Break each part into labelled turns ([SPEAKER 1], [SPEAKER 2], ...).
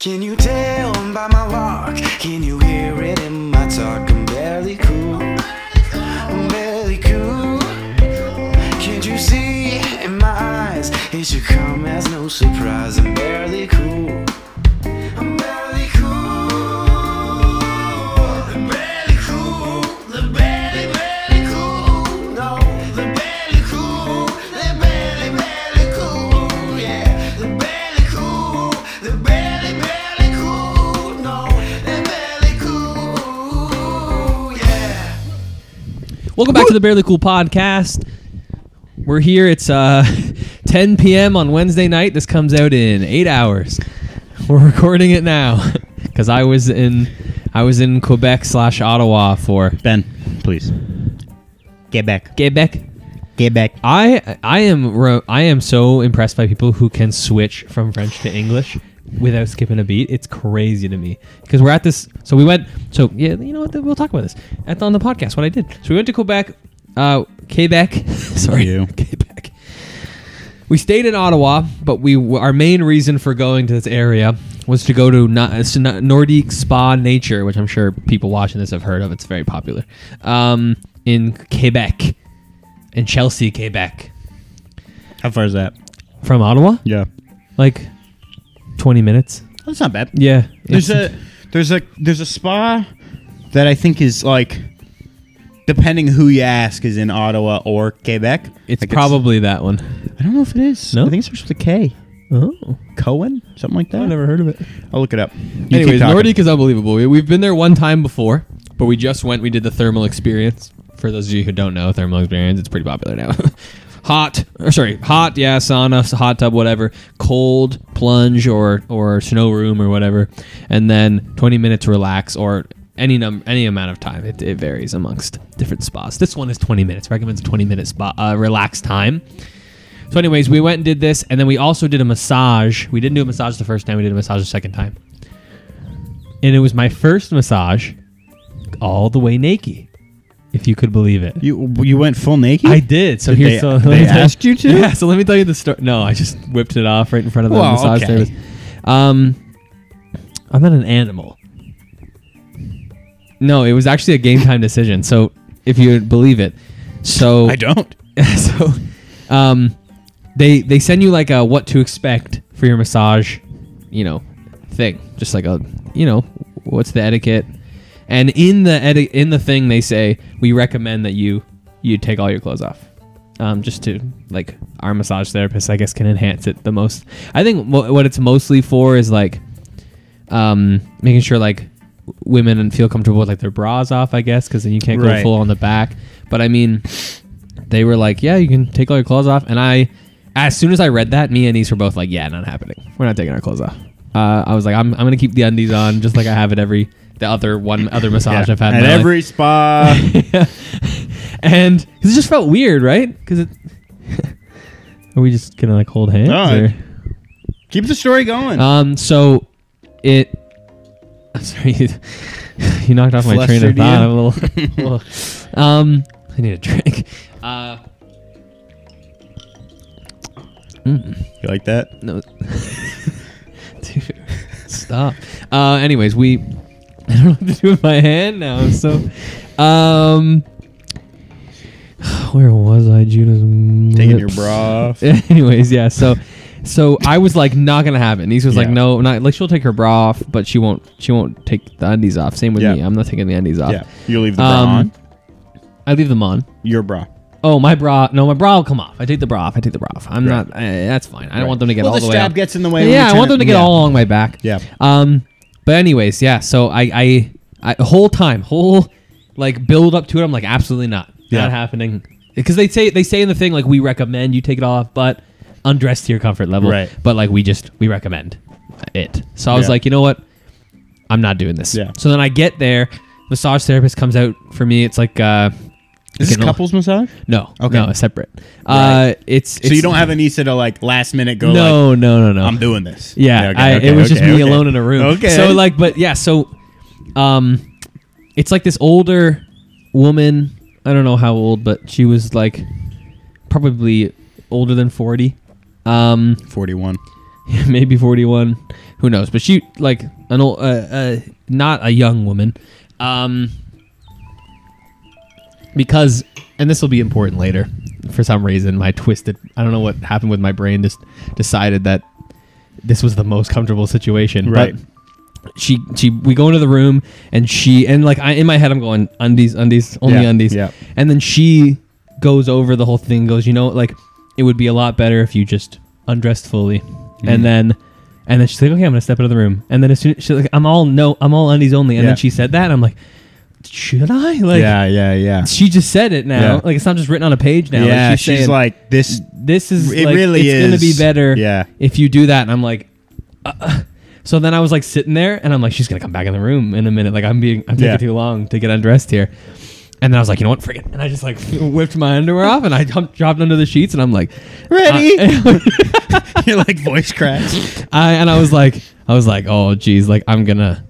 [SPEAKER 1] Can you tell by my walk? Can you hear it in my talk? I'm barely cool. I'm barely cool. Can't you see it in my eyes? It should come as no surprise. I'm barely cool. I'm barely cool. I'm barely cool. They're barely, barely cool. No, they're barely cool. They're barely, barely cool. Yeah, they're barely cool. They're barely, barely cool. No, they're barely cool. Yeah.
[SPEAKER 2] Welcome back to the Barely Cool podcast. We're here. It's uh, 10 p.m. on Wednesday night. This comes out in eight hours. We're recording it now because I was in I was in Quebec slash Ottawa for
[SPEAKER 3] Ben, please. Get back.
[SPEAKER 2] Quebec.
[SPEAKER 3] Get back.
[SPEAKER 2] I I am ro- I am so impressed by people who can switch from French to English without skipping a beat. It's crazy to me because we're at this. So we went. So yeah, you know what? We'll talk about this at on the podcast. What I did. So we went to Quebec, uh, Quebec. Sorry,
[SPEAKER 3] You.
[SPEAKER 2] Quebec. We stayed in Ottawa, but we our main reason for going to this area was to go to Na- it's Na- Nordique Spa Nature, which I'm sure people watching this have heard of. It's very popular um, in Quebec, in Chelsea, Quebec
[SPEAKER 3] How far is that?
[SPEAKER 2] from Ottawa?
[SPEAKER 3] Yeah.
[SPEAKER 2] Like 20 minutes.
[SPEAKER 3] That's not bad.
[SPEAKER 2] Yeah.
[SPEAKER 3] There's a there's a there's a spa that I think is like depending who you ask is in Ottawa or Quebec.
[SPEAKER 2] it's
[SPEAKER 3] Like,
[SPEAKER 2] probably that one.
[SPEAKER 3] I don't know if it is.
[SPEAKER 2] No?
[SPEAKER 3] I think it starts with a K.
[SPEAKER 2] Oh,
[SPEAKER 3] Cohen? Something like that.
[SPEAKER 2] heard of it.
[SPEAKER 3] I'll look it up. You keep
[SPEAKER 2] Anyways,
[SPEAKER 3] talking.
[SPEAKER 2] Nordic is unbelievable. We, we've been there one time before, but we just went. We did the thermal experience. For those of you who don't know, thermal experience, it's pretty popular now. hot, or sorry, hot, yeah, sauna, hot tub, whatever. Cold plunge or or snow room or whatever, and then 20 minutes relax or any num any amount of time. It, it varies amongst different spas. This one is 20 minutes. Recommends a 20 minute spa uh, relax time. So, anyways, we went and did this, and then we also did a massage. We didn't do a massage the first time. We did a massage the second time and it was my first massage all the way naked if you could believe it
[SPEAKER 3] You you went full naked?
[SPEAKER 2] i did so
[SPEAKER 3] Did
[SPEAKER 2] here's
[SPEAKER 3] they-
[SPEAKER 2] so
[SPEAKER 3] they asked you to?
[SPEAKER 2] yeah so let me tell you the story no i just whipped it off right in front of the
[SPEAKER 3] Well,
[SPEAKER 2] massage
[SPEAKER 3] okay.
[SPEAKER 2] therapist um i'm not an animal no it was actually a game time decision so if you would believe it so
[SPEAKER 3] I don't.
[SPEAKER 2] so um, they they send you like a what to expect for your massage, you know, thing. Just like a you know, what's the etiquette? And in the eti- in the thing they say we recommend that you you take all your clothes off. Um, just to like our massage therapist, I guess, can enhance it the most. I think wh- what it's mostly for is like um, making sure like w- women feel comfortable with like their bras off, I guess, because then you can't go
[SPEAKER 3] Right.
[SPEAKER 2] full on the back. But I mean, they were like, "Yeah, you can take all your clothes off." And I, as soon as I read that, me and East were both like, "Yeah, not happening. We're not taking our clothes off." Uh, I was like, "I'm, I'm gonna keep the undies on, just like I have at every the other one other massage
[SPEAKER 3] Yeah.
[SPEAKER 2] I've had." in
[SPEAKER 3] At
[SPEAKER 2] my life."
[SPEAKER 3] every spa.
[SPEAKER 2] and 'cause it just felt weird, right? Because it. Are we just gonna like hold hands?
[SPEAKER 3] No,
[SPEAKER 2] or?
[SPEAKER 3] keep the story going.
[SPEAKER 2] Um. So, it. I'm sorry, you, you knocked off my train of
[SPEAKER 3] Flustered you?
[SPEAKER 2] thought a little. a little. um, I need a drink. Uh,
[SPEAKER 3] you like that?
[SPEAKER 2] no, dude, stop. Uh, anyways, we. I don't know what to do with my hand now. I'm so. Um. Where was I, Judas?
[SPEAKER 3] Taking your bra off.
[SPEAKER 2] Anyways, yeah. So, so I was like, not gonna have it. And Nisa was like,
[SPEAKER 3] Yeah.
[SPEAKER 2] no, not like she'll take her bra off, but she won't. She won't take the undies off. Same with
[SPEAKER 3] Yeah.
[SPEAKER 2] me. I'm not taking the undies off.
[SPEAKER 3] Yeah. You leave the bra
[SPEAKER 2] Um,
[SPEAKER 3] on.
[SPEAKER 2] I leave them on.
[SPEAKER 3] Your bra.
[SPEAKER 2] Oh, my bra. No, my bra will come off. I take the bra off. I take the bra off. I'm
[SPEAKER 3] Right.
[SPEAKER 2] not. Uh, that's fine. I don't
[SPEAKER 3] Right.
[SPEAKER 2] want them to get
[SPEAKER 3] Well,
[SPEAKER 2] all
[SPEAKER 3] the
[SPEAKER 2] the way.
[SPEAKER 3] stab
[SPEAKER 2] up.
[SPEAKER 3] gets in the way when
[SPEAKER 2] Yeah,
[SPEAKER 3] you're
[SPEAKER 2] I want them to
[SPEAKER 3] trying to-
[SPEAKER 2] get
[SPEAKER 3] yeah.
[SPEAKER 2] all along my back.
[SPEAKER 3] Yeah.
[SPEAKER 2] Um. But anyways, yeah. So I, I, I whole time, whole like build up to it. I'm like, absolutely not.
[SPEAKER 3] Yeah.
[SPEAKER 2] Not happening. Because they say they say in the thing like we recommend you take it off, but undress to your comfort level.
[SPEAKER 3] Right.
[SPEAKER 2] But like we just we recommend it. So I was
[SPEAKER 3] Yeah.
[SPEAKER 2] like, you know what? I'm not doing this.
[SPEAKER 3] Yeah.
[SPEAKER 2] So then I get there. Massage therapist comes out for me. It's like uh,
[SPEAKER 3] Is this
[SPEAKER 2] Getting all-
[SPEAKER 3] couples massage?
[SPEAKER 2] no,
[SPEAKER 3] Okay.
[SPEAKER 2] no, it's separate. Uh,
[SPEAKER 3] Right.
[SPEAKER 2] it's, it's
[SPEAKER 3] So you don't have Anissa to like last minute go like
[SPEAKER 2] no, no, no, no.
[SPEAKER 3] I'm doing this.
[SPEAKER 2] Yeah,
[SPEAKER 3] Okay,
[SPEAKER 2] I,
[SPEAKER 3] okay,
[SPEAKER 2] it was just
[SPEAKER 3] okay,
[SPEAKER 2] me
[SPEAKER 3] okay.
[SPEAKER 2] alone in a room.
[SPEAKER 3] Okay.
[SPEAKER 2] So like, but yeah, so, um, it's like this older woman. I don't know how old, but she was like probably older than forty, um,
[SPEAKER 3] 41.
[SPEAKER 2] maybe forty-one, Who knows? But she like an old, uh, uh, not a young woman, um, because and this will be important later. For some reason, my twisted I don't know what happened with my brain just decided that this was the most comfortable situation.
[SPEAKER 3] Right.
[SPEAKER 2] But she she we go into the room and she and like I in my head I'm going undies undies only
[SPEAKER 3] Yeah,
[SPEAKER 2] undies
[SPEAKER 3] yeah.
[SPEAKER 2] and then she goes over the whole thing goes you know like it would be a lot better if you just undressed fully
[SPEAKER 3] Mm-hmm.
[SPEAKER 2] and then and then she's like okay I'm gonna step out of the room and then as soon she's like I'm all no I'm all undies only and
[SPEAKER 3] Yeah.
[SPEAKER 2] then she said that and I'm like should I like
[SPEAKER 3] yeah, yeah, yeah.
[SPEAKER 2] she just said it now
[SPEAKER 3] Yeah.
[SPEAKER 2] like it's not just written on a page now
[SPEAKER 3] yeah,
[SPEAKER 2] like,
[SPEAKER 3] she's
[SPEAKER 2] saying,
[SPEAKER 3] like this.
[SPEAKER 2] this is
[SPEAKER 3] It
[SPEAKER 2] like,
[SPEAKER 3] really
[SPEAKER 2] it's gonna
[SPEAKER 3] is.
[SPEAKER 2] be better
[SPEAKER 3] Yeah.
[SPEAKER 2] if you do that and i'm like uh, so then i was like sitting there and i'm like she's gonna come back in the room in a minute like i'm being i'm taking
[SPEAKER 3] Yeah.
[SPEAKER 2] too long to get undressed here and then i was like you know what frick it. and i just like whipped my underwear off and i jumped, dropped under the sheets and i'm like
[SPEAKER 3] Ready?
[SPEAKER 2] uh,
[SPEAKER 3] You're like voice cracks.
[SPEAKER 2] I, and i was like i was like oh geez like i'm gonna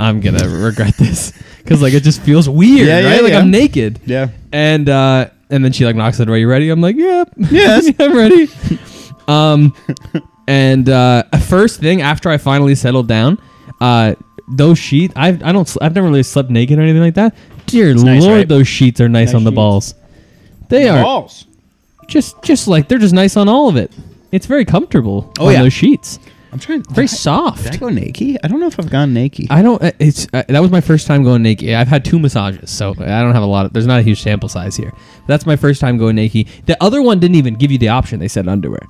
[SPEAKER 2] i'm gonna regret this because like it just feels weird
[SPEAKER 3] Yeah,
[SPEAKER 2] right
[SPEAKER 3] yeah,
[SPEAKER 2] like
[SPEAKER 3] yeah.
[SPEAKER 2] i'm naked
[SPEAKER 3] Yeah.
[SPEAKER 2] and uh and then she like knocks on the door. You ready? I'm like, yeah,
[SPEAKER 3] Yes.
[SPEAKER 2] I'm ready. Um, and uh, first thing after I finally settled down, uh, those sheets. I've I don't sl- I've never really slept naked or anything like that. Dear
[SPEAKER 3] nice,
[SPEAKER 2] lord,
[SPEAKER 3] right?
[SPEAKER 2] those sheets are nice,
[SPEAKER 3] Nice
[SPEAKER 2] on the
[SPEAKER 3] sheets.
[SPEAKER 2] balls. They are
[SPEAKER 3] Balls.
[SPEAKER 2] just just like they're just nice on all of it. It's very comfortable
[SPEAKER 3] Oh,
[SPEAKER 2] on
[SPEAKER 3] yeah.
[SPEAKER 2] those sheets.
[SPEAKER 3] I'm trying.
[SPEAKER 2] Very
[SPEAKER 3] did I-
[SPEAKER 2] soft.
[SPEAKER 3] Did I go naked? I don't know if I've gone naked.
[SPEAKER 2] I don't. uh, It's uh, that was my first time going naked. I've had two massages, so I don't have a lot. of There's not a huge sample size here. That's my first time going naked. The other one didn't even give you the option. They said underwear.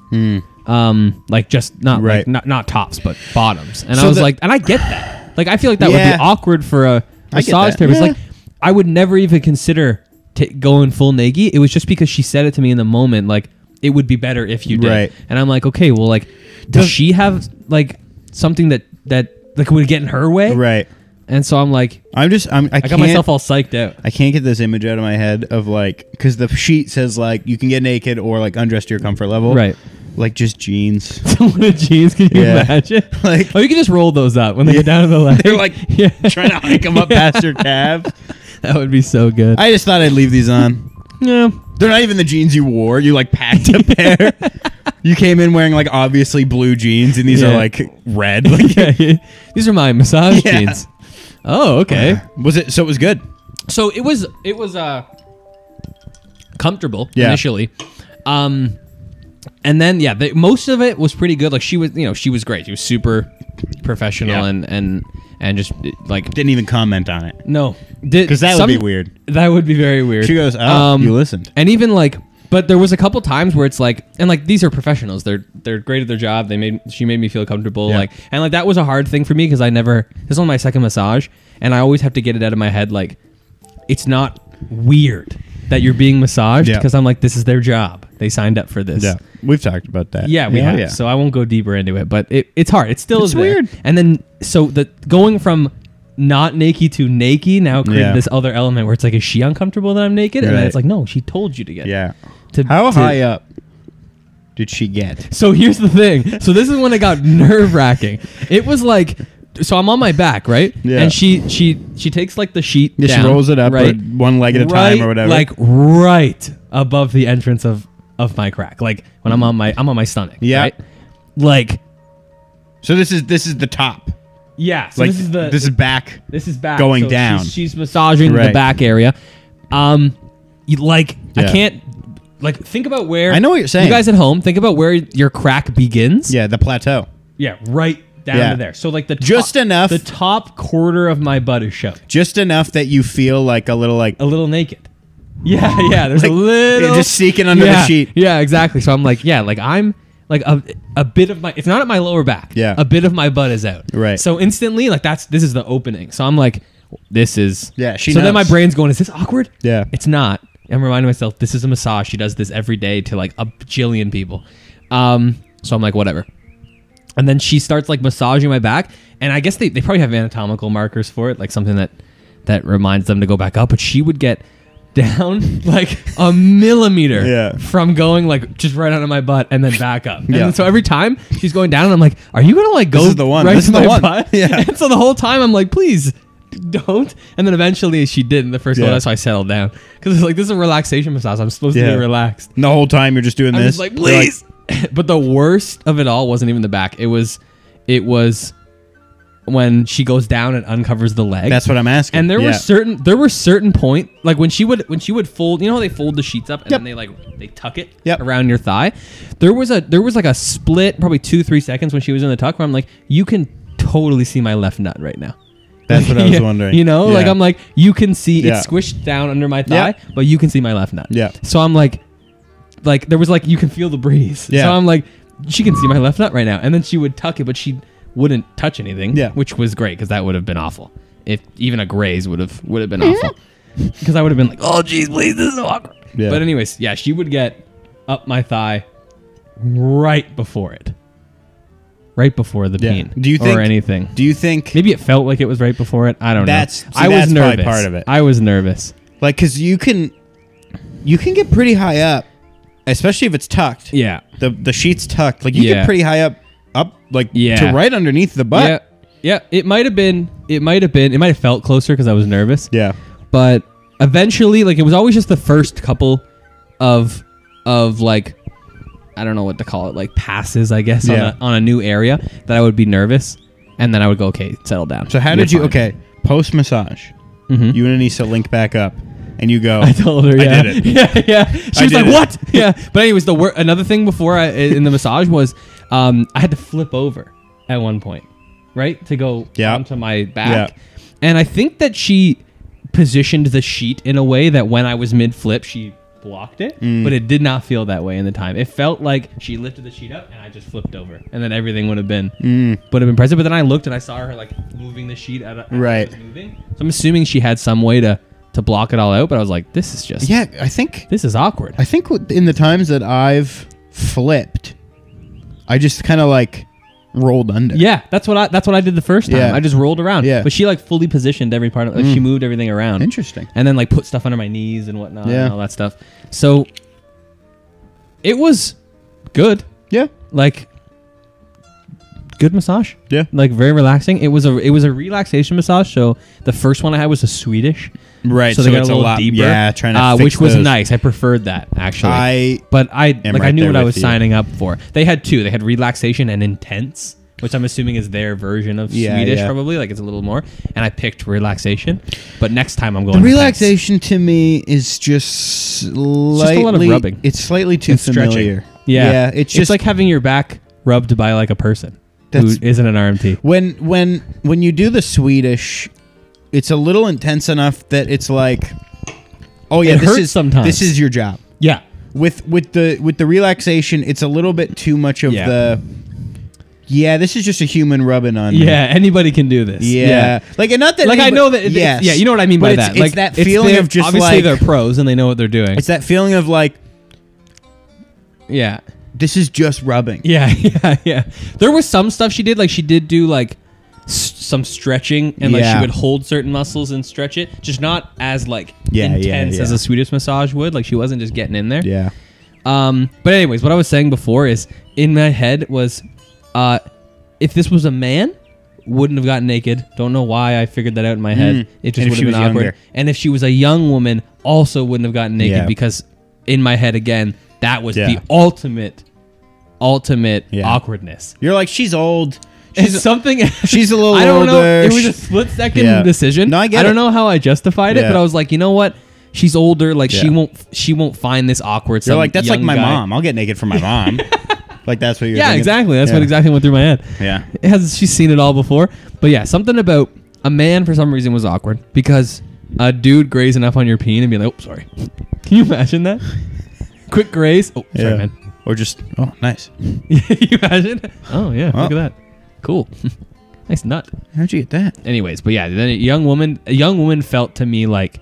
[SPEAKER 2] Um, like just not like,
[SPEAKER 3] Hmm. Right.
[SPEAKER 2] not not tops, but bottoms. And I
[SPEAKER 3] So
[SPEAKER 2] was
[SPEAKER 3] the-
[SPEAKER 2] like, and I get that. Like I feel like that
[SPEAKER 3] Yeah.
[SPEAKER 2] would be awkward for a
[SPEAKER 3] I get
[SPEAKER 2] massage
[SPEAKER 3] that.
[SPEAKER 2] therapist.
[SPEAKER 3] Yeah.
[SPEAKER 2] Like I would never even consider t- going full naked. It was just because she said it to me in the moment. Like it would be better if you did.
[SPEAKER 3] Right.
[SPEAKER 2] And I'm like, okay, well, like, does
[SPEAKER 3] Does-
[SPEAKER 2] she have like something that that like would get in her way?
[SPEAKER 3] right.
[SPEAKER 2] And so I'm like,
[SPEAKER 3] I'm just. I'm, I,
[SPEAKER 2] I got
[SPEAKER 3] can't,
[SPEAKER 2] myself all psyched out.
[SPEAKER 3] I can't get this image out of my head of like because the sheet says like you can get naked or like undress to your comfort level.
[SPEAKER 2] Right.
[SPEAKER 3] Like just jeans.
[SPEAKER 2] what a jeans! Can you
[SPEAKER 3] Yeah.
[SPEAKER 2] imagine?
[SPEAKER 3] Like-
[SPEAKER 2] oh, you can just roll those up when they get down to the leg.
[SPEAKER 3] They're like
[SPEAKER 2] yeah,
[SPEAKER 3] trying to hike them up past your calves.
[SPEAKER 2] that would be so good.
[SPEAKER 3] I just thought I'd leave these on.
[SPEAKER 2] yeah.
[SPEAKER 3] They're not even the jeans you wore. You like packed a pair. you came in wearing like obviously blue jeans, and these
[SPEAKER 2] Yeah.
[SPEAKER 3] are like red. Like,
[SPEAKER 2] yeah. These are my massage
[SPEAKER 3] Yeah.
[SPEAKER 2] jeans. Oh, okay.
[SPEAKER 3] was it? So it was good.
[SPEAKER 2] So it was it was uh comfortable
[SPEAKER 3] Yeah.
[SPEAKER 2] initially. Um and then yeah, the, most of it was pretty good. Like she was, you know, she was great. She was super professional
[SPEAKER 3] Yeah.
[SPEAKER 2] and and and just like
[SPEAKER 3] Didn't even comment on it.
[SPEAKER 2] no, because
[SPEAKER 3] 'Cause that would be weird.
[SPEAKER 2] That would be very weird. Um,
[SPEAKER 3] She goes, "Oh, you listened."
[SPEAKER 2] and even like, but there was a couple times where it's like, and like these are professionals. They're they're great at their job. They made she made me feel comfortable.
[SPEAKER 3] Yeah.
[SPEAKER 2] Like and like that was a hard thing for me because I never this is only my second massage, and I always have to get it out of my head. Like, it's not weird that you're being massaged
[SPEAKER 3] Yeah.
[SPEAKER 2] because I'm like, this is their job. They signed up for this.
[SPEAKER 3] we've talked about that.
[SPEAKER 2] Yeah, we have. So I won't go deeper into it, but it, it's hard. It still
[SPEAKER 3] It's
[SPEAKER 2] is there.
[SPEAKER 3] weird.
[SPEAKER 2] And then so the going from not naked to naked now created
[SPEAKER 3] Yeah.
[SPEAKER 2] this other element where it's like, is she uncomfortable that I'm naked? And then
[SPEAKER 3] Right.
[SPEAKER 2] it's like, no, she told you to get.
[SPEAKER 3] yeah.
[SPEAKER 2] To,
[SPEAKER 3] How
[SPEAKER 2] to-
[SPEAKER 3] high up did she get?
[SPEAKER 2] So here's the thing. So this is when it got nerve wracking. It was like. So I'm on my back, right?
[SPEAKER 3] Yeah.
[SPEAKER 2] And she she she takes like the sheet.
[SPEAKER 3] Yeah, she
[SPEAKER 2] down,
[SPEAKER 3] rolls it up,
[SPEAKER 2] right?
[SPEAKER 3] right, one leg at a time,
[SPEAKER 2] Right-
[SPEAKER 3] or whatever.
[SPEAKER 2] Like right above the entrance of of my crack. Like when I'm on my I'm on my stomach.
[SPEAKER 3] Yeah.
[SPEAKER 2] Right? Like
[SPEAKER 3] so this is this is the top.
[SPEAKER 2] Yeah, so
[SPEAKER 3] like
[SPEAKER 2] this is the
[SPEAKER 3] this is back.
[SPEAKER 2] this is back
[SPEAKER 3] going
[SPEAKER 2] so she's-
[SPEAKER 3] down.
[SPEAKER 2] She's, massaging the
[SPEAKER 3] Right.
[SPEAKER 2] back area. Um, you, like I
[SPEAKER 3] Yeah.
[SPEAKER 2] can't like think about where
[SPEAKER 3] I know what you're saying.
[SPEAKER 2] You guys at home, think about where your crack begins.
[SPEAKER 3] Yeah, the plateau.
[SPEAKER 2] yeah, right down
[SPEAKER 3] Yeah.
[SPEAKER 2] to there. So like the top,
[SPEAKER 3] Just enough.
[SPEAKER 2] the top quarter of my butt is showing,
[SPEAKER 3] Just enough that you feel like a little like
[SPEAKER 2] a little naked. Yeah, yeah. There's
[SPEAKER 3] Like,
[SPEAKER 2] a
[SPEAKER 3] you're
[SPEAKER 2] little
[SPEAKER 3] just seeking under the
[SPEAKER 2] yeah,
[SPEAKER 3] sheet.
[SPEAKER 2] Yeah, exactly. So I'm like, yeah, like I'm like a, a bit of my it's not at my lower back.
[SPEAKER 3] Yeah.
[SPEAKER 2] a bit of my butt is out.
[SPEAKER 3] Right.
[SPEAKER 2] So instantly, like that's this is the opening. So I'm like, this is
[SPEAKER 3] Yeah, she
[SPEAKER 2] So then my
[SPEAKER 3] knows.
[SPEAKER 2] brain's going, is this awkward?
[SPEAKER 3] Yeah.
[SPEAKER 2] it's not. I'm reminding myself this is a massage. She does this every day to like a bajillion people. Um, so I'm like, whatever. And then she starts like massaging my back, and I guess they, they probably have anatomical markers for it, like something that that reminds them to go back up. But she would get down like a millimeter
[SPEAKER 3] Yeah.
[SPEAKER 2] from going like just right out of my butt and then back up. And
[SPEAKER 3] Yeah.
[SPEAKER 2] so every time she's going down, and I'm like, "Are you gonna like go
[SPEAKER 3] is the one.
[SPEAKER 2] right
[SPEAKER 3] This
[SPEAKER 2] to
[SPEAKER 3] is the
[SPEAKER 2] my
[SPEAKER 3] one."
[SPEAKER 2] butt?"
[SPEAKER 3] Yeah.
[SPEAKER 2] And so the whole time I'm like, "Please." Don't and then eventually she didn't the first
[SPEAKER 3] Yeah.
[SPEAKER 2] one. That's why I settled down because it's like this is a relaxation massage. I'm supposed to
[SPEAKER 3] Yeah.
[SPEAKER 2] be relaxed.
[SPEAKER 3] the whole time you're just doing
[SPEAKER 2] I'm
[SPEAKER 3] this.
[SPEAKER 2] just like,
[SPEAKER 3] You're
[SPEAKER 2] please. but the worst of it all wasn't even the back. It was, It was when she goes down and uncovers the leg.
[SPEAKER 3] That's what I'm asking.
[SPEAKER 2] And there
[SPEAKER 3] yeah.
[SPEAKER 2] were certain there were certain point like when she would when she would fold you know how they fold the sheets up and
[SPEAKER 3] Yep.
[SPEAKER 2] then they like they tuck it
[SPEAKER 3] Yep.
[SPEAKER 2] around your thigh. There was a there was like a split probably two three seconds when she was in the tuck where I'm like you can totally see my left nut right now.
[SPEAKER 3] That's what I was
[SPEAKER 2] Yeah.
[SPEAKER 3] wondering.
[SPEAKER 2] You know, like
[SPEAKER 3] Yeah.
[SPEAKER 2] I'm like you can see
[SPEAKER 3] Yeah.
[SPEAKER 2] it's squished down under my
[SPEAKER 3] Yeah.
[SPEAKER 2] thigh, but you can see my left nut.
[SPEAKER 3] Yeah.
[SPEAKER 2] So I'm like, like there was like you can feel the breeze.
[SPEAKER 3] Yeah.
[SPEAKER 2] So I'm like, she can see my left nut right now, and then she would tuck it, but she wouldn't touch anything.
[SPEAKER 3] Yeah.
[SPEAKER 2] Which was great because that would have been awful. If even a graze would have would have been awful, because I would have been like, oh geez, please, this is so awkward.
[SPEAKER 3] Yeah.
[SPEAKER 2] But anyways, yeah, she would get up my thigh right before it, right before the
[SPEAKER 3] Yeah.
[SPEAKER 2] peen.
[SPEAKER 3] Do you think
[SPEAKER 2] or anything?
[SPEAKER 3] Do you think
[SPEAKER 2] Maybe it felt like it was right before it. I don't
[SPEAKER 3] That's-
[SPEAKER 2] know.
[SPEAKER 3] see,
[SPEAKER 2] I was
[SPEAKER 3] that's probably
[SPEAKER 2] nervous.
[SPEAKER 3] part of it.
[SPEAKER 2] I was nervous.
[SPEAKER 3] like because you can you can get pretty high up, especially if it's tucked.
[SPEAKER 2] Yeah.
[SPEAKER 3] The the sheet's tucked. Like you
[SPEAKER 2] Yeah.
[SPEAKER 3] get pretty high up, up like
[SPEAKER 2] Yeah.
[SPEAKER 3] to right underneath the butt.
[SPEAKER 2] yeah. Yeah. It might have been. It might have been. It might have felt closer because I was nervous.
[SPEAKER 3] Yeah.
[SPEAKER 2] But eventually, like it was always just the first couple of of like I don't know what to call it, like passes, I guess,
[SPEAKER 3] Yeah.
[SPEAKER 2] on, a, on a new area that I would be nervous, and then I would go, okay, settle down.
[SPEAKER 3] So how
[SPEAKER 2] You're
[SPEAKER 3] did you?
[SPEAKER 2] fine." Mm-hmm.
[SPEAKER 3] Okay, post massage, you and Anissa link back up, and you go.
[SPEAKER 2] I told her, yeah,
[SPEAKER 3] did it.
[SPEAKER 2] yeah, yeah. She
[SPEAKER 3] I
[SPEAKER 2] was
[SPEAKER 3] did
[SPEAKER 2] like,
[SPEAKER 3] it.
[SPEAKER 2] "What?" yeah. But anyways, the wor- another thing before I, in the massage was, um, I had to flip over at one point, right, to go
[SPEAKER 3] Yeah.
[SPEAKER 2] onto my back, and I think that she positioned the sheet in a way that when I was mid flip, she blocked it,
[SPEAKER 3] Mm.
[SPEAKER 2] but it did not feel that way in the time. It felt like she lifted the sheet up and I just flipped over, and then everything would have been
[SPEAKER 3] Mm.
[SPEAKER 2] would have been present. But then I looked and I saw her like moving the sheet at a, as it
[SPEAKER 3] Right.
[SPEAKER 2] was moving. So I'm assuming she had some way to to block it all out. But I was like, this is just
[SPEAKER 3] yeah, I think
[SPEAKER 2] this is awkward.
[SPEAKER 3] I think with- in the times that I've flipped, I just kind of like rolled under.
[SPEAKER 2] yeah, that's what I that's what I did the first time.
[SPEAKER 3] Yeah.
[SPEAKER 2] I just rolled around.
[SPEAKER 3] Yeah. Mm.
[SPEAKER 2] But she like fully positioned every part of like she moved everything around.
[SPEAKER 3] Interesting.
[SPEAKER 2] And then like put stuff under my knees and whatnot
[SPEAKER 3] Yeah.
[SPEAKER 2] and all that stuff. So it was good.
[SPEAKER 3] Yeah.
[SPEAKER 2] Like good massage.
[SPEAKER 3] Yeah.
[SPEAKER 2] Like very relaxing. It was a it was a relaxation massage. So the first one I had was a Swedish.
[SPEAKER 3] Right.
[SPEAKER 2] so they got a little deeper.
[SPEAKER 3] Yeah. Trying to
[SPEAKER 2] uh,
[SPEAKER 3] fix
[SPEAKER 2] which was
[SPEAKER 3] those.
[SPEAKER 2] nice. I preferred that actually.
[SPEAKER 3] I-
[SPEAKER 2] but I like I
[SPEAKER 3] right
[SPEAKER 2] knew what
[SPEAKER 3] there
[SPEAKER 2] I was
[SPEAKER 3] with you.
[SPEAKER 2] signing up for. They had two. They had relaxation and intense, which I'm assuming is their version of
[SPEAKER 3] Yeah,
[SPEAKER 2] Swedish,
[SPEAKER 3] yeah.
[SPEAKER 2] probably. Like it's a little more. And I picked relaxation, but next time I'm going
[SPEAKER 3] The
[SPEAKER 2] intense.
[SPEAKER 3] relaxation to me is just slightly.
[SPEAKER 2] lot of rubbing.
[SPEAKER 3] It's slightly too
[SPEAKER 2] It's stretching.
[SPEAKER 3] familiar.
[SPEAKER 2] Yeah,
[SPEAKER 3] Yeah. It's just
[SPEAKER 2] like having your back rubbed by like a person who
[SPEAKER 3] That's-
[SPEAKER 2] isn't an RMT.
[SPEAKER 3] when when when you do the Swedish, it's a little intense enough that it's like, oh yeah,
[SPEAKER 2] It
[SPEAKER 3] this
[SPEAKER 2] hurts
[SPEAKER 3] is
[SPEAKER 2] sometimes.
[SPEAKER 3] this is your job.
[SPEAKER 2] Yeah,
[SPEAKER 3] With with the with the relaxation, it's a little bit too much of
[SPEAKER 2] Yeah.
[SPEAKER 3] the. Yeah, this is just a human rubbing on. me."
[SPEAKER 2] yeah. Anybody can do this.
[SPEAKER 3] Yeah. like and not that.
[SPEAKER 2] Like I
[SPEAKER 3] anybody-
[SPEAKER 2] know that,
[SPEAKER 3] Yes.
[SPEAKER 2] yeah, you know what I mean
[SPEAKER 3] But
[SPEAKER 2] by
[SPEAKER 3] it's-
[SPEAKER 2] that.
[SPEAKER 3] It's
[SPEAKER 2] like
[SPEAKER 3] that
[SPEAKER 2] it's
[SPEAKER 3] feeling
[SPEAKER 2] their-
[SPEAKER 3] of just
[SPEAKER 2] obviously
[SPEAKER 3] like
[SPEAKER 2] they're pros and they know what they're doing.
[SPEAKER 3] it's that feeling of like
[SPEAKER 2] yeah,
[SPEAKER 3] this is just rubbing.
[SPEAKER 2] Yeah, yeah, yeah. There was some stuff she did. Like she did do like s- some stretching, and like she
[SPEAKER 3] Yeah.
[SPEAKER 2] would hold certain muscles and stretch it, just not as like
[SPEAKER 3] Yeah, yeah,
[SPEAKER 2] intense as
[SPEAKER 3] yeah.
[SPEAKER 2] a Swedish massage would. Like she wasn't just getting in there.
[SPEAKER 3] Yeah.
[SPEAKER 2] Um. But anyways, what I was saying before is in my head was, uh, if this was a man. Wouldn't have gotten naked. Don't know why I figured that out in my head. It just
[SPEAKER 3] Mm. And if
[SPEAKER 2] would
[SPEAKER 3] she
[SPEAKER 2] have been
[SPEAKER 3] was
[SPEAKER 2] awkward.
[SPEAKER 3] younger.
[SPEAKER 2] And if she was a young woman, also wouldn't have gotten naked
[SPEAKER 3] Yeah.
[SPEAKER 2] because, in my head again, that was
[SPEAKER 3] Yeah.
[SPEAKER 2] the ultimate, ultimate
[SPEAKER 3] Yeah.
[SPEAKER 2] awkwardness.
[SPEAKER 3] You're like she's old.
[SPEAKER 2] It's
[SPEAKER 3] She's
[SPEAKER 2] something.
[SPEAKER 3] she's a little
[SPEAKER 2] I don't know.
[SPEAKER 3] older.
[SPEAKER 2] It was a split second
[SPEAKER 3] Yeah.
[SPEAKER 2] decision.
[SPEAKER 3] No, I get
[SPEAKER 2] I don't
[SPEAKER 3] it.
[SPEAKER 2] know how I justified it,
[SPEAKER 3] Yeah.
[SPEAKER 2] but I was like, you know what? She's older. Like she
[SPEAKER 3] Yeah.
[SPEAKER 2] won't. She won't find this awkward.
[SPEAKER 3] You're
[SPEAKER 2] some
[SPEAKER 3] like, that's like
[SPEAKER 2] young
[SPEAKER 3] my
[SPEAKER 2] guy."
[SPEAKER 3] mom. I'll get naked for my mom. like that's what you're.
[SPEAKER 2] Yeah,
[SPEAKER 3] thinking.
[SPEAKER 2] exactly. That's
[SPEAKER 3] yeah.
[SPEAKER 2] what exactly went through my head.
[SPEAKER 3] Yeah.
[SPEAKER 2] It has she's seen it all before. But yeah, something about a man for some reason was awkward because a dude grazing up on your peen and being like, oh, sorry. Can you imagine that? Quick graze. Oh, sorry,
[SPEAKER 3] Yeah.
[SPEAKER 2] man.
[SPEAKER 3] Or just oh, nice.
[SPEAKER 2] you imagine? Oh yeah,
[SPEAKER 3] Oh.
[SPEAKER 2] look at that. Cool. nice nut.
[SPEAKER 3] How'd you get that?
[SPEAKER 2] anyways, but yeah, then a young woman, a young woman felt to me like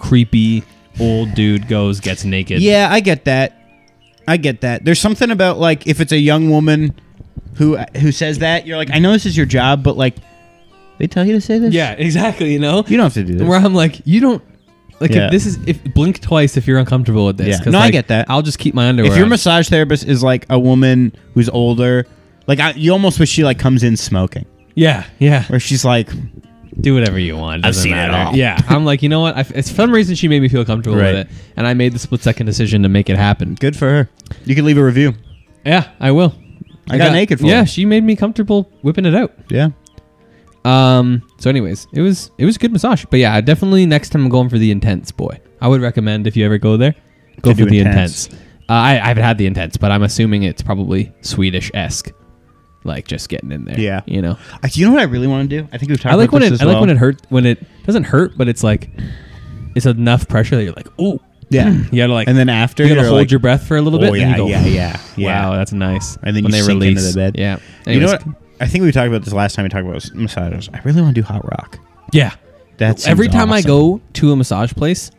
[SPEAKER 2] creepy old dude goes gets naked.
[SPEAKER 3] Yeah, I get that. I get that. There's something about like if it's a young woman who who says that, you're like, I know this is your job, but like, they tell you to say this.
[SPEAKER 2] yeah, exactly. You know,
[SPEAKER 3] you don't have to do this.
[SPEAKER 2] where I'm like, you don't like
[SPEAKER 3] Yeah.
[SPEAKER 2] if this is if blink twice if you're uncomfortable with this.
[SPEAKER 3] Yeah.
[SPEAKER 2] 'cause,
[SPEAKER 3] No, I
[SPEAKER 2] like,
[SPEAKER 3] get that.
[SPEAKER 2] I'll just keep my underwear.
[SPEAKER 3] If your
[SPEAKER 2] on.
[SPEAKER 3] massage therapist is like a woman who's older, like I, you almost wish she like comes in smoking,
[SPEAKER 2] yeah, yeah,
[SPEAKER 3] where she's like,
[SPEAKER 2] do whatever you want. I've
[SPEAKER 3] seen it all.
[SPEAKER 2] Yeah, I'm like, you know what? I, it's for some reason she made me feel comfortable
[SPEAKER 3] Right.
[SPEAKER 2] with it, and I made the split second decision to make it happen.
[SPEAKER 3] good for her. You can leave a review.
[SPEAKER 2] Yeah, I will.
[SPEAKER 3] I, got, naked for
[SPEAKER 2] Yeah,
[SPEAKER 3] her.
[SPEAKER 2] she made me comfortable whipping it out.
[SPEAKER 3] Yeah.
[SPEAKER 2] Um. So, anyways, it was it was a good massage. But yeah, definitely next time I'm going for the intense boy. I would recommend if you ever go there, go
[SPEAKER 3] To
[SPEAKER 2] for
[SPEAKER 3] do
[SPEAKER 2] the intense.
[SPEAKER 3] intense.
[SPEAKER 2] Uh, I, I haven't had the intense, but I'm assuming it's probably Swedish esque, like just getting in there.
[SPEAKER 3] Yeah.
[SPEAKER 2] You know,
[SPEAKER 3] I, you know what I really want to do? I think we've talked
[SPEAKER 2] I like when
[SPEAKER 3] about this
[SPEAKER 2] it
[SPEAKER 3] as
[SPEAKER 2] I like
[SPEAKER 3] well.
[SPEAKER 2] when it hurt when it doesn't hurt, but it's like it's enough pressure that you're like, oh,
[SPEAKER 3] Yeah.
[SPEAKER 2] you gotta like,
[SPEAKER 3] And then after
[SPEAKER 2] you gotta
[SPEAKER 3] you're
[SPEAKER 2] hold
[SPEAKER 3] like,
[SPEAKER 2] your breath for a little bit.
[SPEAKER 3] Oh,
[SPEAKER 2] and then you
[SPEAKER 3] yeah,
[SPEAKER 2] go,
[SPEAKER 3] yeah, yeah, yeah.
[SPEAKER 2] Wow, that's nice.
[SPEAKER 3] And then you sink into the bed.
[SPEAKER 2] Yeah.
[SPEAKER 3] You know
[SPEAKER 2] Anyways,
[SPEAKER 3] what? I think we talked about this last time we talked about was massages. I really want to do hot rock.
[SPEAKER 2] Yeah.
[SPEAKER 3] That's
[SPEAKER 2] Every time I go to a massage place,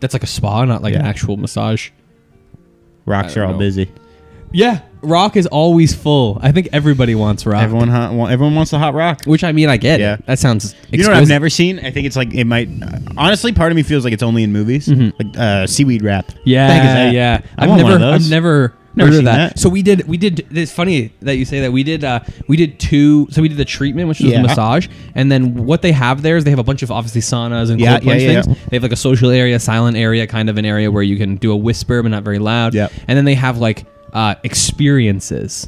[SPEAKER 2] that's like a spa, not like an
[SPEAKER 3] Yeah.
[SPEAKER 2] actual massage. I
[SPEAKER 3] rocks
[SPEAKER 2] don't
[SPEAKER 3] are all
[SPEAKER 2] know.
[SPEAKER 3] busy.
[SPEAKER 2] Yeah, rock is always full. I think everybody wants rock.
[SPEAKER 3] Everyone hot, wa- everyone wants the hot rock.
[SPEAKER 2] which I mean, I get.
[SPEAKER 3] Yeah.
[SPEAKER 2] it. that sounds. Exquisite.
[SPEAKER 3] You know what I've never seen? I think it's like it might. honestly, part of me feels like it's only in movies, like uh, seaweed wrap.
[SPEAKER 2] Mm-hmm. Yeah,
[SPEAKER 3] The heck is that?
[SPEAKER 2] yeah.
[SPEAKER 3] I
[SPEAKER 2] I've
[SPEAKER 3] want
[SPEAKER 2] never,
[SPEAKER 3] one of those.
[SPEAKER 2] I've never,
[SPEAKER 3] Never
[SPEAKER 2] heard of
[SPEAKER 3] seen
[SPEAKER 2] that.
[SPEAKER 3] that.
[SPEAKER 2] So we did, we did. It's funny that you say that. We did, uh, we did two. So we did the treatment, which was
[SPEAKER 3] Yeah.
[SPEAKER 2] a massage, and then what they have there is they have a bunch of obviously saunas and
[SPEAKER 3] Yeah,
[SPEAKER 2] cold
[SPEAKER 3] yeah,
[SPEAKER 2] plunge
[SPEAKER 3] yeah, yeah.
[SPEAKER 2] things. They have like a social area, silent area, kind of an area where you can do a whisper but not very loud.
[SPEAKER 3] Yep.
[SPEAKER 2] And then they have like uh, experiences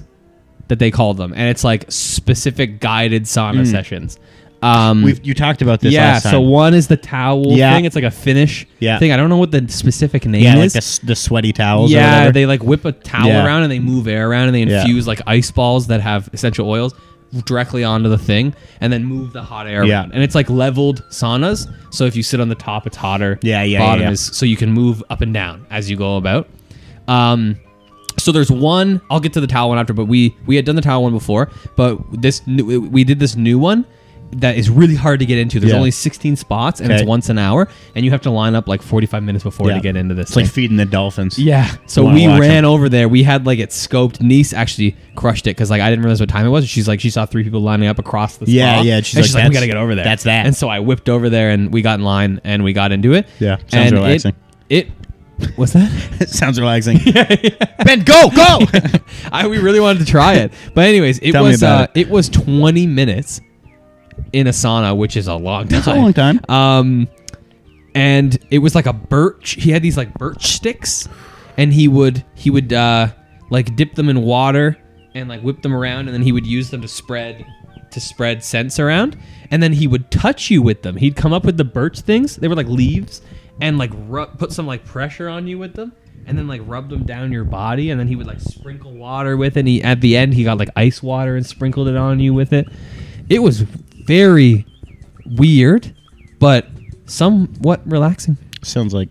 [SPEAKER 2] that they call them, and it's like specific guided sauna sessions. Um,
[SPEAKER 3] Mm. We've, you talked about this.
[SPEAKER 2] yeah,
[SPEAKER 3] last time.
[SPEAKER 2] so one is the towel
[SPEAKER 3] Yeah.
[SPEAKER 2] thing. It's like a finish
[SPEAKER 3] Yeah.
[SPEAKER 2] thing. I don't know what the specific name
[SPEAKER 3] yeah, like
[SPEAKER 2] is
[SPEAKER 3] the, s- the sweaty towels. or
[SPEAKER 2] yeah
[SPEAKER 3] whatever.
[SPEAKER 2] they like whip a towel
[SPEAKER 3] Yeah.
[SPEAKER 2] around and they move air around and they
[SPEAKER 3] Yeah.
[SPEAKER 2] infuse like ice balls that have essential oils directly onto the thing and then move the hot air
[SPEAKER 3] Yeah.
[SPEAKER 2] around and it's like leveled saunas so if you sit on the top it's hotter
[SPEAKER 3] Yeah, yeah,
[SPEAKER 2] bottom
[SPEAKER 3] yeah, yeah.
[SPEAKER 2] is so you can move up and down as you go about um so there's one i'll get to the towel one after but we we had done the towel one before but this new, we did this new one that is really hard to get into there's
[SPEAKER 3] Yeah.
[SPEAKER 2] only 16 spots and
[SPEAKER 3] Okay.
[SPEAKER 2] it's once an hour and you have to line up like 45 minutes before to get into this
[SPEAKER 3] It's like
[SPEAKER 2] thing.
[SPEAKER 3] feeding the dolphins.
[SPEAKER 2] Yeah. So
[SPEAKER 3] wanna
[SPEAKER 2] we
[SPEAKER 3] watch
[SPEAKER 2] ran over there. We had like it scoped. Niece actually crushed it because like I didn't realize what time it was. She's like she saw three people lining up across the
[SPEAKER 3] Yeah,
[SPEAKER 2] spa.
[SPEAKER 3] yeah,
[SPEAKER 2] And
[SPEAKER 3] she's
[SPEAKER 2] She's,
[SPEAKER 3] like,
[SPEAKER 2] like, we
[SPEAKER 3] "That's-
[SPEAKER 2] gotta get over there.
[SPEAKER 3] that's that.
[SPEAKER 2] And so I whipped over there and we got in line and we got into it.
[SPEAKER 3] Yeah, sounds
[SPEAKER 2] And it-
[SPEAKER 3] relaxing.
[SPEAKER 2] It, was that?
[SPEAKER 3] It sounds relaxing.
[SPEAKER 2] ben, go go. I we really wanted to try it, but anyways, it
[SPEAKER 3] Tell me
[SPEAKER 2] was
[SPEAKER 3] about
[SPEAKER 2] uh, it. was twenty minutes in a sauna, which is a long time.
[SPEAKER 3] a long time.
[SPEAKER 2] Um, and it was like a birch. He had these like birch sticks, and he would he would uh, like dip them in water and like whip them around, and then he would use them to spread to spread scents around, and then he would touch you with them. He'd come up with the birch things. They were like leaves, and like rub, put some like pressure on you with them. And then like rub them down your body, and then he would like sprinkle water with it. And he at the end he got like ice water and sprinkled it on you with it. It was very weird, but somewhat relaxing.
[SPEAKER 3] sounds like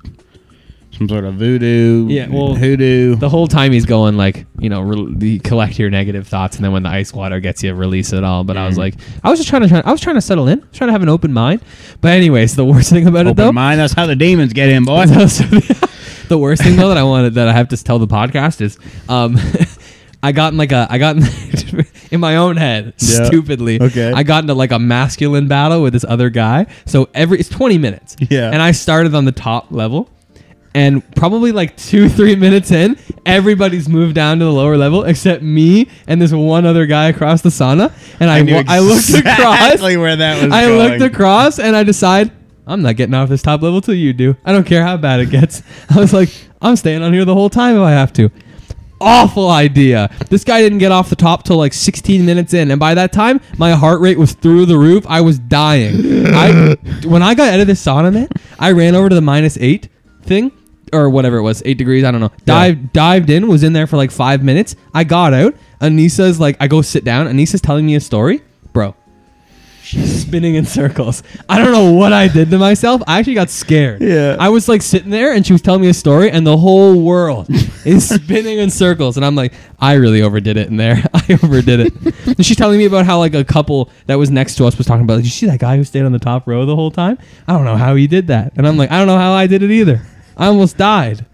[SPEAKER 3] some sort of voodoo.
[SPEAKER 2] Yeah, well,
[SPEAKER 3] hoodoo.
[SPEAKER 2] The whole time he's going like, you know, re- the- collect your negative thoughts, and then when the ice water gets you, release it all. But I was like, I was just trying to, try, I was trying to settle in, I was trying to have an open mind. But anyways, the worst thing about it
[SPEAKER 3] Open
[SPEAKER 2] though,
[SPEAKER 3] mind. That's how the demons get in, boy.
[SPEAKER 2] So the, the worst thing though that I wanted that I have to tell the podcast is, um, I got in like a I got in, in my own head
[SPEAKER 3] Yeah.
[SPEAKER 2] stupidly.
[SPEAKER 3] Okay.
[SPEAKER 2] I got into like a masculine battle with this other guy. So every it's twenty minutes.
[SPEAKER 3] Yeah.
[SPEAKER 2] And I started on the top level. And probably like two, three minutes in, everybody's moved down to the lower level except me and this one other guy across the sauna. And I,
[SPEAKER 3] knew
[SPEAKER 2] wa- I looked across.
[SPEAKER 3] exactly where that was
[SPEAKER 2] I
[SPEAKER 3] going.
[SPEAKER 2] looked across and I decide I'm not getting off this top level till you do. I don't care how bad it gets. I was like, I'm staying on here the whole time if I have to. Awful idea. This guy didn't get off the top till like 16 minutes in, and by that time, my heart rate was through the roof. I was dying. I when I got out of this sauna, man, I ran over to the minus eight thing or whatever it was, eight degrees. I don't know. Dived dived in, was in there for like five minutes. I got out. Anissa's like, I go sit down. Anissa's telling me a story, bro spinning in circles. I don't know what I did to myself. I actually got scared.
[SPEAKER 3] Yeah.
[SPEAKER 2] I was like sitting there and she was telling me a story and the whole world is spinning in circles and I'm like, I really overdid it in there. I overdid it. and she's telling me about how like a couple that was next to us was talking about like, you see that guy who stayed on the top row the whole time? I don't know how he did that. And I'm like, I don't know how I did it either. I almost died.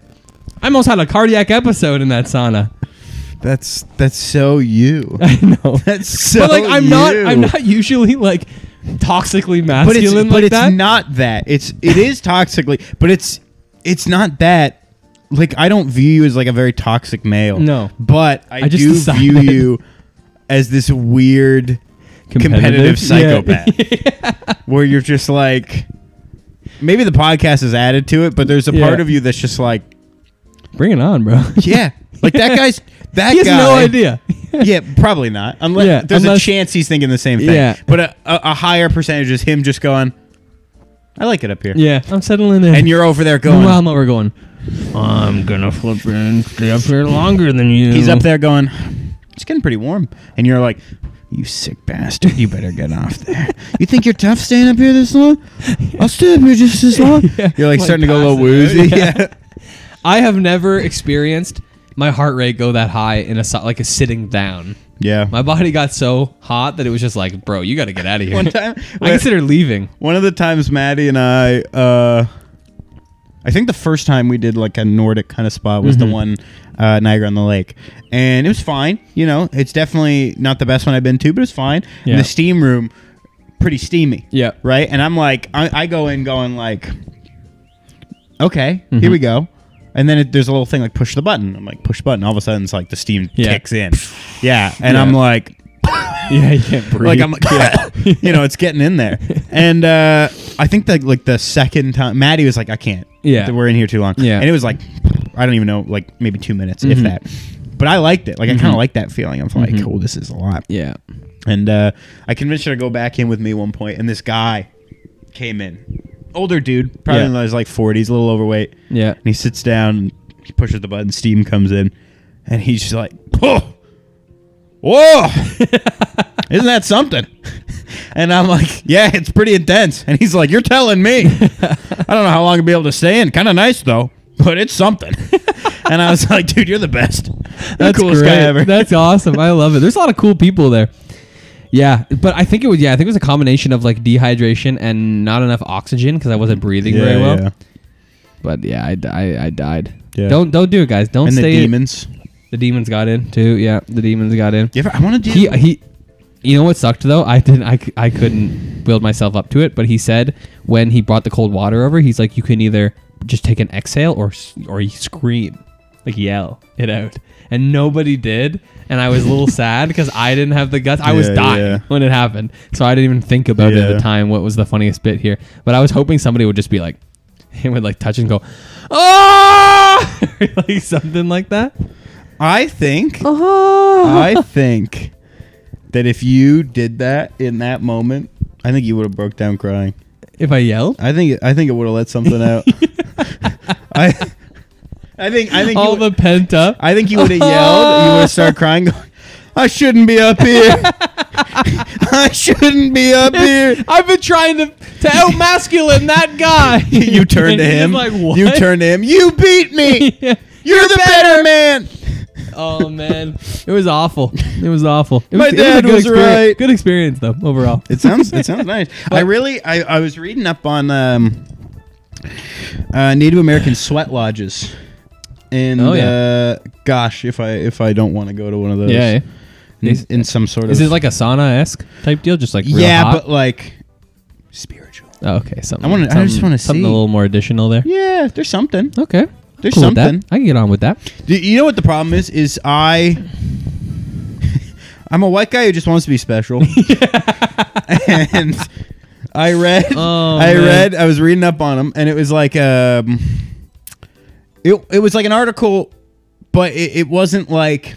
[SPEAKER 2] I almost had a cardiac episode in that sauna.
[SPEAKER 3] That's that's so you.
[SPEAKER 2] I know.
[SPEAKER 3] That's so.
[SPEAKER 2] but like I'm not
[SPEAKER 3] you.
[SPEAKER 2] I'm not usually like toxically
[SPEAKER 3] But it's
[SPEAKER 2] masculine like
[SPEAKER 3] but it's
[SPEAKER 2] that.
[SPEAKER 3] not that. It's it is toxically, but it's it's not that. Like I don't view you as like a very toxic male.
[SPEAKER 2] No.
[SPEAKER 3] but I,
[SPEAKER 2] I just
[SPEAKER 3] do
[SPEAKER 2] decided-
[SPEAKER 3] view you as this weird competitive,
[SPEAKER 2] Yeah.
[SPEAKER 3] psychopath, where you're just like. Maybe the podcast is added to it, but there's a
[SPEAKER 2] Yeah.
[SPEAKER 3] part of you that's just like,
[SPEAKER 2] Bring it on, bro.
[SPEAKER 3] yeah, Like that guy's that
[SPEAKER 2] He has
[SPEAKER 3] guy.
[SPEAKER 2] no idea.
[SPEAKER 3] yeah, probably not. Unless
[SPEAKER 2] Yeah,
[SPEAKER 3] there's
[SPEAKER 2] unless-
[SPEAKER 3] a chance he's thinking the same thing.
[SPEAKER 2] Yeah.
[SPEAKER 3] But a, a, a higher percentage is him just going, "I like it up here,"
[SPEAKER 2] yeah, I'm settling in.
[SPEAKER 3] and you're over there going,
[SPEAKER 2] Well, I'm over going.
[SPEAKER 4] I'm gonna flip and stay up here longer than you.
[SPEAKER 3] He's up there going, it's getting pretty warm. And you're like, you sick bastard, you better get off there. You think you're tough staying up here this long? I'll stay up here just as long.
[SPEAKER 2] Yeah.
[SPEAKER 3] You're like,
[SPEAKER 2] Like
[SPEAKER 3] starting to go a little
[SPEAKER 2] passive,
[SPEAKER 3] woozy.
[SPEAKER 2] yeah.
[SPEAKER 3] Yeah.
[SPEAKER 2] I have never experienced my heart rate go that high in a si- like a sitting down.
[SPEAKER 3] yeah.
[SPEAKER 2] My body got so hot that it was just like, bro, you got to get out of here.
[SPEAKER 3] One time-
[SPEAKER 2] I consider leaving.
[SPEAKER 3] One of the times Maddie and I, uh, I think the first time we did like a Nordic kind of spot was
[SPEAKER 2] Mm-hmm.
[SPEAKER 3] the one uh, Niagara on the Lake, and it was fine. You know, it's definitely not the best one I've been to, but it's fine.
[SPEAKER 2] Yeah.
[SPEAKER 3] And the steam room, pretty steamy.
[SPEAKER 2] Yeah.
[SPEAKER 3] Right. And I'm like, I, I go in going like, okay,
[SPEAKER 2] Mm-hmm.
[SPEAKER 3] here we go. And then it, there's a little thing like push the button. I'm like push button. All of a sudden it's like the steam
[SPEAKER 2] Yeah.
[SPEAKER 3] kicks in. Yeah. And
[SPEAKER 2] Yeah.
[SPEAKER 3] I'm like,
[SPEAKER 2] Yeah, you can't breathe.
[SPEAKER 3] like I'm like, you know, it's getting in there. And uh, I think that like the second time, Maddie was like, I can't.
[SPEAKER 2] Yeah.
[SPEAKER 3] we're in here too long.
[SPEAKER 2] Yeah. Mm-hmm.
[SPEAKER 3] and it was like, I don't even know, like maybe two minutes, if that. But I liked it. Like I kind of liked that feeling of like, oh, this is a lot.
[SPEAKER 2] yeah.
[SPEAKER 3] And uh, I convinced her to go back in with me one point, and this guy came in, older dude, probably
[SPEAKER 2] Yeah.
[SPEAKER 3] in his like 40s, a little overweight.
[SPEAKER 2] Yeah.
[SPEAKER 3] And he sits down, he pushes the button, steam comes in, and he's just like, whoa, whoa, isn't that something? And I'm like, yeah, it's pretty intense. And he's like, you're telling me. I don't know how long I'll be able to stay in. Kind of nice though, but it's something. and I was like, dude, you're the best. You're
[SPEAKER 2] That's
[SPEAKER 3] the coolest
[SPEAKER 2] great.
[SPEAKER 3] guy ever.
[SPEAKER 2] That's awesome. I love it. There's a lot of cool people there. Yeah, but I think it was yeah, I think it was a combination of like dehydration and not enough oxygen because I wasn't breathing very well. But yeah, I, di- I, I died.
[SPEAKER 3] Yeah.
[SPEAKER 2] Don't don't do it, guys. Don't
[SPEAKER 3] And the
[SPEAKER 2] stay.
[SPEAKER 3] demons.
[SPEAKER 2] The demons got in too. Yeah, the demons got in.
[SPEAKER 3] You ever, I want to do.
[SPEAKER 2] He he. You know what sucked though? I didn't. I, c- I couldn't build myself up to it. But he said when he brought the cold water over, he's like, you can either just take an exhale or s- or you scream, like yell it out. And nobody did. And I was a little sad because I didn't have the guts. I was
[SPEAKER 3] Yeah,
[SPEAKER 2] dying
[SPEAKER 3] yeah.
[SPEAKER 2] when it happened, so I didn't even think about it at
[SPEAKER 3] Yeah.
[SPEAKER 2] the time. What was the funniest bit here? But I was hoping somebody would just be like, and would like touch and go, oh, like something like that.
[SPEAKER 3] I think. I think that if you did that in that moment, I think you would have broke down crying.
[SPEAKER 2] If I yelled.
[SPEAKER 3] I think. I think it would have let something out. I. I think. I think.
[SPEAKER 2] all
[SPEAKER 3] you,
[SPEAKER 2] the pent up.
[SPEAKER 3] I think you would have yelled. You would have started crying. Going, I shouldn't be up here. I shouldn't be up here.
[SPEAKER 2] I've been trying to to out masculine that guy.
[SPEAKER 3] You
[SPEAKER 2] And
[SPEAKER 3] turned to
[SPEAKER 2] he's
[SPEAKER 3] him.
[SPEAKER 2] Like, what?
[SPEAKER 3] You turned to him. You beat me.
[SPEAKER 2] Yeah.
[SPEAKER 3] You're, the better, man.
[SPEAKER 2] Oh man, it was awful. It was awful. It
[SPEAKER 3] My
[SPEAKER 2] was, it a
[SPEAKER 3] dad
[SPEAKER 2] good
[SPEAKER 3] was
[SPEAKER 2] experience.
[SPEAKER 3] right.
[SPEAKER 2] Good experience though overall.
[SPEAKER 3] It sounds it sounds nice. I really I, I was reading up on um, uh, Native American sweat lodges, and
[SPEAKER 2] Oh, yeah.
[SPEAKER 3] uh, gosh, if I if I don't want to go to one of those,
[SPEAKER 2] Yeah.
[SPEAKER 3] in, in some sort of
[SPEAKER 2] Is it like a sauna esque type deal? Just like real
[SPEAKER 3] yeah,
[SPEAKER 2] hot?
[SPEAKER 3] but like spiritual.
[SPEAKER 2] oh, okay. Something.
[SPEAKER 3] I wanna- I
[SPEAKER 2] something-
[SPEAKER 3] just wanna
[SPEAKER 2] something
[SPEAKER 3] see.
[SPEAKER 2] a little more additional there.
[SPEAKER 3] Yeah, there's something.
[SPEAKER 2] Okay. I'm
[SPEAKER 3] There's
[SPEAKER 2] cool with that.
[SPEAKER 3] something.
[SPEAKER 2] I can get on with that.
[SPEAKER 3] Do You know what the problem is? Is I. I'm a white guy who just wants to be special, and I read,
[SPEAKER 2] Oh,
[SPEAKER 3] I
[SPEAKER 2] man.
[SPEAKER 3] read, I was reading up on him, and it was like, um, it it was like an article, but it, it wasn't like,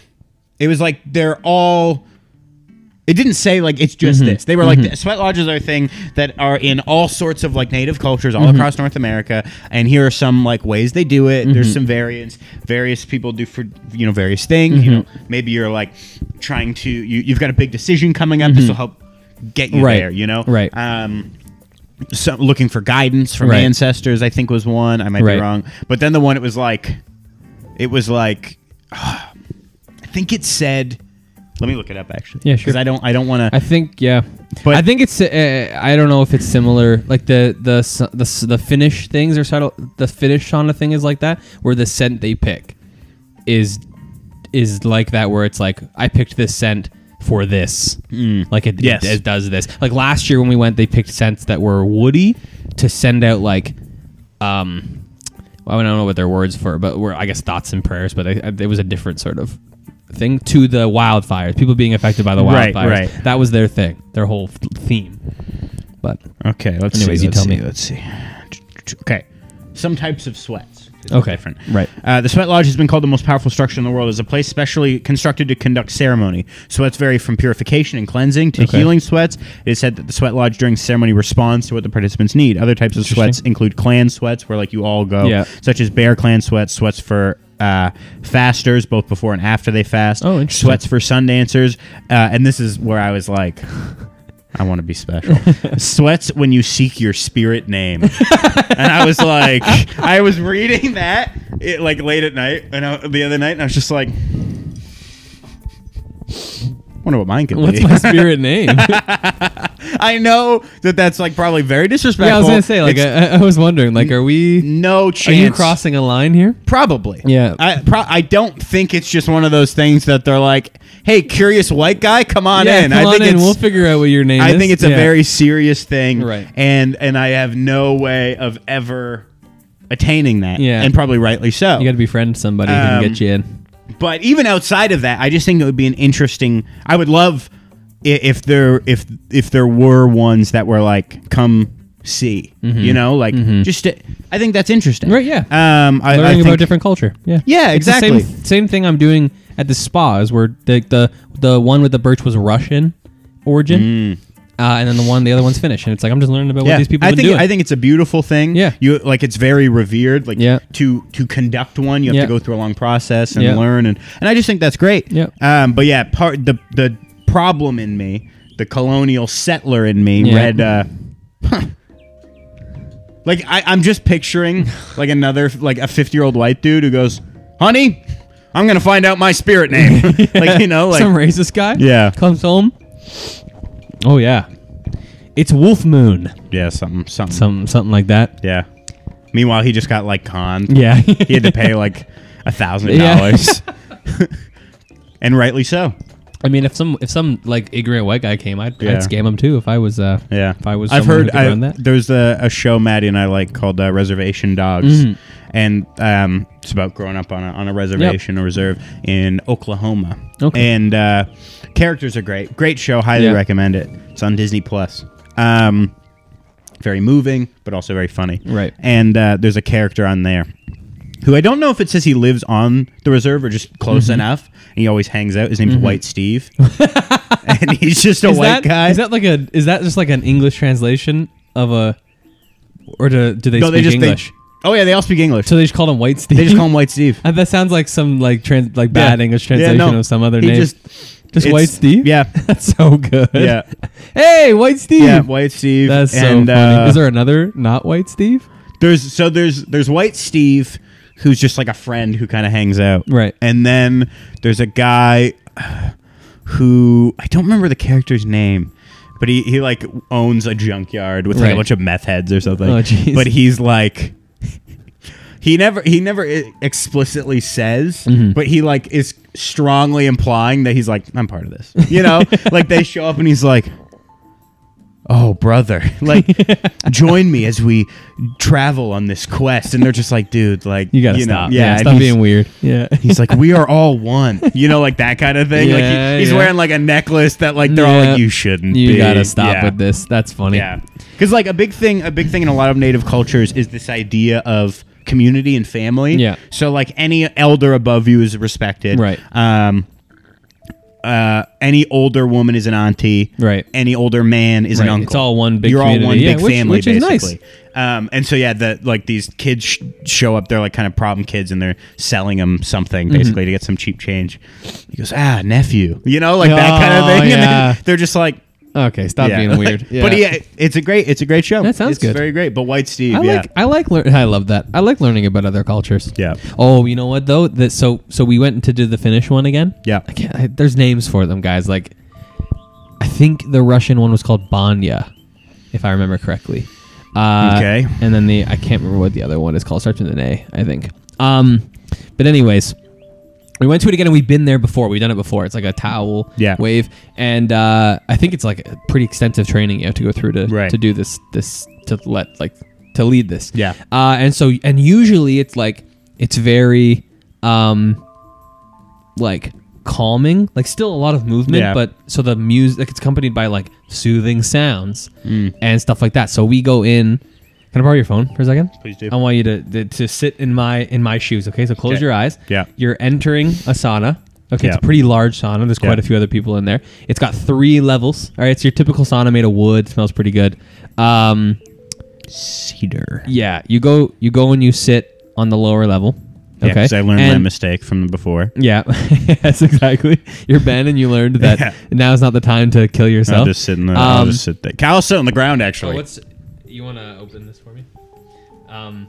[SPEAKER 3] it was like they're all. It didn't say like it's just
[SPEAKER 2] Mm-hmm.
[SPEAKER 3] this. They were like the sweat lodges are a thing that are in all sorts of like native cultures
[SPEAKER 2] Mm-hmm.
[SPEAKER 3] all across North America, and here are some like ways they do it.
[SPEAKER 2] Mm-hmm.
[SPEAKER 3] There's some variants. Various people do for you know various things. You know,
[SPEAKER 2] Mm-hmm.
[SPEAKER 3] maybe you're like trying to you, you've got a big decision coming up. This will help get you
[SPEAKER 2] Mm-hmm. Right.
[SPEAKER 3] there. You know,
[SPEAKER 2] Right.
[SPEAKER 3] Um, so looking for guidance from
[SPEAKER 2] Right.
[SPEAKER 3] ancestors, I think was one. I might
[SPEAKER 2] Right.
[SPEAKER 3] be wrong, but then the one it was like, it was like, I think it said. Let me look it up actually.
[SPEAKER 2] Yeah, sure.
[SPEAKER 3] Because I don't, I don't want
[SPEAKER 2] I
[SPEAKER 3] to.
[SPEAKER 2] think yeah,
[SPEAKER 3] But-
[SPEAKER 2] I think it's. Uh, I don't know if it's similar. Like the the s- the s- the Finnish things or sort of- the Finnish sauna thing is like that, where the scent they pick is is like that, where it's like I picked this scent for this. Like it, it-
[SPEAKER 3] Mm. Yes.
[SPEAKER 2] it does this. Like last year when we went, they picked scents that were woody to send out like, um, well, I don't know what their words for, but were I guess thoughts and prayers, but I, I, it was a different sort of thing to the wildfires. People being affected by the
[SPEAKER 3] Right,
[SPEAKER 2] wildfires.
[SPEAKER 3] right.
[SPEAKER 2] That was their thing, their whole f- theme. But
[SPEAKER 3] Okay, let's
[SPEAKER 2] Anyways,
[SPEAKER 3] see.
[SPEAKER 2] you
[SPEAKER 3] let's
[SPEAKER 2] tell
[SPEAKER 3] see,
[SPEAKER 2] me.
[SPEAKER 3] Let's see. Okay, some types of sweats. It's
[SPEAKER 2] Okay.
[SPEAKER 3] different.
[SPEAKER 5] Right.
[SPEAKER 3] Uh, the sweat lodge has been called the most powerful structure in the world. It's a place specially constructed to conduct ceremony. Sweats vary from purification and cleansing to
[SPEAKER 2] Okay.
[SPEAKER 3] healing sweats. It is said that the sweat lodge during ceremony responds to what the participants need. Other types of sweats include clan sweats, where like you all go,
[SPEAKER 5] Yeah.
[SPEAKER 3] such as bear clan sweats, sweats for uh, fasters, both before and after they fast.
[SPEAKER 2] Oh, interesting.
[SPEAKER 3] Sweats for sun dancers, uh, and this is where I was like. I want to be special. Sweats when you seek your spirit name. and I was like, I was reading that it, like late at night, and I, the other night, and I was just like, wonder what mine could
[SPEAKER 2] What's
[SPEAKER 3] be.
[SPEAKER 2] my spirit name? yeah,
[SPEAKER 3] I know that that's like probably very disrespectful.
[SPEAKER 2] I was gonna say like
[SPEAKER 3] It's
[SPEAKER 2] I, I was wondering like are we
[SPEAKER 3] no
[SPEAKER 2] are
[SPEAKER 3] chance.
[SPEAKER 2] you crossing a line here?
[SPEAKER 3] Probably.
[SPEAKER 2] Yeah.
[SPEAKER 3] I pro- I don't think it's just one of those things that they're like, hey, curious white guy, come on in.
[SPEAKER 2] come
[SPEAKER 3] I think
[SPEAKER 2] on in.
[SPEAKER 3] it's
[SPEAKER 2] We'll figure out what your name is.
[SPEAKER 3] I think it's a
[SPEAKER 2] Yeah.
[SPEAKER 3] very serious thing,
[SPEAKER 2] Right.
[SPEAKER 3] And and I have no way of ever attaining that,
[SPEAKER 2] Yeah.
[SPEAKER 3] and probably rightly so.
[SPEAKER 2] you got to befriend somebody who can
[SPEAKER 3] Um,
[SPEAKER 2] get you in.
[SPEAKER 3] but even outside of that, I just think it would be an interesting. I would love i- if there if if there were ones that were like come see, you know, like just. To, I think that's interesting,
[SPEAKER 2] Mm-hmm. Right, yeah.
[SPEAKER 3] Um, I, I
[SPEAKER 2] learning about
[SPEAKER 3] think-
[SPEAKER 2] different culture. Yeah,
[SPEAKER 3] Yeah,
[SPEAKER 2] It's the same-
[SPEAKER 3] exactly.
[SPEAKER 2] same, thing I'm doing at the spa is where the the, the one with the birch was Russian origin, uh, and then the one the other one's Finnish, and it's like I'm just learning about
[SPEAKER 3] Mm. Yeah,
[SPEAKER 2] what these people
[SPEAKER 3] I
[SPEAKER 2] have been
[SPEAKER 3] think
[SPEAKER 2] doing.
[SPEAKER 3] I think it's a beautiful thing.
[SPEAKER 2] Yeah.
[SPEAKER 3] you like it's very revered. Like
[SPEAKER 2] Yeah.
[SPEAKER 3] to to conduct one, you have
[SPEAKER 2] Yeah.
[SPEAKER 3] to go through a long process and
[SPEAKER 2] Yeah.
[SPEAKER 3] learn, and and I just think that's great.
[SPEAKER 2] Yeah.
[SPEAKER 3] Um, but yeah, part the the problem in me, the colonial settler in me,
[SPEAKER 2] Yeah.
[SPEAKER 3] read. Uh, like I, I'm just picturing like another like a 50 year old white dude who goes, "Honey, I'm gonna find out my spirit name." like you know, like
[SPEAKER 2] some racist guy.
[SPEAKER 3] Yeah.
[SPEAKER 2] comes home. Oh yeah, it's Wolf Moon.
[SPEAKER 3] yeah, something something.
[SPEAKER 2] Some something like that.
[SPEAKER 3] Yeah. Meanwhile, he just got like conned.
[SPEAKER 2] Yeah,
[SPEAKER 3] he had to pay like a thousand
[SPEAKER 2] Yeah.
[SPEAKER 3] dollars, and rightly so.
[SPEAKER 2] I mean, if some if some like ignorant white guy came, I'd,
[SPEAKER 3] Yeah.
[SPEAKER 2] I'd scam him too. If I was uh
[SPEAKER 3] Yeah,
[SPEAKER 2] if I was
[SPEAKER 3] I've heard I,
[SPEAKER 2] that.
[SPEAKER 3] there's a, a show Maddie and I like called uh, Reservation Dogs,
[SPEAKER 2] Mm-hmm.
[SPEAKER 3] and um, it's about growing up on a, on a reservation, or reserve in Oklahoma.
[SPEAKER 2] Okay.
[SPEAKER 3] and uh, characters are great. Great show, highly
[SPEAKER 2] Yeah.
[SPEAKER 3] recommend it. It's on Disney Plus. Um, very moving, but also very funny.
[SPEAKER 2] Right.
[SPEAKER 3] and uh, there's a character on there. Who I don't know if it says he lives on the reserve or just close
[SPEAKER 2] Mm-hmm.
[SPEAKER 3] enough. And he always hangs out. His name's White Steve, and he's just a
[SPEAKER 2] is
[SPEAKER 3] white
[SPEAKER 2] that,
[SPEAKER 3] guy.
[SPEAKER 2] Is that like a? Is that just like an English translation of a? Or do, do they
[SPEAKER 3] No,
[SPEAKER 2] speak
[SPEAKER 3] they just they-
[SPEAKER 2] English?
[SPEAKER 3] oh yeah, they all speak English.
[SPEAKER 2] so they just call him White Steve.
[SPEAKER 3] They just call him White Steve.
[SPEAKER 2] Uh, that sounds like some like trans like bad
[SPEAKER 3] Yeah.
[SPEAKER 2] English
[SPEAKER 3] Yeah,
[SPEAKER 2] translation
[SPEAKER 3] no.
[SPEAKER 2] of some other
[SPEAKER 3] He
[SPEAKER 2] name.
[SPEAKER 3] just-
[SPEAKER 2] Just,
[SPEAKER 3] it's-
[SPEAKER 2] White Steve.
[SPEAKER 3] yeah.
[SPEAKER 2] that's so good.
[SPEAKER 3] Yeah,
[SPEAKER 2] Hey, White Steve.
[SPEAKER 3] yeah, White Steve.
[SPEAKER 2] That's so
[SPEAKER 3] and,
[SPEAKER 2] funny.
[SPEAKER 3] uh,
[SPEAKER 2] is there another not White Steve?
[SPEAKER 3] there's so there's there's White Steve, who's just like a friend who kind of hangs out.
[SPEAKER 2] Right.
[SPEAKER 3] And then there's a guy who I don't remember the character's name. But he, he like owns a junkyard with like a
[SPEAKER 2] Right.
[SPEAKER 3] bunch of meth heads or something.
[SPEAKER 2] Oh, jeez.
[SPEAKER 3] But he's like he never he never i- explicitly says
[SPEAKER 2] Mm-hmm.
[SPEAKER 3] but he like is strongly implying that he's like i'm part of this you know like they show up and he's like oh brother like join me as we travel on this quest and they're just like dude like
[SPEAKER 2] You gotta
[SPEAKER 3] know,
[SPEAKER 2] stop.
[SPEAKER 3] yeah, and
[SPEAKER 2] stop
[SPEAKER 3] he's-
[SPEAKER 2] being weird. Yeah.
[SPEAKER 3] He's like, we are all one, you know, like that kind of thing. like
[SPEAKER 2] Yeah,
[SPEAKER 3] he, he's
[SPEAKER 2] yeah.
[SPEAKER 3] wearing like a necklace that, like, they're all
[SPEAKER 2] Yeah.
[SPEAKER 3] like, you shouldn't.
[SPEAKER 2] You
[SPEAKER 3] be.
[SPEAKER 2] gotta stop
[SPEAKER 3] Yeah.
[SPEAKER 2] with this. That's funny.
[SPEAKER 3] Yeah, because like a big thing, a big thing in a lot of native cultures is this idea of community and family.
[SPEAKER 2] Yeah.
[SPEAKER 3] So like any elder above you is respected.
[SPEAKER 2] Right.
[SPEAKER 3] Um. Uh. Any older woman is an auntie.
[SPEAKER 2] Right.
[SPEAKER 3] Any older man is an
[SPEAKER 2] Right.
[SPEAKER 3] uncle.
[SPEAKER 2] It's all one big
[SPEAKER 3] You're
[SPEAKER 2] community.
[SPEAKER 3] all one
[SPEAKER 2] Yeah,
[SPEAKER 3] big
[SPEAKER 2] which-
[SPEAKER 3] family,
[SPEAKER 2] which is nice.
[SPEAKER 3] basically. Um, and so yeah, the like these kids sh- show up. They're like kind of problem kids, and they're selling them something
[SPEAKER 2] Mm-hmm.
[SPEAKER 3] basically to get some cheap change. He goes, ah, nephew, you know, like that kind of
[SPEAKER 2] Oh,
[SPEAKER 3] thing.
[SPEAKER 2] yeah.
[SPEAKER 3] And then they're just like,
[SPEAKER 2] Okay. Stop being weird. Yeah.
[SPEAKER 3] but yeah, it's a great it's a great show.
[SPEAKER 2] That sounds
[SPEAKER 3] it's
[SPEAKER 2] good.
[SPEAKER 3] Very great. But White Steve,
[SPEAKER 2] I
[SPEAKER 3] yeah,
[SPEAKER 2] like I like learn. I love that. I like learning about other cultures.
[SPEAKER 3] Yeah.
[SPEAKER 2] Oh, you know what though? That so so we went to do the Finnish one again.
[SPEAKER 3] Yeah.
[SPEAKER 2] I can't, I, there's names for them, guys. Like, I think the Russian one was called Banya, if I remember correctly. Uh,
[SPEAKER 3] Okay.
[SPEAKER 2] And then the I can't remember what the other one is called. Starts with an A, I think. Um, but anyways. We went to it again, and we've been there before. We've done it before. It's like a towel
[SPEAKER 3] Yeah.
[SPEAKER 2] wave, and uh, I think it's like a pretty extensive training you have to go through to
[SPEAKER 3] Right.
[SPEAKER 2] to do this this to let like to lead this.
[SPEAKER 3] Yeah.
[SPEAKER 2] Uh, and so and usually it's like it's very um like calming, like still a lot of movement,
[SPEAKER 3] Yeah.
[SPEAKER 2] but so the
[SPEAKER 3] Mm.
[SPEAKER 2] music it's accompanied by like soothing sounds and stuff like that. So we go in Can I borrow your phone for a second?
[SPEAKER 3] Please do.
[SPEAKER 2] I want you to to, to sit in my in my shoes. Okay, so close
[SPEAKER 3] Okay.
[SPEAKER 2] your eyes.
[SPEAKER 3] Yeah.
[SPEAKER 2] You're entering a sauna. Okay, it's
[SPEAKER 3] Yeah.
[SPEAKER 2] a pretty large sauna. There's quite
[SPEAKER 3] Yeah.
[SPEAKER 2] a few other people in there. It's got three levels. All right, it's your typical sauna made of wood. Smells pretty good. Um,
[SPEAKER 3] Cedar.
[SPEAKER 2] yeah, you go you go and you sit on the lower level.
[SPEAKER 3] Yeah,
[SPEAKER 2] Okay,
[SPEAKER 3] because I learned my
[SPEAKER 2] And-
[SPEAKER 3] mistake from before.
[SPEAKER 2] Yeah, yes, exactly. You're Ben, and you learned that
[SPEAKER 3] Yeah.
[SPEAKER 2] now is not the time to kill yourself.
[SPEAKER 3] I'll just sit in the. I'll
[SPEAKER 2] Um,
[SPEAKER 3] just sit there. I'll sit on the ground
[SPEAKER 2] So
[SPEAKER 3] actually.
[SPEAKER 2] Oh, what's you want to open this for me? Um,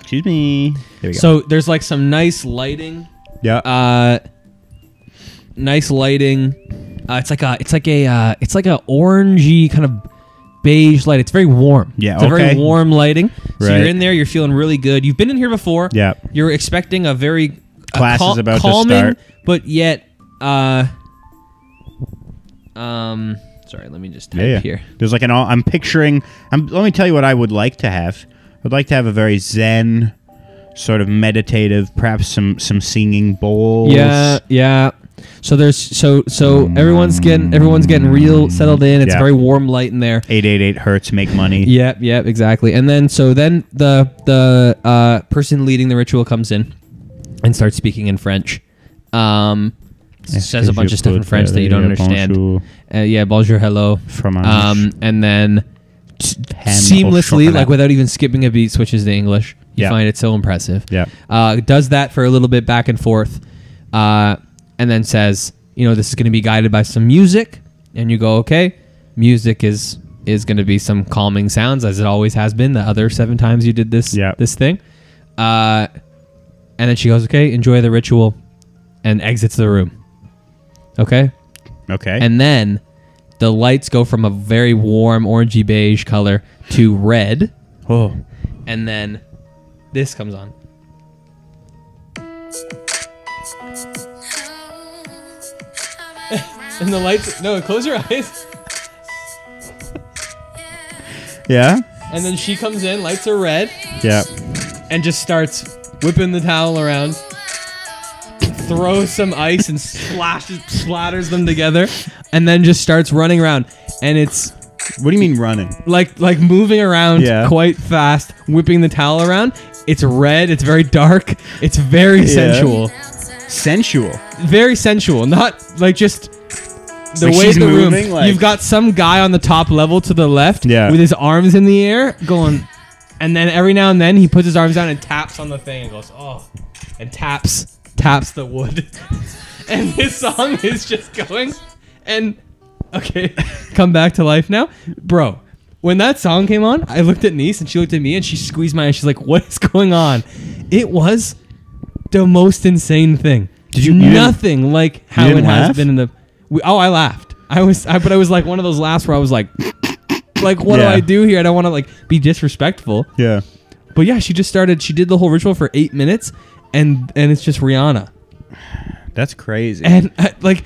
[SPEAKER 3] Excuse me. There we go.
[SPEAKER 2] so there's like some nice lighting.
[SPEAKER 3] yeah.
[SPEAKER 2] Uh, nice lighting. Uh, it's like a it's like a uh, it's like a orangey kind of beige light. It's very warm.
[SPEAKER 3] Yeah,
[SPEAKER 2] it's a very
[SPEAKER 3] okay.
[SPEAKER 2] warm lighting. So
[SPEAKER 3] Right.
[SPEAKER 2] you're in there. You're feeling really good. You've been in here before.
[SPEAKER 3] Yeah.
[SPEAKER 2] You're expecting a very a
[SPEAKER 3] Class is about to
[SPEAKER 2] calming,
[SPEAKER 3] start.
[SPEAKER 2] but yet, uh, um, sorry. Let me just type
[SPEAKER 3] yeah, yeah.
[SPEAKER 2] here.
[SPEAKER 3] There's like an all. I'm picturing. I'm. Let me tell you what I would like to have. I'd like to have a very zen, sort of meditative, perhaps some some singing bowls.
[SPEAKER 2] Yeah, yeah. So there's so so everyone's getting everyone's getting real settled in. It's
[SPEAKER 3] Yeah.
[SPEAKER 2] a very warm light in there.
[SPEAKER 3] Eight eight eight hertz. Make money.
[SPEAKER 2] Yep, yep, exactly. And then so then the the uh, person leading the ritual comes in and starts speaking in French. Um, says a bunch of stuff in French that you don't understand. Uh, yeah, bonjour, hello.
[SPEAKER 3] Fromage.
[SPEAKER 2] Um, and then s-
[SPEAKER 3] au
[SPEAKER 2] seamlessly,
[SPEAKER 3] chocolat.
[SPEAKER 2] like without even skipping a beat, switches to English. You
[SPEAKER 3] Yeah.
[SPEAKER 2] find it so impressive.
[SPEAKER 3] Yeah.
[SPEAKER 2] Uh, does that for a little bit back and forth, uh, and then says, you know, this is going to be guided by some music, and you go, okay, music is is going to be some calming sounds as it always has been the other seven times you did this
[SPEAKER 3] Yeah.
[SPEAKER 2] this thing, uh, and then she goes, okay, enjoy the ritual, and exits the room. Okay,
[SPEAKER 3] Okay.
[SPEAKER 2] and then the lights go from a very warm orangey beige color to red,
[SPEAKER 3] oh,
[SPEAKER 2] and then this comes on. And the lights. No, close your eyes.
[SPEAKER 3] yeah,
[SPEAKER 2] And then she comes in, lights are red,
[SPEAKER 3] yeah.
[SPEAKER 2] and just starts whipping the towel around. Throws some ice and splashes, splatters them together, and then just starts running around. And it's
[SPEAKER 3] What do you mean running?
[SPEAKER 2] like like moving around
[SPEAKER 3] Yeah.
[SPEAKER 2] quite fast, whipping the towel around. It's red. It's very dark. It's very sensual.
[SPEAKER 3] Sensual.
[SPEAKER 2] Very sensual. Not like just the
[SPEAKER 3] Like
[SPEAKER 2] way
[SPEAKER 3] she's
[SPEAKER 2] the
[SPEAKER 3] moving,
[SPEAKER 2] room.
[SPEAKER 3] like-
[SPEAKER 2] You've got some guy on the top level to the left
[SPEAKER 3] Yeah.
[SPEAKER 2] with his arms in the air going, and then every now and then he puts his arms down and taps on the thing and goes oh, and taps taps the wood, and his song is just going and okay, come back to life now, bro. When that song came on, I looked at Niece and she looked at me and she squeezed my. Eyes. She's like, "What is going on?" It was the most insane thing. Did
[SPEAKER 3] you- you didn't-
[SPEAKER 2] nothing like how it
[SPEAKER 3] didn't
[SPEAKER 2] has
[SPEAKER 3] laugh?
[SPEAKER 2] been in the? We, oh, I laughed. I was, I, but I was like one of those laughs where I was like, like, what
[SPEAKER 3] Yeah.
[SPEAKER 2] do I do here? I don't want to like be disrespectful.
[SPEAKER 3] Yeah.
[SPEAKER 2] But yeah, she just started. She did the whole ritual for eight minutes, and and it's just Rihanna.
[SPEAKER 3] That's crazy.
[SPEAKER 2] And uh, like,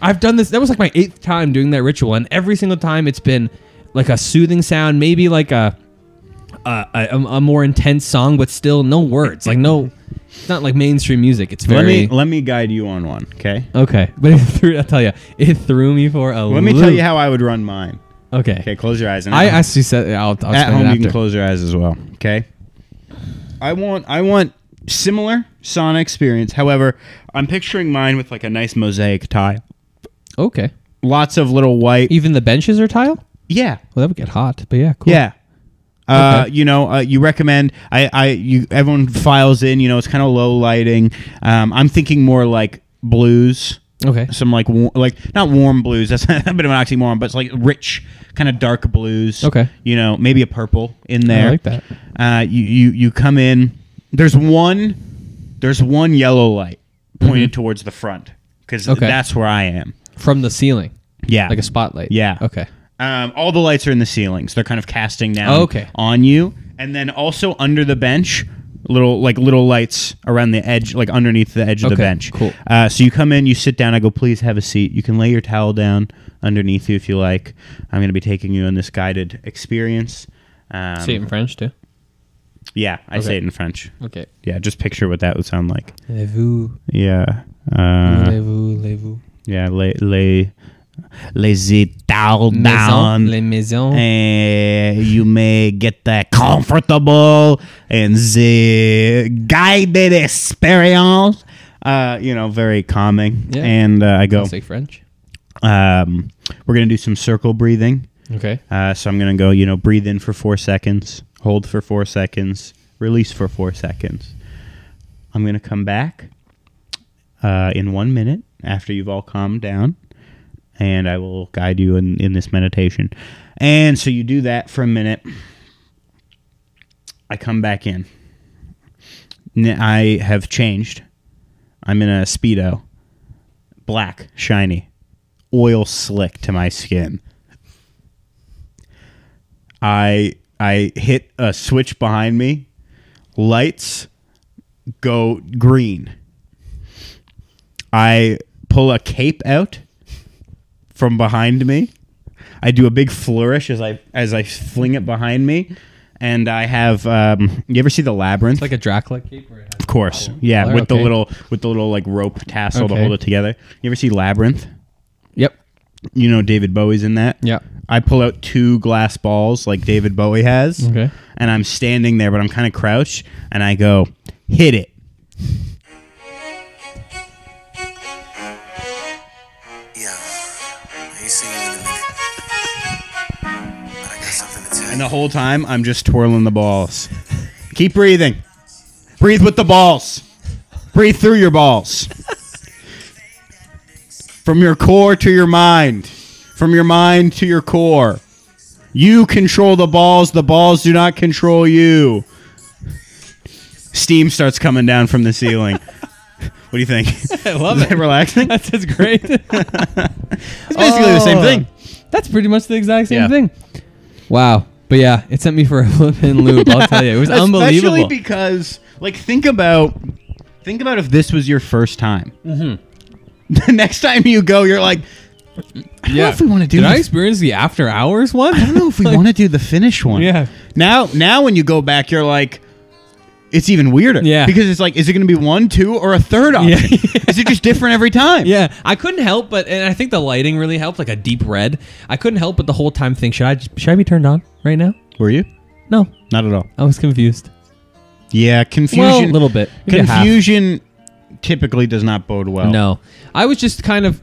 [SPEAKER 2] I've done this. That was like my eighth time doing that ritual, and every single time it's been like a soothing sound, maybe like a a, a, a more intense song, but still no words. Like no, it's not like mainstream music. It's very
[SPEAKER 3] let me let me guide you on one. Okay.
[SPEAKER 2] okay. But it threw. I'll tell you, it threw me for a.
[SPEAKER 3] Let me tell you how I would run mine.
[SPEAKER 2] Okay.
[SPEAKER 3] Okay, close your eyes. And
[SPEAKER 2] I actually said I'll, I'll
[SPEAKER 3] at
[SPEAKER 2] explain
[SPEAKER 3] home
[SPEAKER 2] it
[SPEAKER 3] you can
[SPEAKER 2] after.
[SPEAKER 3] close your eyes as well. Okay. I want I want similar sauna experience. However, I'm picturing mine with like a nice mosaic tile,
[SPEAKER 2] Okay.
[SPEAKER 3] lots of little white.
[SPEAKER 2] Even the benches are tile.
[SPEAKER 3] Yeah,
[SPEAKER 2] Well, that would get hot. But yeah, cool.
[SPEAKER 3] Yeah. Uh,
[SPEAKER 2] Okay.
[SPEAKER 3] you know, uh, you recommend I, I, you, everyone files in. You know, it's kind of low lighting. Um, I'm thinking more like blues,
[SPEAKER 2] Okay.
[SPEAKER 3] some like, war- like not warm blues. That's a bit of an oxymoron, but it's like rich, kind of dark blues.
[SPEAKER 2] Okay.
[SPEAKER 3] you know, maybe a purple in there.
[SPEAKER 2] like that.
[SPEAKER 3] Uh, you, you, you come in. There's one, there's one yellow light pointed towards the front because
[SPEAKER 2] Mm-hmm. Okay.
[SPEAKER 3] that's where I am.
[SPEAKER 2] From the ceiling,
[SPEAKER 3] Yeah,
[SPEAKER 2] like a spotlight.
[SPEAKER 3] Yeah.
[SPEAKER 2] Okay.
[SPEAKER 3] um, all the lights are in the ceilings. They're kind of casting down
[SPEAKER 2] Oh, okay.
[SPEAKER 3] on you, and then also under the bench, little like little lights around the edge, like underneath the edge of
[SPEAKER 2] Okay,
[SPEAKER 3] the bench.
[SPEAKER 2] cool.
[SPEAKER 3] Uh, so you come in, you sit down. I go, please have a seat. You can lay your towel down underneath you if you like. I'm going to be taking you on this guided experience. Um,
[SPEAKER 2] Say it in French too.
[SPEAKER 3] Yeah, I say it in French.
[SPEAKER 2] Okay.
[SPEAKER 3] Yeah, just picture what that would sound like.
[SPEAKER 2] Levou,
[SPEAKER 3] Yeah. Uh,
[SPEAKER 2] Mm-hmm. levou, levou.
[SPEAKER 3] yeah. Les les les towel down.
[SPEAKER 2] Les maisons.
[SPEAKER 3] Eh, you may get the comfortable and the guided experience. Uh, you know, very calming.
[SPEAKER 2] Yeah.
[SPEAKER 3] And uh, I go,
[SPEAKER 2] Say French.
[SPEAKER 3] um, we're going to do some circle breathing.
[SPEAKER 2] Okay.
[SPEAKER 3] Uh, so I'm going to go, you know, breathe in for four seconds, hold for four seconds, release for four seconds. I'm going to come back uh, in one minute after you've all calmed down, and I will guide you in, in this meditation. And so you do that for a minute. I come back in. N- I have changed. I'm in a Speedo, black, shiny, oil slick to my skin. I I hit a switch behind me. Lights go green. I pull a cape out from behind me. I do a big flourish as I as I fling it behind me, and I have. Um, you ever see the labyrinth?
[SPEAKER 2] Like a Dracula cape.
[SPEAKER 3] of course, yeah,
[SPEAKER 2] Flare,
[SPEAKER 3] with the
[SPEAKER 2] okay.
[SPEAKER 3] little with the little like rope tassel to
[SPEAKER 2] Okay.
[SPEAKER 3] hold it together. You ever see labyrinth?
[SPEAKER 2] Yep.
[SPEAKER 3] You know David Bowie's in that.
[SPEAKER 2] Yeah.
[SPEAKER 3] I pull out two glass balls like David Bowie has.
[SPEAKER 2] Okay.
[SPEAKER 3] And I'm standing there, but I'm kind of crouched, and I go, hit it.
[SPEAKER 5] Yeah. I ain't seen you in a minute. But I got something to tell
[SPEAKER 3] And
[SPEAKER 5] you.
[SPEAKER 3] the whole time, I'm just twirling the balls. Keep breathing. Breathe with the balls. Breathe through your balls. From your core to your mind. From your mind to your core. You control the balls. The balls do not control you. Steam starts coming down from the ceiling. what do you think?
[SPEAKER 2] I love
[SPEAKER 3] Is that relaxing? Oh.
[SPEAKER 2] That's, that's great. It's Oh.
[SPEAKER 3] It's basically the same thing.
[SPEAKER 2] That's pretty much the exact same
[SPEAKER 3] Yeah.
[SPEAKER 2] thing. Wow. But yeah, it sent me for a flip and loop. I'll tell you, it was
[SPEAKER 3] Especially
[SPEAKER 2] unbelievable.
[SPEAKER 3] because, like, think about think about if this was your first time.
[SPEAKER 2] Mm-hmm.
[SPEAKER 3] The next time you go, you're like, I don't know if we want to do.
[SPEAKER 2] Did
[SPEAKER 3] the,
[SPEAKER 2] I experience the after hours one?
[SPEAKER 3] I don't know if we want to do the finish one.
[SPEAKER 2] Yeah.
[SPEAKER 3] Now, now when you go back, you're like. It's even weirder,
[SPEAKER 2] Yeah.
[SPEAKER 3] Because it's like, is it going to be one, two, or a third option? is it just different every time?
[SPEAKER 2] Yeah, I couldn't help but, and I think the lighting really helped, like a deep red. I couldn't help but the whole time think, should I should I be turned on right now?
[SPEAKER 3] Were you?
[SPEAKER 2] No,
[SPEAKER 3] Not at all.
[SPEAKER 2] I was confused.
[SPEAKER 3] Yeah, confusion.
[SPEAKER 2] Well, a little bit. Maybe a half.
[SPEAKER 3] Confusion typically does not bode well.
[SPEAKER 2] No, I was just kind of,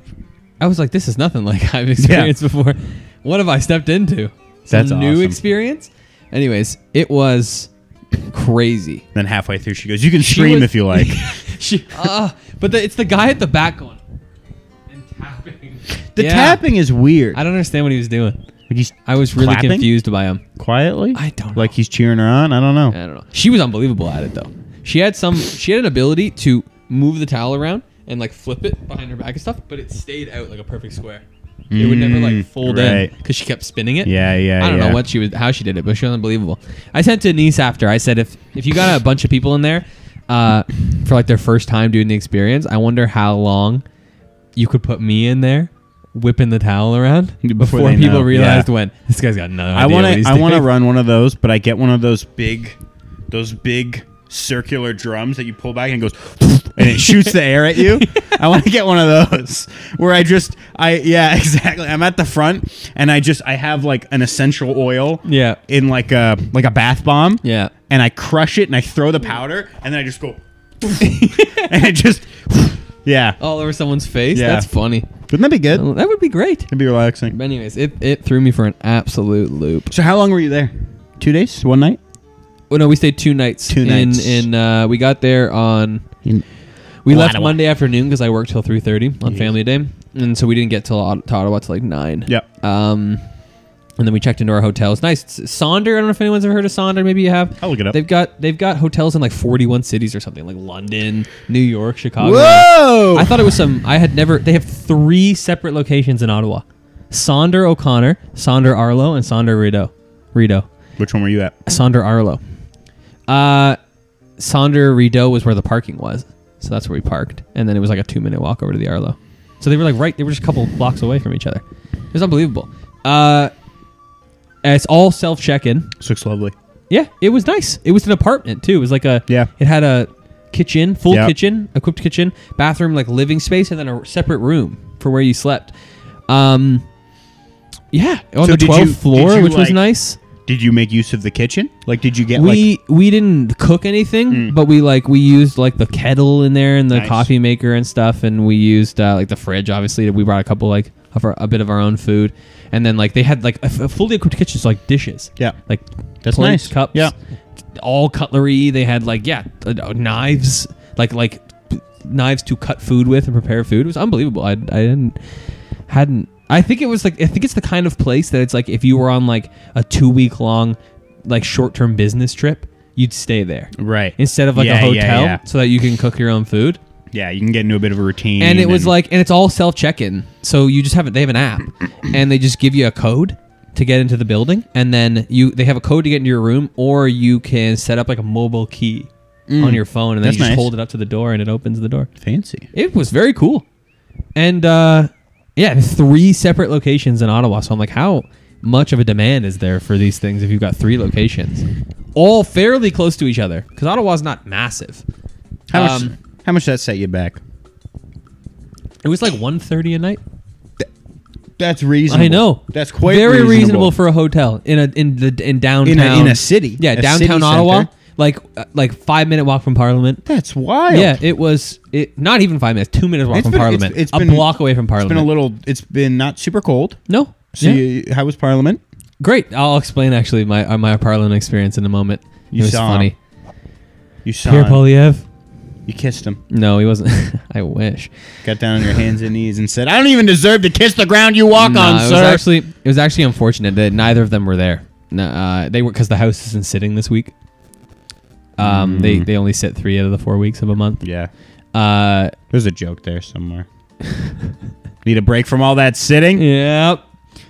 [SPEAKER 2] I was like, this is nothing like I've experienced before. What have I stepped into? Some
[SPEAKER 3] That's
[SPEAKER 2] new
[SPEAKER 3] awesome.
[SPEAKER 2] experience. Anyways, it was crazy.
[SPEAKER 3] Then halfway through, she goes, "You can scream
[SPEAKER 2] was-
[SPEAKER 3] if you like."
[SPEAKER 2] She, uh, but the, it's the guy at the back going and tapping.
[SPEAKER 3] The
[SPEAKER 2] Yeah.
[SPEAKER 3] tapping is weird.
[SPEAKER 2] I don't understand what he was doing.
[SPEAKER 3] Like he's
[SPEAKER 2] I was really
[SPEAKER 3] Clapping?
[SPEAKER 2] confused by him.
[SPEAKER 3] quietly.
[SPEAKER 2] I don't
[SPEAKER 3] Like
[SPEAKER 2] know.
[SPEAKER 3] he's cheering her on. I don't know.
[SPEAKER 2] I don't know. She was unbelievable at it though. She had some. She had an ability to move the towel around and like flip it behind her back and stuff, but it stayed out like a perfect square. It would never like
[SPEAKER 3] Mm,
[SPEAKER 2] fold in
[SPEAKER 3] right.
[SPEAKER 2] because she kept spinning it.
[SPEAKER 3] Yeah, yeah.
[SPEAKER 2] I don't
[SPEAKER 3] yeah.
[SPEAKER 2] know what she was, how she did it, but she was unbelievable. I sent to Denise after. I said, if if you got a bunch of people in there, uh, for like their first time doing the experience, I wonder how long you could put me in there, whipping the towel around
[SPEAKER 3] Before
[SPEAKER 2] before,
[SPEAKER 3] they
[SPEAKER 2] people
[SPEAKER 3] know,
[SPEAKER 2] realized
[SPEAKER 3] yeah.
[SPEAKER 2] when this guy's got no idea.
[SPEAKER 3] I want
[SPEAKER 2] what he's
[SPEAKER 3] to. I want to
[SPEAKER 2] doing."
[SPEAKER 3] run one of those, but I get one of those big, those big circular drums that you pull back and it goes, and it shoots the air at you. I want to get one of those where I just, I yeah, exactly. I'm at the front and I just, I have like an essential oil,
[SPEAKER 2] Yeah.
[SPEAKER 3] in like a like a bath bomb,
[SPEAKER 2] Yeah.
[SPEAKER 3] and I crush it and I throw the powder and then I just go, and it just, yeah.
[SPEAKER 2] all over someone's face.
[SPEAKER 3] Yeah.
[SPEAKER 2] That's funny.
[SPEAKER 3] Wouldn't that be good?
[SPEAKER 2] Well, That would be great.
[SPEAKER 3] It'd be relaxing.
[SPEAKER 2] But anyways, it, it threw me for an absolute loop.
[SPEAKER 3] So how long were you there? Two days, one night.
[SPEAKER 2] Well, no, we stayed two nights.
[SPEAKER 3] Two
[SPEAKER 2] in,
[SPEAKER 3] nights.
[SPEAKER 2] In uh, we got there on.
[SPEAKER 3] In-
[SPEAKER 2] we left
[SPEAKER 3] Ottawa.
[SPEAKER 2] Monday afternoon because I worked till three thirty on Family Day, and so we didn't get till Ot- to Ottawa till like nine.
[SPEAKER 3] Yep.
[SPEAKER 2] Um, and then we checked into our hotels. Nice. It's Sonder. I don't know if anyone's ever heard of Sonder. Maybe you have.
[SPEAKER 3] I'll look it up.
[SPEAKER 2] They've got they've got hotels in like forty one cities or something, like London, New York, Chicago.
[SPEAKER 3] Whoa!
[SPEAKER 2] I thought it was some. I had never. They have three separate locations in Ottawa: Sonder O'Connor, Sonder Arlo, and Sonder Rideau. Rideau.
[SPEAKER 3] Which one were you at?
[SPEAKER 2] Sonder Arlo. Uh, Sonder Rideau was where the parking was, so that's where we parked, and then it was like a two-minute walk over to the Arlo. So they were like right. They were just a couple blocks away from each other. It was unbelievable. Uh, it's all self-check-in.
[SPEAKER 3] Six Lovely.
[SPEAKER 2] Yeah, it was nice. It was an apartment too. It was like a
[SPEAKER 3] Yeah.
[SPEAKER 2] It had a kitchen, full
[SPEAKER 3] Yeah.
[SPEAKER 2] kitchen, equipped kitchen, bathroom, like living space, and then a separate room for where you slept. Um, Yeah, on
[SPEAKER 3] So
[SPEAKER 2] the
[SPEAKER 3] did you-
[SPEAKER 2] 12th
[SPEAKER 3] did
[SPEAKER 2] floor,
[SPEAKER 3] you,
[SPEAKER 2] which was
[SPEAKER 3] like,
[SPEAKER 2] nice.
[SPEAKER 3] Did you make use of the kitchen? Like, did you get like?
[SPEAKER 2] we we didn't cook anything, but we like we used like the kettle in there and the
[SPEAKER 3] Mm. Nice.
[SPEAKER 2] coffee maker and stuff, and we used uh, like the fridge. Obviously, we brought a couple like of our, a bit of our own food, and then like they had like a, f- a fully equipped kitchen, so like dishes.
[SPEAKER 3] Yeah.
[SPEAKER 2] like
[SPEAKER 3] That's
[SPEAKER 2] plates,
[SPEAKER 3] nice.
[SPEAKER 2] Cups,
[SPEAKER 3] Yeah.
[SPEAKER 2] all cutlery. They had like yeah uh, knives, like like p- knives to cut food with and prepare food. It was unbelievable. I I didn't hadn't I think it was like I think it's the kind of place that it's like if you were on like a two week long like short term business trip, you'd stay there.
[SPEAKER 3] Right.
[SPEAKER 2] Instead of like a
[SPEAKER 3] Yeah,
[SPEAKER 2] hotel
[SPEAKER 3] yeah, yeah.
[SPEAKER 2] so that you can cook your own food.
[SPEAKER 3] Yeah, you can get into a bit of a routine.
[SPEAKER 2] And it was like and it's all self check in. So you just have it they have an app and they just give you a code to get into the building and then you they have a code to get into your room or you can set up like a mobile key on your phone and then
[SPEAKER 3] Mm. That's
[SPEAKER 2] you just
[SPEAKER 3] nice.
[SPEAKER 2] hold it up to the door and it opens the door.
[SPEAKER 3] fancy.
[SPEAKER 2] It was very cool. And uh yeah, three separate locations in Ottawa. So I'm like, how much of a demand is there for these things if you've got three locations? All fairly close to each other. Because Ottawa's not massive.
[SPEAKER 3] How much?
[SPEAKER 2] Um,
[SPEAKER 3] how much that set you back?
[SPEAKER 2] It was like 1.30 a night.
[SPEAKER 3] That's reasonable.
[SPEAKER 2] I know.
[SPEAKER 3] That's quite
[SPEAKER 2] very reasonable.
[SPEAKER 3] reasonable
[SPEAKER 2] for a hotel in a in the in downtown
[SPEAKER 3] in a city.
[SPEAKER 2] Yeah,
[SPEAKER 3] A city
[SPEAKER 2] downtown Ottawa.
[SPEAKER 3] center.
[SPEAKER 2] Like uh, like five minute walk from Parliament.
[SPEAKER 3] That's wild.
[SPEAKER 2] Yeah, it was it not even five minutes, two minutes walk
[SPEAKER 3] It's
[SPEAKER 2] from
[SPEAKER 3] been- it's-
[SPEAKER 2] Parliament.
[SPEAKER 3] it's
[SPEAKER 2] a
[SPEAKER 3] been-
[SPEAKER 2] block away from
[SPEAKER 3] It's
[SPEAKER 2] Parliament.
[SPEAKER 3] been a little. It's been not super cold.
[SPEAKER 2] no,
[SPEAKER 3] So
[SPEAKER 2] Yeah.
[SPEAKER 3] you, how was Parliament?
[SPEAKER 2] Great. I'll explain actually my uh, my Parliament experience in a moment.
[SPEAKER 3] You
[SPEAKER 2] it was
[SPEAKER 3] saw
[SPEAKER 2] funny.
[SPEAKER 3] him. You saw.
[SPEAKER 2] Pierre
[SPEAKER 3] him.
[SPEAKER 2] Polyev?
[SPEAKER 3] You kissed him.
[SPEAKER 2] No, he wasn't. I wish.
[SPEAKER 3] Got down on your hands and knees and said, "I don't even deserve to kiss the ground you walk
[SPEAKER 2] No,
[SPEAKER 3] on,
[SPEAKER 2] it was
[SPEAKER 3] sir."
[SPEAKER 2] actually it was actually unfortunate that neither of them were there. No, uh, they were because the house isn't sitting this week. Um, they
[SPEAKER 3] Mm.
[SPEAKER 2] they only sit three out of the four weeks of a month.
[SPEAKER 3] yeah.
[SPEAKER 2] Uh,
[SPEAKER 3] There's a joke there somewhere. Need a break from all that sitting.
[SPEAKER 2] yep.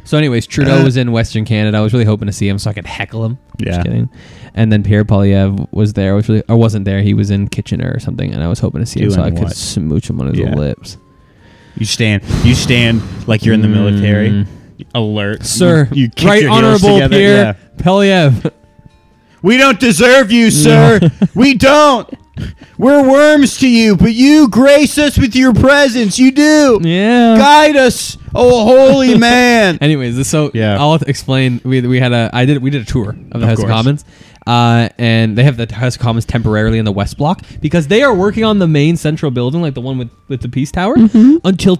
[SPEAKER 2] So, anyways, Trudeau was in Western Canada. I was really hoping to see him so I could heckle him.
[SPEAKER 3] Uh. Yeah.
[SPEAKER 2] Just kidding. And then Pierre Polyev was there. I was really, or wasn't there. He was in Kitchener or something, and I was hoping to see him so I
[SPEAKER 3] Doing
[SPEAKER 2] could
[SPEAKER 3] what?
[SPEAKER 2] smooch him on his
[SPEAKER 3] Yeah.
[SPEAKER 2] lips.
[SPEAKER 3] You stand. You stand like you're in the military. Alert,
[SPEAKER 2] Mm. Sir,
[SPEAKER 3] You, you kick
[SPEAKER 2] right
[SPEAKER 3] your heels
[SPEAKER 2] honorable
[SPEAKER 3] together.
[SPEAKER 2] Pierre
[SPEAKER 3] Yeah.
[SPEAKER 2] Polyev.
[SPEAKER 3] We don't deserve you, sir. we don't. We're worms to you, but you grace us with your presence. You do.
[SPEAKER 2] Yeah.
[SPEAKER 3] Guide us, oh holy man.
[SPEAKER 2] Anyways, this- so
[SPEAKER 3] Yeah.
[SPEAKER 2] I'll explain. We, we had a I did we did a tour of the House
[SPEAKER 3] course.
[SPEAKER 2] of Commons, uh, and they have the House of Commons temporarily in the West Block because they are working on the main central building, like the one with with the Peace Tower,
[SPEAKER 3] Mm-hmm.
[SPEAKER 2] until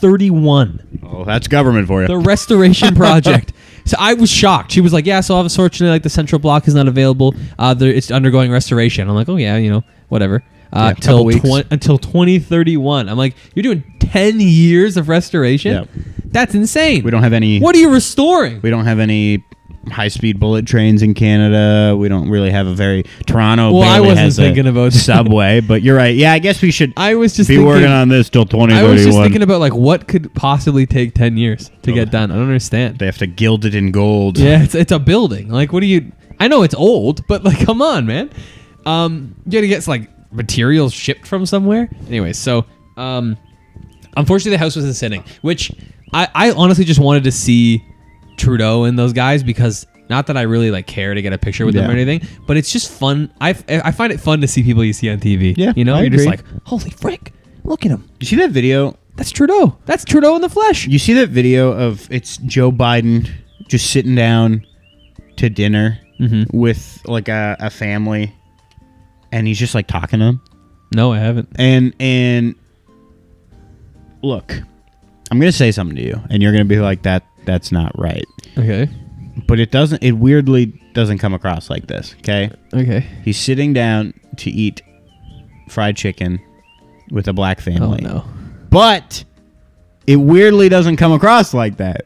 [SPEAKER 2] 2031.
[SPEAKER 3] oh, that's government for you.
[SPEAKER 2] The restoration project. So I was shocked. She was like, "Yeah, so unfortunately, like the central block is not available. Uh, there, it's undergoing restoration." I'm like, "Oh yeah, you know, whatever." Uh,
[SPEAKER 3] Yeah, couple
[SPEAKER 2] till
[SPEAKER 3] weeks.
[SPEAKER 2] twen- until 2031. I'm like, "You're doing 10 years of restoration?
[SPEAKER 3] Yeah.
[SPEAKER 2] That's insane."
[SPEAKER 3] we don't have any.
[SPEAKER 2] What are you restoring?
[SPEAKER 3] we don't have any high-speed bullet trains in Canada. We don't really have a very Toronto.
[SPEAKER 2] Well, I
[SPEAKER 3] barely
[SPEAKER 2] wasn't
[SPEAKER 3] has a
[SPEAKER 2] thinking about that.
[SPEAKER 3] subway, but you're right. Yeah, I guess we should.
[SPEAKER 2] I was just
[SPEAKER 3] be
[SPEAKER 2] thinking,
[SPEAKER 3] working on this till
[SPEAKER 2] I was just
[SPEAKER 3] 2031.
[SPEAKER 2] thinking about like what could possibly take ten years to get done. I don't understand.
[SPEAKER 3] they have to gild it in gold.
[SPEAKER 2] Yeah, it's it's a building. Like, what do you? I know it's old, but like, come on, man. Um, you gotta get like materials shipped from somewhere. Anyway, so um, unfortunately, the house wasn't sitting, which I I honestly just wanted to see Trudeau and those guys because not that I really like care to get a picture with them or
[SPEAKER 3] Yeah.
[SPEAKER 2] anything, but it's just fun. I I find it fun to see people you see on TV.
[SPEAKER 3] Yeah,
[SPEAKER 2] you know,
[SPEAKER 3] I
[SPEAKER 2] you're just
[SPEAKER 3] agree.
[SPEAKER 2] like, holy frick, look at him.
[SPEAKER 3] You see that video
[SPEAKER 2] That's Trudeau. That's Trudeau in the flesh.
[SPEAKER 3] You see that video of it's Joe Biden just sitting down to dinner
[SPEAKER 2] Mm-hmm.
[SPEAKER 3] with like a, a family, and he's just like talking to them.
[SPEAKER 2] No, I haven't.
[SPEAKER 3] And and look, I'm gonna say something to you, and you're gonna be like that. That's not right.
[SPEAKER 2] Okay.
[SPEAKER 3] But it doesn't. It weirdly doesn't come across like this. Okay,
[SPEAKER 2] Okay.
[SPEAKER 3] he's sitting down to eat fried chicken with a black
[SPEAKER 2] Oh
[SPEAKER 3] family
[SPEAKER 2] no.
[SPEAKER 3] but it weirdly doesn't come across like that.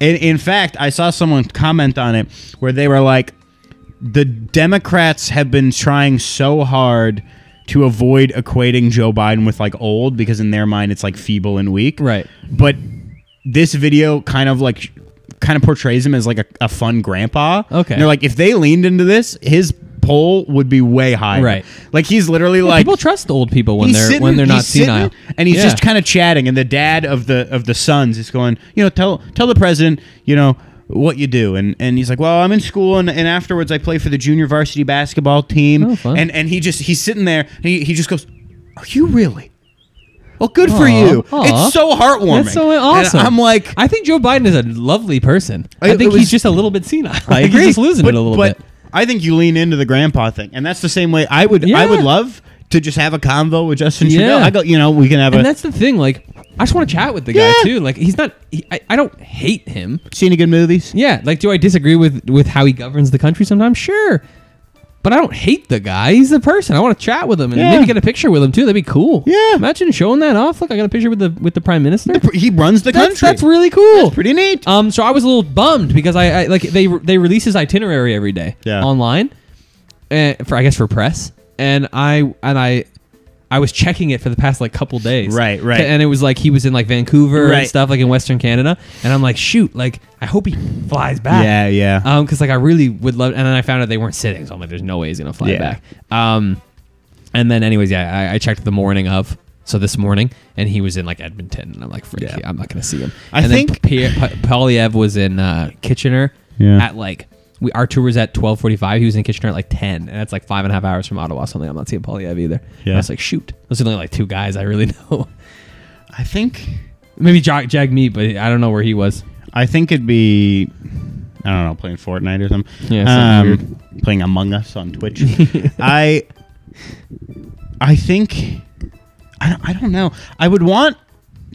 [SPEAKER 3] In, in fact, I saw someone comment on it where they were like, the Democrats have been trying so hard to avoid equating Joe Biden with like old because in their mind it's like feeble and weak.
[SPEAKER 2] Right.
[SPEAKER 3] But this video kind of like kind of portrays him as like a, a fun grandpa.
[SPEAKER 2] Okay.
[SPEAKER 3] And they're like, if they leaned into this, his poll would be way higher.
[SPEAKER 2] Right.
[SPEAKER 3] Like he's literally like
[SPEAKER 2] people trust old people when
[SPEAKER 3] He's
[SPEAKER 2] they're
[SPEAKER 3] sitting-
[SPEAKER 2] when they're
[SPEAKER 3] he's
[SPEAKER 2] not
[SPEAKER 3] sitting,
[SPEAKER 2] senile.
[SPEAKER 3] and he's
[SPEAKER 2] Yeah.
[SPEAKER 3] just kind of chatting. And the dad of the of the sons is going, you know, tell tell the president, you know, what you do. And and he's like, well, I'm in school, and, and afterwards I play for the junior varsity basketball team.
[SPEAKER 2] Oh, fun.
[SPEAKER 3] and and he just he's sitting there, and he, he just goes, are you really? Well, good for
[SPEAKER 2] Aw,
[SPEAKER 3] you.
[SPEAKER 2] aw.
[SPEAKER 3] It's so heartwarming.
[SPEAKER 2] That's so
[SPEAKER 3] And
[SPEAKER 2] awesome.
[SPEAKER 3] I'm like,
[SPEAKER 2] I think Joe Biden is a lovely person. I,
[SPEAKER 3] I-
[SPEAKER 2] think
[SPEAKER 3] it was-
[SPEAKER 2] he's just a little bit senile. I
[SPEAKER 3] agree.
[SPEAKER 2] He's just losing
[SPEAKER 3] But-
[SPEAKER 2] it a little
[SPEAKER 3] but
[SPEAKER 2] bit.
[SPEAKER 3] I think you lean into the grandpa thing, and that's the same way I would.
[SPEAKER 2] Yeah.
[SPEAKER 3] I would love to just have a convo with Justin
[SPEAKER 2] Yeah.
[SPEAKER 3] Trudeau. I go, you know, we can have
[SPEAKER 2] And
[SPEAKER 3] a
[SPEAKER 2] that's the thing. Like, I just want to chat with the
[SPEAKER 3] Yeah.
[SPEAKER 2] guy too. Like, he's not. He, I, I don't hate him.
[SPEAKER 3] seen any good movies.
[SPEAKER 2] Yeah. Like, do I disagree with with how he governs the country sometimes? Sure. But I don't hate the guy. He's the person. I want to chat with him and
[SPEAKER 3] Yeah.
[SPEAKER 2] maybe get a picture with him too. That'd be cool.
[SPEAKER 3] Yeah.
[SPEAKER 2] Imagine showing that off. Look, I got a picture with the with the prime minister.
[SPEAKER 3] He runs the
[SPEAKER 2] that's,
[SPEAKER 3] country.
[SPEAKER 2] that's really cool.
[SPEAKER 3] pretty neat.
[SPEAKER 2] Um, so I was a little bummed because I, I like they they release his itinerary every day
[SPEAKER 3] Yeah.
[SPEAKER 2] online, uh, for I guess for press, and I and I. I was checking it for the past like couple days.
[SPEAKER 3] Right, right.
[SPEAKER 2] And it was like he was in like Vancouver and
[SPEAKER 3] Right.
[SPEAKER 2] stuff, like in Western Canada. And I'm like, shoot, like I hope he flies back.
[SPEAKER 3] Yeah, yeah.
[SPEAKER 2] Um, because like I really would love. And then I found out they weren't sitting, so I'm like, there's no way he's gonna fly
[SPEAKER 3] Yeah.
[SPEAKER 2] back. Um, and then, anyways, yeah, I, I checked the morning of. So this morning, and he was in like Edmonton, and I'm like, freak,
[SPEAKER 3] Yeah.
[SPEAKER 2] yeah, I'm not gonna see him.
[SPEAKER 3] I
[SPEAKER 2] and
[SPEAKER 3] think-
[SPEAKER 2] then P- P- Polyev was in uh, Kitchener
[SPEAKER 3] Yeah.
[SPEAKER 2] at like we our tour was at 12:45. He was in Kitchener at like 10, and that's like five and a half hours from Ottawa. Something I'm not seeing Polyev either.
[SPEAKER 3] Yeah.
[SPEAKER 2] I was like, shoot, those are the only like two guys I really know.
[SPEAKER 3] I think.
[SPEAKER 2] Maybe Jag, Jag me, but I don't know where he was.
[SPEAKER 3] I think it'd be. I don't know, playing Fortnite or something.
[SPEAKER 2] Yeah, something
[SPEAKER 3] um, playing Among Us on Twitch. I. I think. I don't, I don't know. I would want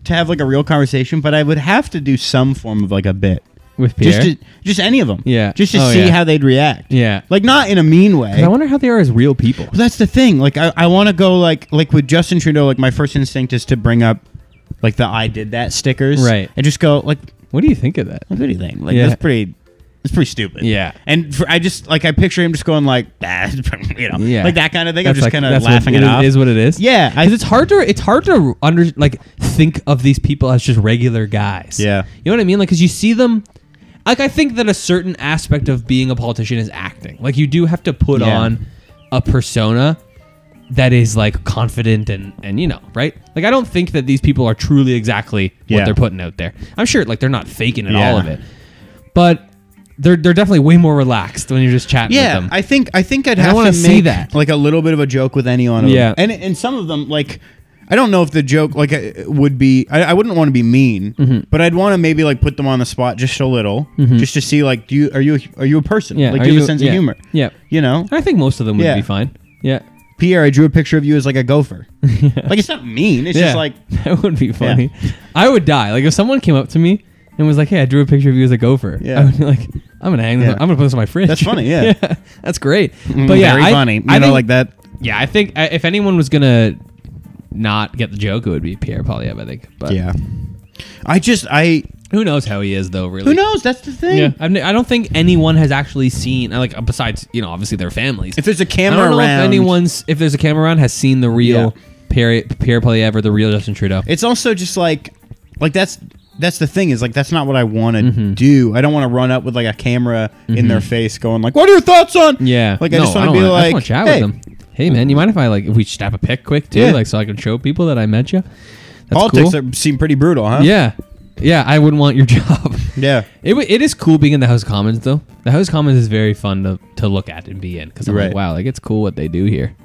[SPEAKER 3] to have like a real conversation, but I would have to do some form of like a bit.
[SPEAKER 2] With Pierre.
[SPEAKER 3] Just, to, just any of them.
[SPEAKER 2] Yeah.
[SPEAKER 3] Just to
[SPEAKER 2] Oh,
[SPEAKER 3] see
[SPEAKER 2] yeah.
[SPEAKER 3] how they'd react.
[SPEAKER 2] Yeah.
[SPEAKER 3] Like not in a mean way.
[SPEAKER 2] I wonder how they are as real people.
[SPEAKER 3] Well, that's the thing. Like, I, I want to go like like with Justin Trudeau. Like, my first instinct is to bring up like the "I did that" stickers,
[SPEAKER 2] Right.
[SPEAKER 3] And just go like,
[SPEAKER 2] What do you think of that?
[SPEAKER 3] what do you think? Like,
[SPEAKER 2] Yeah.
[SPEAKER 3] that's pretty. It's pretty stupid.
[SPEAKER 2] Yeah.
[SPEAKER 3] And for, I just like I picture him just going like, ah, you know,
[SPEAKER 2] Yeah.
[SPEAKER 3] like that kind of thing.
[SPEAKER 2] That's
[SPEAKER 3] I'm just
[SPEAKER 2] like-
[SPEAKER 3] kind of
[SPEAKER 2] that's what-
[SPEAKER 3] laughing it,
[SPEAKER 2] is-
[SPEAKER 3] off.
[SPEAKER 2] Is what it is.
[SPEAKER 3] Yeah, I-
[SPEAKER 2] because it's hard to it's hard to under like think of these people as just regular guys.
[SPEAKER 3] Yeah.
[SPEAKER 2] you know what I mean. Like, because you see them. Like, I think that a certain aspect of being a politician is acting. Like, you do have to put
[SPEAKER 3] Yeah.
[SPEAKER 2] on a persona that is like confident and and you know right. Like, I don't think that these people are truly exactly what
[SPEAKER 3] Yeah.
[SPEAKER 2] they're putting out there. I'm sure like they're not faking at
[SPEAKER 3] Yeah.
[SPEAKER 2] all of it, but. They're, they're definitely way more relaxed when you're just chatting
[SPEAKER 3] yeah,
[SPEAKER 2] with them.
[SPEAKER 3] I think I think I'd
[SPEAKER 2] I
[SPEAKER 3] have
[SPEAKER 2] wanna
[SPEAKER 3] to
[SPEAKER 2] see
[SPEAKER 3] make
[SPEAKER 2] that.
[SPEAKER 3] like a little bit of a joke with any one of
[SPEAKER 2] Yeah.
[SPEAKER 3] them. And and some of them like I don't know if the joke like uh, would be I, I wouldn't want to be mean,
[SPEAKER 2] Mm-hmm.
[SPEAKER 3] but I'd want to maybe like put them on the spot just a little, just to see like do you are you a- are you a person?
[SPEAKER 2] Yeah, are
[SPEAKER 3] like do you have
[SPEAKER 2] you-
[SPEAKER 3] a sense
[SPEAKER 2] yeah,
[SPEAKER 3] of humor?
[SPEAKER 2] yeah.
[SPEAKER 3] you know.
[SPEAKER 2] I think most of them would
[SPEAKER 3] Yeah.
[SPEAKER 2] be fine. Yeah.
[SPEAKER 3] Pierre, I drew a picture of you as like a gopher. Like it's not mean. It's just like
[SPEAKER 2] that would be funny. I would die. Like if someone came up to me and was like, "Hey, I drew a picture of you as a gopher."
[SPEAKER 3] Yeah.
[SPEAKER 2] I would be like, "I'm gonna hang. This
[SPEAKER 3] Yeah.
[SPEAKER 2] I'm gonna put this on my fridge."
[SPEAKER 3] That's funny, yeah. Mm,
[SPEAKER 2] that's great. But yeah,
[SPEAKER 3] very
[SPEAKER 2] I,
[SPEAKER 3] funny. You
[SPEAKER 2] I
[SPEAKER 3] know,
[SPEAKER 2] think-
[SPEAKER 3] like that.
[SPEAKER 2] Yeah, I think I, if anyone was gonna not get the joke, it would be Pierre Polyev. I think. But
[SPEAKER 3] Yeah. I just I
[SPEAKER 2] who knows how he is though? Really,
[SPEAKER 3] who knows? That's the thing.
[SPEAKER 2] Yeah, I've, ne- I don't think anyone has actually seen like uh, besides you know obviously their families.
[SPEAKER 3] If there's a
[SPEAKER 2] I
[SPEAKER 3] camera
[SPEAKER 2] don't know
[SPEAKER 3] around,
[SPEAKER 2] if anyone's if there's a camera around has seen the real
[SPEAKER 3] Yeah.
[SPEAKER 2] Pierre Pierre Polyev or the real Justin Trudeau.
[SPEAKER 3] it's also just like like that's that's the thing is like that's not what I want to
[SPEAKER 2] Mm-hmm.
[SPEAKER 3] do. I don't want to run up with like a camera in their face going like, "What are your thoughts on?"
[SPEAKER 2] Yeah.
[SPEAKER 3] like I
[SPEAKER 2] No,
[SPEAKER 3] just want to
[SPEAKER 2] don't
[SPEAKER 3] be
[SPEAKER 2] wanna- I
[SPEAKER 3] like,
[SPEAKER 2] just wanna chat
[SPEAKER 3] "Hey,
[SPEAKER 2] with them. Hey man, you mind if I like if we snap a pic quick too,
[SPEAKER 3] Yeah.
[SPEAKER 2] like so I can show people that I met you? That's
[SPEAKER 3] politics
[SPEAKER 2] cool.
[SPEAKER 3] are, seem pretty brutal, huh?"
[SPEAKER 2] yeah, yeah. I wouldn't want your job.
[SPEAKER 3] yeah.
[SPEAKER 2] It, wa- it is cool being in the House of Commons though. The House of Commons is very fun to, to look at and be in because I'm like
[SPEAKER 3] Right.
[SPEAKER 2] wow, like it's cool what they do here.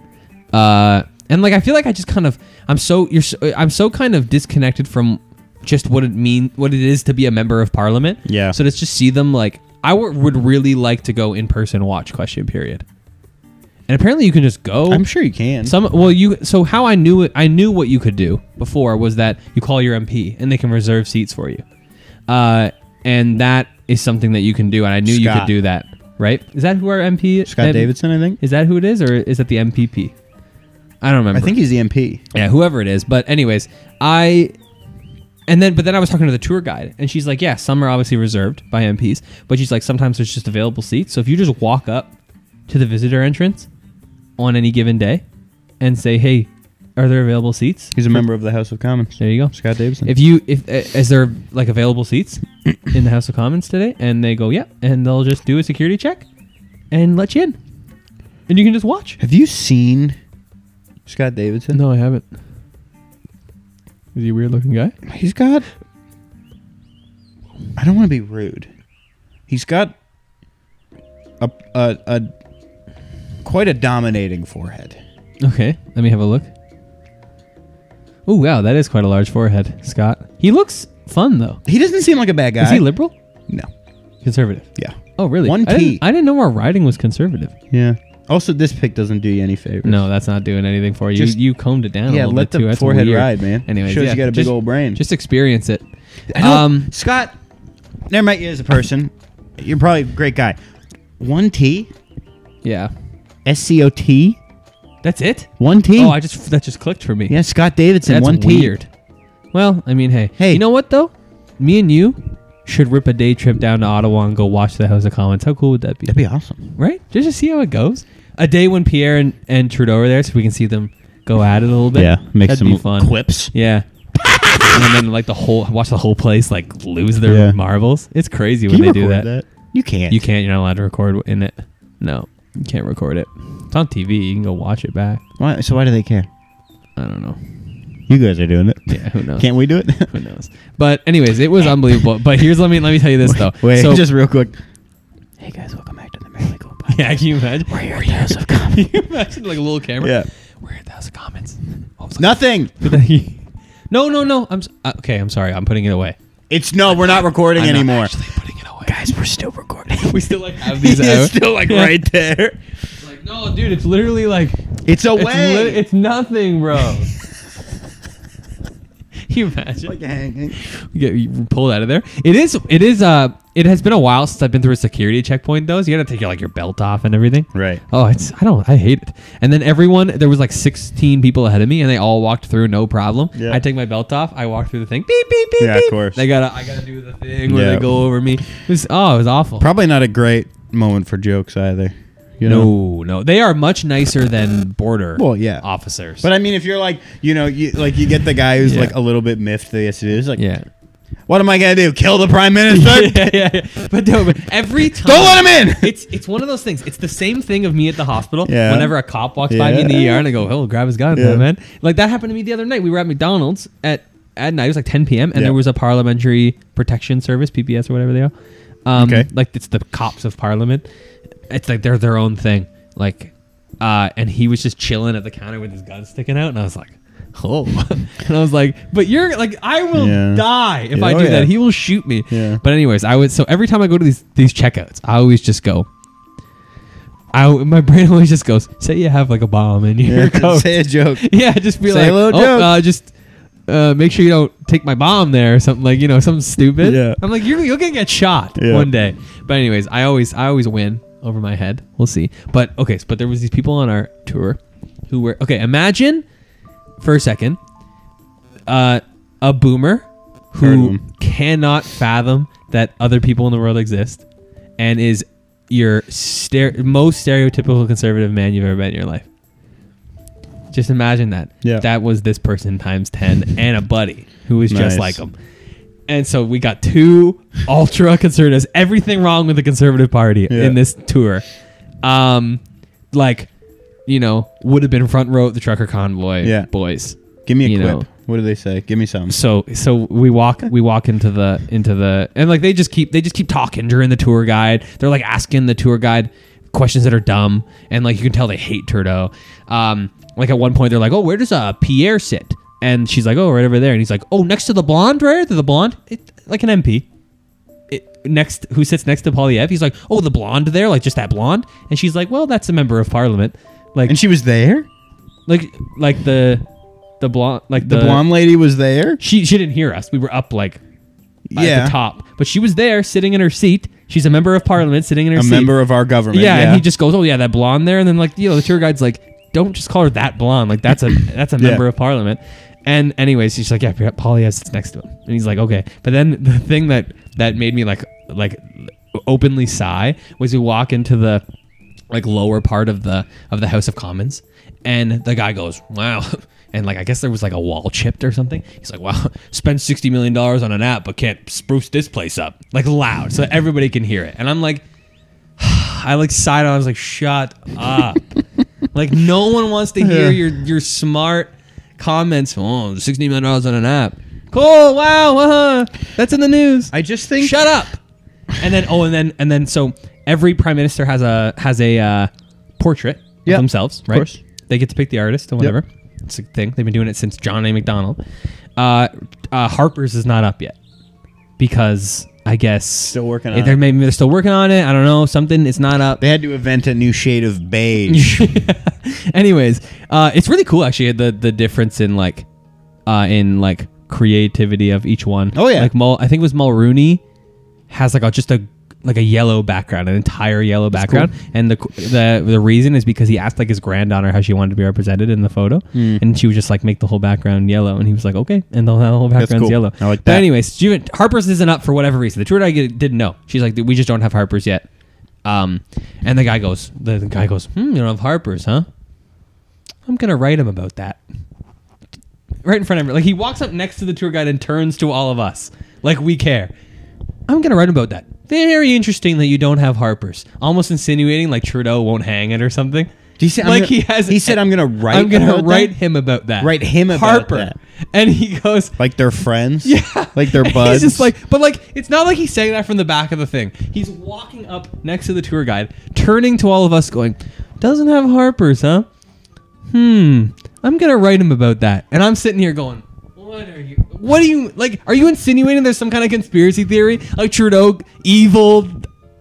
[SPEAKER 2] Uh, and like I feel like I just kind of I'm so you're so, I'm so kind of disconnected from just what it mean what it is to be a member of Parliament.
[SPEAKER 3] Yeah.
[SPEAKER 2] So to just see them like I w- would really like to go in person watch question period. And apparently you can just go.
[SPEAKER 3] I'm sure you can.
[SPEAKER 2] Some well, you so how I knew it, I knew what you could do before was that you call your MP and they can reserve seats for you, uh, and that is something that you can do, and I knew you could
[SPEAKER 3] Scott.
[SPEAKER 2] do that. Right? Is that who our MP?
[SPEAKER 3] Scott
[SPEAKER 2] M-
[SPEAKER 3] Davidson, I think.
[SPEAKER 2] Is that who it is, or is that the MPP? I don't remember.
[SPEAKER 3] I think he's the MP.
[SPEAKER 2] Yeah, whoever it is. But anyways, I and then but then I was talking to the tour guide and she's like, "Yeah, some are obviously reserved by MPs, but she's like sometimes there's just available seats. So if you just walk up to the visitor entrance on any given day and say, "Hey, are there available seats?"
[SPEAKER 3] He's a member of the House of Commons.
[SPEAKER 2] There you go.
[SPEAKER 3] Scott Davidson.
[SPEAKER 2] If you if uh, is there like available seats in the House of Commons today and they go, "Yeah," and they'll just do a security check and let you in. And you can just watch.
[SPEAKER 3] Have you seen Scott Davidson?
[SPEAKER 2] No, I haven't. Is he a weird-looking guy?
[SPEAKER 3] He's got. I don't want to be rude. He's got a, a a quite a dominating forehead.
[SPEAKER 2] Okay, let me have a look. Oh wow, that is quite a large forehead, Scott. He looks fun though.
[SPEAKER 3] He doesn't seem like a bad guy.
[SPEAKER 2] Is he liberal?
[SPEAKER 3] no.
[SPEAKER 2] Conservative.
[SPEAKER 3] Yeah.
[SPEAKER 2] Oh really?
[SPEAKER 3] One
[SPEAKER 2] I
[SPEAKER 3] T.
[SPEAKER 2] didn't, I didn't know our writing was conservative.
[SPEAKER 3] Yeah. Also, this pick doesn't do you any favors.
[SPEAKER 2] No, that's not doing anything for you.
[SPEAKER 3] Just-
[SPEAKER 2] you combed it down.
[SPEAKER 3] Yeah,
[SPEAKER 2] a little
[SPEAKER 3] let
[SPEAKER 2] bit
[SPEAKER 3] the
[SPEAKER 2] too. That's
[SPEAKER 3] forehead
[SPEAKER 2] weird.
[SPEAKER 3] ride, man.
[SPEAKER 2] Anyways,
[SPEAKER 3] Shows
[SPEAKER 2] yeah,
[SPEAKER 3] you got a big
[SPEAKER 2] just-
[SPEAKER 3] old brain.
[SPEAKER 2] Just experience it.
[SPEAKER 3] I don't-
[SPEAKER 2] Um,
[SPEAKER 3] Scott, never met you as a person. You're probably a great guy. One T,
[SPEAKER 2] yeah,
[SPEAKER 3] S C O T,
[SPEAKER 2] that's it.
[SPEAKER 3] one T.
[SPEAKER 2] Oh, I just that just clicked for me.
[SPEAKER 3] yeah, Scott Davidson,
[SPEAKER 2] that's
[SPEAKER 3] one T.
[SPEAKER 2] weird. Well, I mean, hey,
[SPEAKER 3] Hey.
[SPEAKER 2] you know what though? Me and you should rip a day trip down to Ottawa and go watch the House of Commons. How cool would that be?
[SPEAKER 3] That'd be awesome.
[SPEAKER 2] right? Just to see how it goes. A day when Pierre and, and Trudeau are there, so we can see them go at it a little bit. That'd be fun.
[SPEAKER 3] quips.
[SPEAKER 2] Yeah. and then like the whole watch the whole place like lose their
[SPEAKER 3] Yeah.
[SPEAKER 2] marbles. It's crazy when they do that.
[SPEAKER 3] You can't.
[SPEAKER 2] You can't. You're not allowed to record in it. No, you can't record it. It's on TV. You can go watch it back.
[SPEAKER 3] Why, so why do they care?
[SPEAKER 2] I don't know.
[SPEAKER 3] You guys are doing it.
[SPEAKER 2] Yeah, who knows?
[SPEAKER 3] Can't we do it?
[SPEAKER 2] who knows? But anyways, it was unbelievable. But here's let me let me tell you this though.
[SPEAKER 3] Wait,
[SPEAKER 2] so,
[SPEAKER 3] just real quick. Hey guys, welcome back to the Merely Cool Podcast.
[SPEAKER 2] yeah, can you imagine? We're
[SPEAKER 3] here at the House of Commons.
[SPEAKER 2] Can you imagine like a little camera?
[SPEAKER 3] Yeah.
[SPEAKER 2] We're here at the House of Commons. Oh, it's like-
[SPEAKER 3] Nothing.
[SPEAKER 2] no, no, no. I'm s- uh, okay. I'm sorry. I'm putting it away.
[SPEAKER 3] It's no, we're not recording
[SPEAKER 2] I'm not
[SPEAKER 3] anymore.
[SPEAKER 2] actually putting it away.
[SPEAKER 3] guys, we're still recording.
[SPEAKER 2] We still like have these out. Yeah.
[SPEAKER 3] there.
[SPEAKER 2] It's like, no, dude. It's literally like it's,
[SPEAKER 3] It's away.
[SPEAKER 2] lit- it's nothing, bro. you imagine?
[SPEAKER 3] like hanging.
[SPEAKER 2] you get you pulled out of there. It is. It is. Uh, it has been a while since I've been through a security checkpoint though. So you gotta take your, like your belt off and everything.
[SPEAKER 3] Right.
[SPEAKER 2] Oh, it's. I don't. I hate it. And then everyone, there was like 16 people ahead of me, and they all walked through no problem.
[SPEAKER 3] Yeah.
[SPEAKER 2] I take my belt off. I walk through the thing. Beep beep beep.
[SPEAKER 3] Yeah, of
[SPEAKER 2] beep.
[SPEAKER 3] course.
[SPEAKER 2] They gotta. I gotta do the thing where
[SPEAKER 3] Yeah.
[SPEAKER 2] they go over me. It was, oh, it was awful.
[SPEAKER 3] Probably not a great moment for jokes either. You know?
[SPEAKER 2] no, no. They are much nicer than border.
[SPEAKER 3] Well, yeah.
[SPEAKER 2] Officers.
[SPEAKER 3] But I mean, if you're like, you know, you, like you get the guy who's
[SPEAKER 2] Yeah.
[SPEAKER 3] like a little bit miffed that he has to do this, like,
[SPEAKER 2] yeah.
[SPEAKER 3] what am I gonna do? Kill the prime minister?
[SPEAKER 2] yeah, yeah, yeah. But no, but every time.
[SPEAKER 3] Don't let him in.
[SPEAKER 2] It's it's one of those things. It's the same thing of me at the hospital.
[SPEAKER 3] Yeah.
[SPEAKER 2] Whenever a cop walks by me in the ER and I go, "Oh, grab his gun,
[SPEAKER 3] Yeah.
[SPEAKER 2] man!" Like that happened to me the other night. We were at McDonald's at at night. It was like 10 p.m. and
[SPEAKER 3] Yeah.
[SPEAKER 2] there was a Parliamentary Protection Service (PPS) or whatever they are. Um,
[SPEAKER 3] Okay.
[SPEAKER 2] Like it's the cops of Parliament. It's like they're their own thing. Like, uh, and he was just chilling at the counter with his gun sticking out, and I was like. Oh, and I was like, "But you're like, I will
[SPEAKER 3] Yeah.
[SPEAKER 2] die if
[SPEAKER 3] Yeah,
[SPEAKER 2] I
[SPEAKER 3] oh
[SPEAKER 2] do
[SPEAKER 3] yeah.
[SPEAKER 2] that. He will shoot me."
[SPEAKER 3] Yeah.
[SPEAKER 2] But anyways, I would so every time I go to these these checkouts, I always just go. I my brain always just goes. Say you have like a bomb in your coat.
[SPEAKER 3] Say a joke.
[SPEAKER 2] yeah, just be
[SPEAKER 3] say
[SPEAKER 2] like,
[SPEAKER 3] a little
[SPEAKER 2] oh,
[SPEAKER 3] joke."
[SPEAKER 2] Uh, just uh, make sure you don't take my bomb there or something like you know something stupid.
[SPEAKER 3] Yeah.
[SPEAKER 2] I'm like you're you're gonna get shot
[SPEAKER 3] Yeah.
[SPEAKER 2] one day. But anyways, I always I always win over my head. We'll see. But okay, so, but there was these people on our tour who were okay. Imagine for a second uh, a boomer
[SPEAKER 3] Heard of
[SPEAKER 2] who
[SPEAKER 3] 'em.
[SPEAKER 2] cannot fathom that other people in the world exist and is your stere- most stereotypical conservative man you've ever met in your life. Just imagine that.
[SPEAKER 3] Yeah.
[SPEAKER 2] That was this person times 10 and a buddy who was
[SPEAKER 3] Nice.
[SPEAKER 2] just like him. And so we got two ultra conservatives, everything wrong with the conservative party
[SPEAKER 3] Yeah.
[SPEAKER 2] in this tour. Um, like, you know, would have been front row at the trucker convoy
[SPEAKER 3] Yeah.
[SPEAKER 2] boys.
[SPEAKER 3] Give me a
[SPEAKER 2] You
[SPEAKER 3] quip.
[SPEAKER 2] know.
[SPEAKER 3] What do they say? Give me some.
[SPEAKER 2] So so we walk we walk into the into the and like they just keep they just keep talking during the tour guide. They're like asking the tour guide questions that are dumb and like you can tell they hate Trudeau. Um, like at one point they're like, "Oh, where does uh Pierre sit?" And she's like, "Oh, right over there." And he's like, "Oh, next to the blonde, right? To the blonde, it, like an MP." It, next, who sits next to Polyev? He's like, "Oh, the blonde there, like just that blonde." And she's like, "Well, that's a member of parliament." Like
[SPEAKER 3] And she was there.
[SPEAKER 2] like like the the blonde like
[SPEAKER 3] The blonde lady was there.
[SPEAKER 2] she she didn't hear us. We were up like at
[SPEAKER 3] Yeah.
[SPEAKER 2] the top, but she was there sitting in her seat. She's a member of parliament sitting in her
[SPEAKER 3] A
[SPEAKER 2] seat.
[SPEAKER 3] member of our government.
[SPEAKER 2] yeah, and he just goes, "Oh yeah, that blonde there," and then like you know the tour guide's like, "Don't just call her that blonde. Like that's a that's a
[SPEAKER 3] Yeah.
[SPEAKER 2] member of parliament." And anyways, she's like, "Yeah, Polyev sits next to him," and he's like, "Okay." But then the thing that that made me like like openly sigh was we walk into the like lower part of the of the House of Commons, and the guy goes, "Wow." And like I guess there was like a wall chipped or something. He's like, "Wow, spend sixty million dollars on an app, but can't spruce this place up like loud so that everybody can hear it." And I'm like, I like sighed. I was like, "Shut up!" like no one wants to hear your your smart comments. Oh, 60 million dollars on an app. Cool. Wow. Uh-huh. That's in the news.
[SPEAKER 3] I just think.
[SPEAKER 2] Shut up. And then oh, and then and then so every prime minister has a has a uh, portrait
[SPEAKER 3] Yeah,
[SPEAKER 2] of themselves,
[SPEAKER 3] of
[SPEAKER 2] right?
[SPEAKER 3] course.
[SPEAKER 2] They get to pick the artist and whatever. It's a thing. They've been doing it since John A. McDonald. Uh, uh, Harper's is not up yet because I guess still
[SPEAKER 3] working on
[SPEAKER 2] they're,
[SPEAKER 3] it.
[SPEAKER 2] Maybe they're still working on it. I don't know. Something. It's not up.
[SPEAKER 3] They had to invent a new shade of beige.
[SPEAKER 2] Anyways, uh, it's really cool actually the the difference in like uh, in like creativity of each one.
[SPEAKER 3] Oh, yeah.
[SPEAKER 2] like Mul- I think it was Mulrooney has like a, just a like a yellow background, an entire yellow background, and the the the reason is because he asked like his granddaughter how she wanted to be represented in the photo,
[SPEAKER 3] Hmm.
[SPEAKER 2] and she was just like make the whole background yellow, and he was like okay, and the whole background's
[SPEAKER 3] cool.
[SPEAKER 2] yellow.
[SPEAKER 3] I like
[SPEAKER 2] But
[SPEAKER 3] that.
[SPEAKER 2] anyways, Steven, Harper's isn't up for whatever reason. The tour guide didn't know. She's like we just don't have Harper's yet. Um, and the guy goes, the, the guy goes, hmm, you don't have Harper's, huh? I'm gonna write him about that. Right in front of him. Like he walks up next to the tour guide and turns to all of us. Like we care. I'm gonna write about that. Very interesting that you don't have Harper's. Almost insinuating like Trudeau won't hang it or something.
[SPEAKER 3] Did he say, I'm
[SPEAKER 2] like
[SPEAKER 3] gonna-
[SPEAKER 2] he has
[SPEAKER 3] he said, "I'm gonna write
[SPEAKER 2] I'm gonna
[SPEAKER 3] about that?"
[SPEAKER 2] write him about that.
[SPEAKER 3] Write him about
[SPEAKER 2] Harper.
[SPEAKER 3] that.
[SPEAKER 2] And he goes,
[SPEAKER 3] like they're friends. Yeah. Like they're
[SPEAKER 2] and
[SPEAKER 3] buds.
[SPEAKER 2] He's just like, but like, it's not like he's saying that from the back of the thing. He's walking up next to the tour guide, turning to all of us, going, "Doesn't have Harper's, huh? Hmm. I'm gonna write him about that." And I'm sitting here going, "What are you? What are you like? Are you insinuating there's some kind of conspiracy theory? Like Trudeau, evil."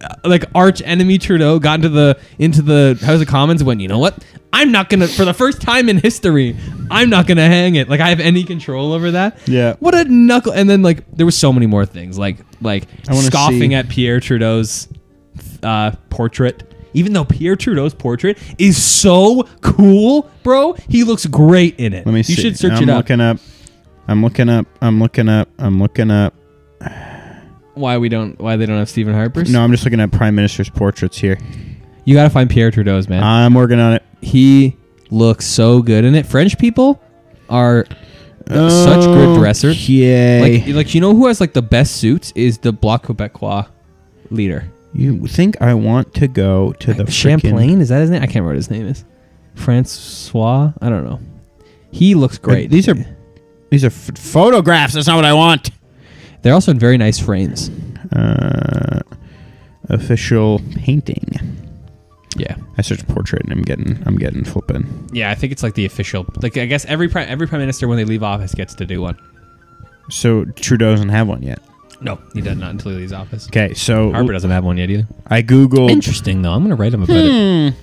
[SPEAKER 2] uh, Like arch enemy Trudeau got into the into the House of Commons and went, you know what? I'm not gonna for the first time in history, I'm not gonna hang it. Like I have any control over that.
[SPEAKER 3] Yeah.
[SPEAKER 2] What a knuckle! And then like there was so many more things, like like
[SPEAKER 3] wanna
[SPEAKER 2] scoffing
[SPEAKER 3] see-
[SPEAKER 2] at Pierre Trudeau's uh, portrait. Even though Pierre Trudeau's portrait is so cool, bro, he looks great in it.
[SPEAKER 3] Let me
[SPEAKER 2] you
[SPEAKER 3] see.
[SPEAKER 2] You should search
[SPEAKER 3] I'm
[SPEAKER 2] it up.
[SPEAKER 3] looking up. I'm looking up. I'm looking up. I'm looking up.
[SPEAKER 2] Why we don't? Why they don't have Stephen Harper's?
[SPEAKER 3] No, I'm just looking at prime minister's portraits here.
[SPEAKER 2] you gotta find Pierre Trudeau's man.
[SPEAKER 3] I'm working on it.
[SPEAKER 2] he looks so good in it. French people are such good dressers.
[SPEAKER 3] Oh, Yay.
[SPEAKER 2] Like, like you know who has like the best suits is the Bloc Quebecois leader.
[SPEAKER 3] you think I want to go to the
[SPEAKER 2] Champlain is that his name? I can't remember what his name is. Francois, I don't know. He looks great.
[SPEAKER 3] Great. These are these are f- photographs. That's not what I want.
[SPEAKER 2] they're also in very nice frames.
[SPEAKER 3] Uh, official painting.
[SPEAKER 2] Yeah,
[SPEAKER 3] I search portrait and I'm getting I'm getting flipping.
[SPEAKER 2] yeah. I think it's like the official. Like I guess every prime every prime minister when they leave office gets to do one.
[SPEAKER 3] So Trudeau doesn't have one yet.
[SPEAKER 2] No, he does not until he leaves office.
[SPEAKER 3] Okay, so
[SPEAKER 2] Harper doesn't have one yet either.
[SPEAKER 3] I googled
[SPEAKER 2] Interesting though. I'm gonna write him about it.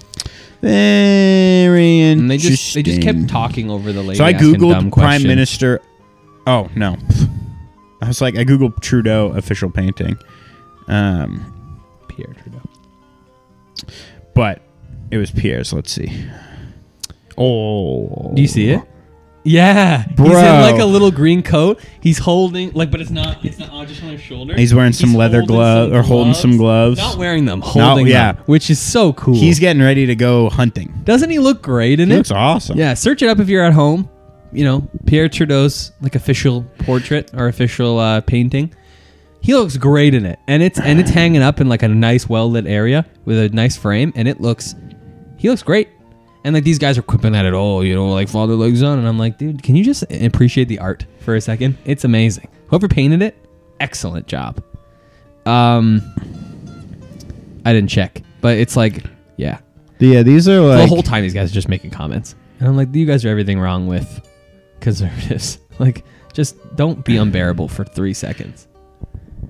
[SPEAKER 3] very interesting.
[SPEAKER 2] And hmm. they just they just kept talking over the lady.
[SPEAKER 3] So I
[SPEAKER 2] asking
[SPEAKER 3] googled
[SPEAKER 2] dumb
[SPEAKER 3] prime
[SPEAKER 2] questions.
[SPEAKER 3] minister. Oh no, I was like I googled Trudeau official painting, um,
[SPEAKER 2] Pierre Trudeau.
[SPEAKER 3] but it was Pierre's. Let's see. Oh,
[SPEAKER 2] Do you see it? Yeah, he's in
[SPEAKER 3] Bro.
[SPEAKER 2] like a little green coat. He's holding like, but it's not. It's not just on his shoulder.
[SPEAKER 3] He's wearing some leather
[SPEAKER 2] holding
[SPEAKER 3] glove-
[SPEAKER 2] some
[SPEAKER 3] or holding some gloves.
[SPEAKER 2] Not wearing them, holding
[SPEAKER 3] yeah.
[SPEAKER 2] them, which is so cool.
[SPEAKER 3] He's getting ready to go hunting.
[SPEAKER 2] doesn't he look great in
[SPEAKER 3] He
[SPEAKER 2] it?
[SPEAKER 3] looks awesome.
[SPEAKER 2] Yeah, search it up if you're at home. You know Pierre Trudeau's like official portrait or official uh, painting. He looks great in it, and it's and it's hanging up in like a nice, well lit area with a nice frame, and it looks he looks great. And like these guys are quipping at it, oh, you know, like father legs on, and I'm like, dude, can you just appreciate the art for a second? It's amazing. Whoever painted it, excellent job. Um, I didn't check, but it's like, yeah,
[SPEAKER 3] yeah. These are like
[SPEAKER 2] the whole time these guys are just making comments and i'm like you guys are everything wrong with conservatives like just don't be unbearable for three seconds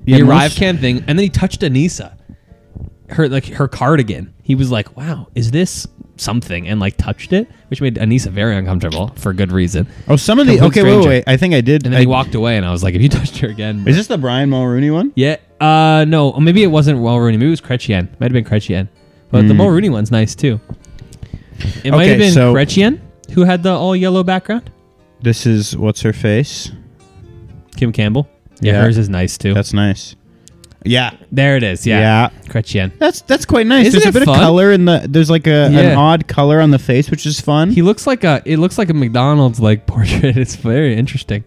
[SPEAKER 3] Yeah,
[SPEAKER 2] the arrive
[SPEAKER 3] most-
[SPEAKER 2] can thing and then he touched anisa her like her cardigan he was like wow is this something and like touched it which made anisa very uncomfortable for good reason
[SPEAKER 3] Oh, some of the
[SPEAKER 2] Complete
[SPEAKER 3] okay. Wait, wait,
[SPEAKER 2] stranger.
[SPEAKER 3] wait. I think I did.
[SPEAKER 2] and then
[SPEAKER 3] I,
[SPEAKER 2] he walked away and i was like if you touched her again bro.
[SPEAKER 3] Is this the Brian Mulrooney one?
[SPEAKER 2] yeah uh no maybe it wasn't Mulrooney. maybe it was Kretschien. might have been Kretschien. but the Mulrooney one's nice too it might have
[SPEAKER 3] Hmm. Okay,
[SPEAKER 2] been
[SPEAKER 3] so-
[SPEAKER 2] Kretschien who had the all yellow background
[SPEAKER 3] This is what's her face.
[SPEAKER 2] Kim Campbell. Yeah,
[SPEAKER 3] Yeah.
[SPEAKER 2] hers is nice too.
[SPEAKER 3] That's nice. Yeah,
[SPEAKER 2] there it is. Yeah.
[SPEAKER 3] Yeah.
[SPEAKER 2] Kretchen.
[SPEAKER 3] that's that's quite nice.
[SPEAKER 2] Isn't
[SPEAKER 3] there's
[SPEAKER 2] it
[SPEAKER 3] a bit
[SPEAKER 2] fun?
[SPEAKER 3] of color in the. There's like a
[SPEAKER 2] Yeah.
[SPEAKER 3] an odd color on the face, which is fun.
[SPEAKER 2] He looks like a it looks like a McDonald's like portrait. It's very interesting.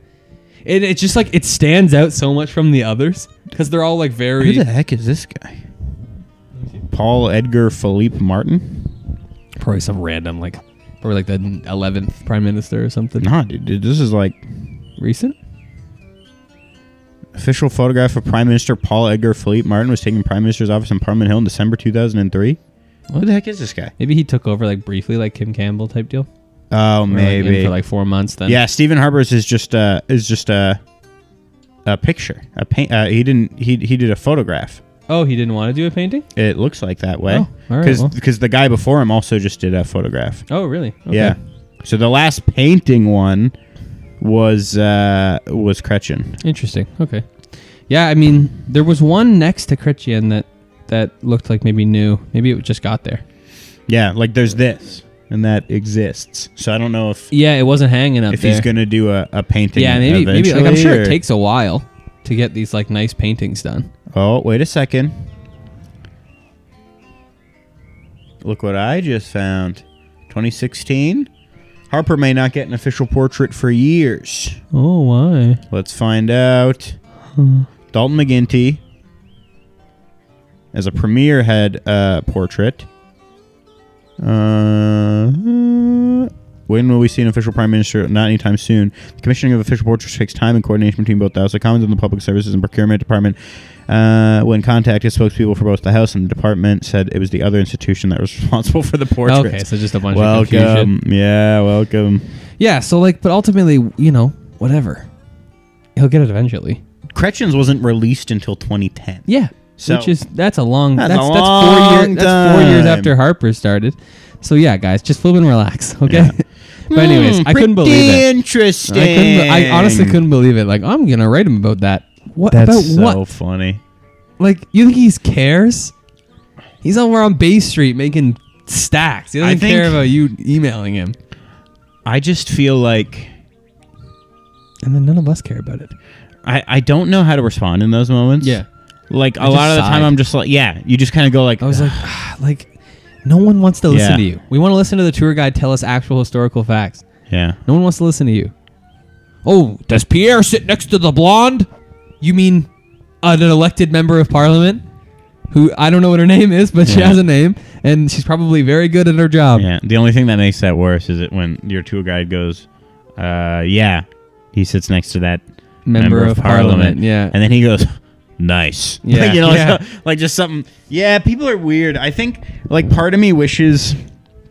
[SPEAKER 2] It it's just like it stands out so much from the others because they're all like
[SPEAKER 3] Who
[SPEAKER 2] very
[SPEAKER 3] the heck is this guy? Paul Edgar Philippe Martin?
[SPEAKER 2] probably some random like probably like the eleventh prime minister or something
[SPEAKER 3] Nah, dude, dude, this is like
[SPEAKER 2] recent.
[SPEAKER 3] official photograph of Prime Minister Paul Edgar Philippe Martin was taken in Prime Minister's office in Parliament Hill in December 2003. Who the heck is this guy?
[SPEAKER 2] Maybe he took over like briefly like Kim Campbell type deal.
[SPEAKER 3] Oh,
[SPEAKER 2] We were, like, in
[SPEAKER 3] maybe.
[SPEAKER 2] for like four months. Then
[SPEAKER 3] yeah, Stephen Harbors is just uh is just a a picture. A paint. Uh, he didn't. He he did a photograph.
[SPEAKER 2] Oh, he didn't want to do a painting.
[SPEAKER 3] It looks like that way
[SPEAKER 2] Oh, all right,
[SPEAKER 3] because
[SPEAKER 2] well.
[SPEAKER 3] the guy before him also just did a photograph.
[SPEAKER 2] Oh, really? Okay.
[SPEAKER 3] Yeah. So the last painting one was uh was Kretchen.
[SPEAKER 2] Interesting. Okay. Yeah, I mean, there was one next to Chrétien that that looked like maybe new. Maybe it just got there.
[SPEAKER 3] Yeah, like there's this and that exists. So I don't know if
[SPEAKER 2] Yeah, it wasn't hanging up
[SPEAKER 3] if
[SPEAKER 2] there.
[SPEAKER 3] he's gonna do a, a painting.
[SPEAKER 2] yeah, maybe maybe like I'm
[SPEAKER 3] eventually,
[SPEAKER 2] sure
[SPEAKER 3] or-
[SPEAKER 2] it takes a while to get these like nice paintings done.
[SPEAKER 3] Oh, wait a second. Look what I just found. 2016. Harper may not get an official portrait for years.
[SPEAKER 2] Oh, why?
[SPEAKER 3] Let's find out.
[SPEAKER 2] Hmm.
[SPEAKER 3] Dalton McGinty as a premiere head uh, portrait. Uh, when will we see an official prime minister? Not anytime soon. The commissioning of official portraits takes time and coordination between both the House of Commons and the Public Services and Procurement Department. Uh, when contacted, spokespeople for both the House and the department said it was the other institution that was responsible for the portraits. um,
[SPEAKER 2] Okay, so just a bunch of confusion.
[SPEAKER 3] welcome. Yeah, welcome.
[SPEAKER 2] Yeah, so like, but ultimately, you know, whatever. He'll get it eventually.
[SPEAKER 3] Kretchen's wasn't released until 2010.
[SPEAKER 2] Yeah.
[SPEAKER 3] So-
[SPEAKER 2] which is that's a long
[SPEAKER 3] That's
[SPEAKER 2] that's
[SPEAKER 3] a
[SPEAKER 2] that's, four
[SPEAKER 3] long
[SPEAKER 2] years that's four years
[SPEAKER 3] time.
[SPEAKER 2] after Harper started. So yeah, guys, just flip and relax, okay? but anyways, I couldn't believe it.
[SPEAKER 3] Interesting.
[SPEAKER 2] I, couldn't, be- I honestly couldn't believe it. Like I'm gonna write him about that. What
[SPEAKER 3] That's
[SPEAKER 2] about
[SPEAKER 3] so
[SPEAKER 2] what?
[SPEAKER 3] funny.
[SPEAKER 2] Like you think he cares? He's over on Bay Street making stacks. He
[SPEAKER 3] I
[SPEAKER 2] doesn't
[SPEAKER 3] think-
[SPEAKER 2] care about you emailing him.
[SPEAKER 3] I just feel like
[SPEAKER 2] And then none of us care about it.
[SPEAKER 3] I, I don't know how to respond in those moments.
[SPEAKER 2] Yeah.
[SPEAKER 3] Like a
[SPEAKER 2] just
[SPEAKER 3] lot of the
[SPEAKER 2] sigh.
[SPEAKER 3] time, I'm just like, yeah. You just kind of go like,
[SPEAKER 2] I was like, "Ah, like no one wants to listen
[SPEAKER 3] Yeah.
[SPEAKER 2] to you. We want to listen to the tour guide tell us actual historical facts.
[SPEAKER 3] yeah.
[SPEAKER 2] No one wants to listen to you. Oh, does Pierre sit next to the blonde? You mean uh, an elected member of parliament? Who I don't know what her name is, but she
[SPEAKER 3] Yeah.
[SPEAKER 2] has a name, and she's probably very good at her job.
[SPEAKER 3] Yeah. The only thing that makes that worse is it when your tour guide goes, uh, yeah. He sits next to that
[SPEAKER 2] Member of Parliament, yeah.
[SPEAKER 3] And then he goes, nice.
[SPEAKER 2] Yeah.
[SPEAKER 3] Like, you know,
[SPEAKER 2] Yeah.
[SPEAKER 3] so- like just something. Yeah. People are weird. I think like part of me wishes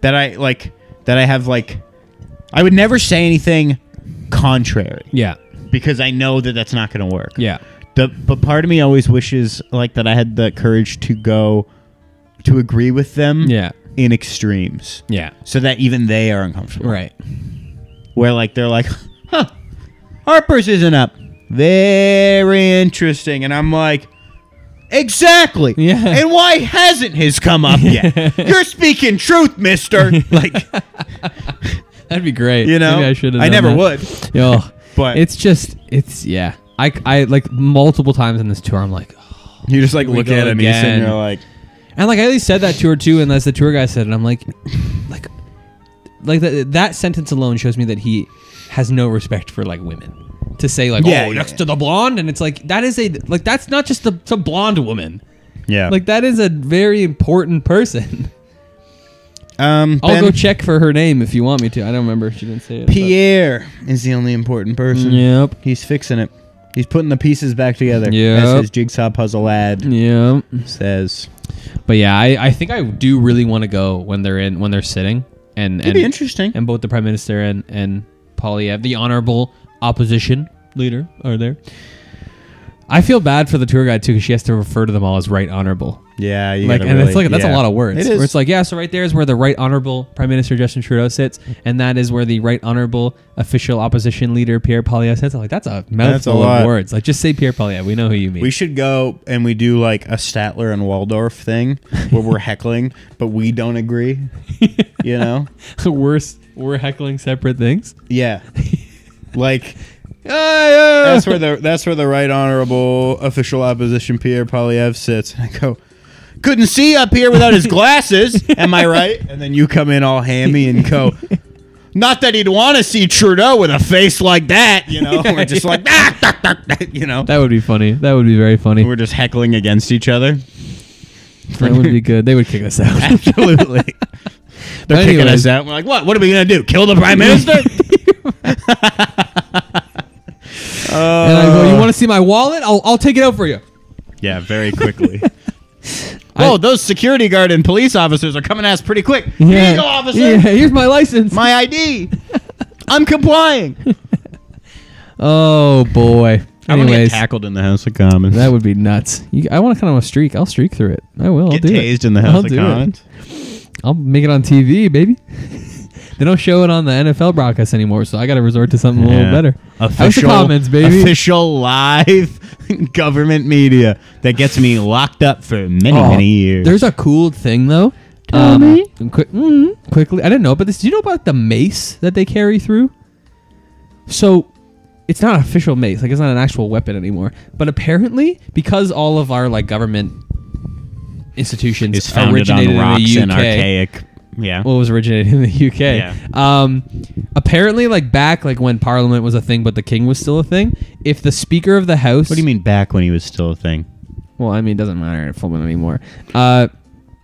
[SPEAKER 3] that I like that I have like I would never say anything contrary
[SPEAKER 2] Yeah,
[SPEAKER 3] because I know that that's not going to work.
[SPEAKER 2] yeah,
[SPEAKER 3] The, but part of me always wishes like that I had the courage to go to agree with them
[SPEAKER 2] yeah,
[SPEAKER 3] in extremes
[SPEAKER 2] yeah.
[SPEAKER 3] so that even they are uncomfortable.
[SPEAKER 2] Right.
[SPEAKER 3] Where like they're like, huh, Harper's isn't up. Very interesting. And I'm like, exactly.
[SPEAKER 2] Yeah.
[SPEAKER 3] And why hasn't his come up yet? You're speaking truth, mister. like,
[SPEAKER 2] That'd be great.
[SPEAKER 3] you know,
[SPEAKER 2] Maybe I should. have
[SPEAKER 3] I
[SPEAKER 2] done
[SPEAKER 3] never
[SPEAKER 2] that.
[SPEAKER 3] would.
[SPEAKER 2] Yo,
[SPEAKER 3] But-
[SPEAKER 2] it's just, it's yeah. I, I like multiple times in this tour, I'm like,
[SPEAKER 3] You just like
[SPEAKER 2] we
[SPEAKER 3] look
[SPEAKER 2] go
[SPEAKER 3] at him he's sitting
[SPEAKER 2] again.
[SPEAKER 3] there like,
[SPEAKER 2] And like I always said that to her too, and as the tour guy said it, I'm like, like, like that that sentence alone shows me that he has no respect for like women. To say like,
[SPEAKER 3] Yeah,
[SPEAKER 2] oh,
[SPEAKER 3] yeah,
[SPEAKER 2] next
[SPEAKER 3] yeah.
[SPEAKER 2] to the blonde, and it's like that is a like that's not just a, some blonde woman.
[SPEAKER 3] yeah.
[SPEAKER 2] Like that is a very important person.
[SPEAKER 3] um,
[SPEAKER 2] I'll
[SPEAKER 3] Ben,
[SPEAKER 2] go check for her name if you want me to. I don't remember. She didn't say it. but-
[SPEAKER 3] Pierre is the only important person.
[SPEAKER 2] Yep.
[SPEAKER 3] He's fixing it. He's putting the pieces back together.
[SPEAKER 2] Yep.
[SPEAKER 3] As his jigsaw puzzle ad
[SPEAKER 2] Yep.
[SPEAKER 3] says.
[SPEAKER 2] But yeah, I, I think I do really want to go when they're in when they're sitting and
[SPEAKER 3] It'd
[SPEAKER 2] and,
[SPEAKER 3] be interesting.
[SPEAKER 2] and both the prime minister and and Polyev, the honorable opposition leader, are there. I feel bad for the tour guide too, because she has to refer to them all as right honorable.
[SPEAKER 3] Yeah, you
[SPEAKER 2] Like,
[SPEAKER 3] gotta
[SPEAKER 2] and it's
[SPEAKER 3] really-
[SPEAKER 2] like that's
[SPEAKER 3] yeah.
[SPEAKER 2] a lot of words.
[SPEAKER 3] It is.
[SPEAKER 2] Where it's like, yeah, so right there is where the right honorable Prime Minister Justin Trudeau sits, and that is where the right honorable official opposition leader Pierre Polyev sits. I'm like, that's a mouthful
[SPEAKER 3] lot.
[SPEAKER 2] of words. Like, just say Pierre Polyev. We know who you mean.
[SPEAKER 3] we should go and we do like a Statler and Waldorf thing where we're heckling, but we don't agree. You know?
[SPEAKER 2] we're s- we're heckling separate things.
[SPEAKER 3] Yeah. Like
[SPEAKER 2] Ah, yeah.
[SPEAKER 3] that's where the that's where the right honorable official opposition Pierre Polyev sits. And I go, couldn't see up here without his glasses. Am I right? And then you come in all hammy and go, not that he'd want to see Trudeau with a face like that. You know, we're just like, "Ah, ah, ah, ah," you know,
[SPEAKER 2] That would be funny. That would be very funny.
[SPEAKER 3] we're just heckling against each other.
[SPEAKER 2] That would be good. They would kick us out.
[SPEAKER 3] Absolutely. They're kicking
[SPEAKER 2] Anyways.
[SPEAKER 3] us out. We're like, what? What are we gonna do? Kill the prime minister?
[SPEAKER 2] And I go, you want to see my wallet? I'll, I'll take it out for you.
[SPEAKER 3] yeah, very quickly.
[SPEAKER 2] I
[SPEAKER 3] oh, those security guard and police officers are coming at us pretty quick. Here
[SPEAKER 2] Yeah.
[SPEAKER 3] you go, officer.
[SPEAKER 2] Yeah, here's my license.
[SPEAKER 3] My ID. I'm complying.
[SPEAKER 2] oh boy.
[SPEAKER 3] I want to get
[SPEAKER 2] Anyways,
[SPEAKER 3] tackled in the House of Commons.
[SPEAKER 2] that would be nuts. You, I want to kind of a streak. I'll streak through it. I will. I'll
[SPEAKER 3] get
[SPEAKER 2] do
[SPEAKER 3] tased
[SPEAKER 2] it.
[SPEAKER 3] in the House
[SPEAKER 2] I'll
[SPEAKER 3] of
[SPEAKER 2] do it.
[SPEAKER 3] Commons.
[SPEAKER 2] I'll make it on TV, baby. they don't show it on the NFL broadcast anymore, so I got to resort to something a little
[SPEAKER 3] Yeah.
[SPEAKER 2] better. House of
[SPEAKER 3] Official
[SPEAKER 2] Commons, baby.
[SPEAKER 3] Official live government media that gets me locked up for many,
[SPEAKER 2] Oh,
[SPEAKER 3] many years.
[SPEAKER 2] There's a cool thing though. Tommy, quick, mm, quickly, I didn't know about this. Do you know about the mace that they carry through? So, it's not an official mace. Like it's not an actual weapon anymore. But apparently, because all of our like government institutions
[SPEAKER 3] it's founded
[SPEAKER 2] originated
[SPEAKER 3] on rocks
[SPEAKER 2] in
[SPEAKER 3] and
[SPEAKER 2] the UK,
[SPEAKER 3] archaic. Yeah.
[SPEAKER 2] what was originated in the UK.
[SPEAKER 3] Yeah.
[SPEAKER 2] Um, apparently, like back like when Parliament was a thing, but the King was still a thing. If the Speaker of the House,
[SPEAKER 3] what do you mean back when he was still a thing?
[SPEAKER 2] Well, I mean, it doesn't matter in Fulham anymore. Uh,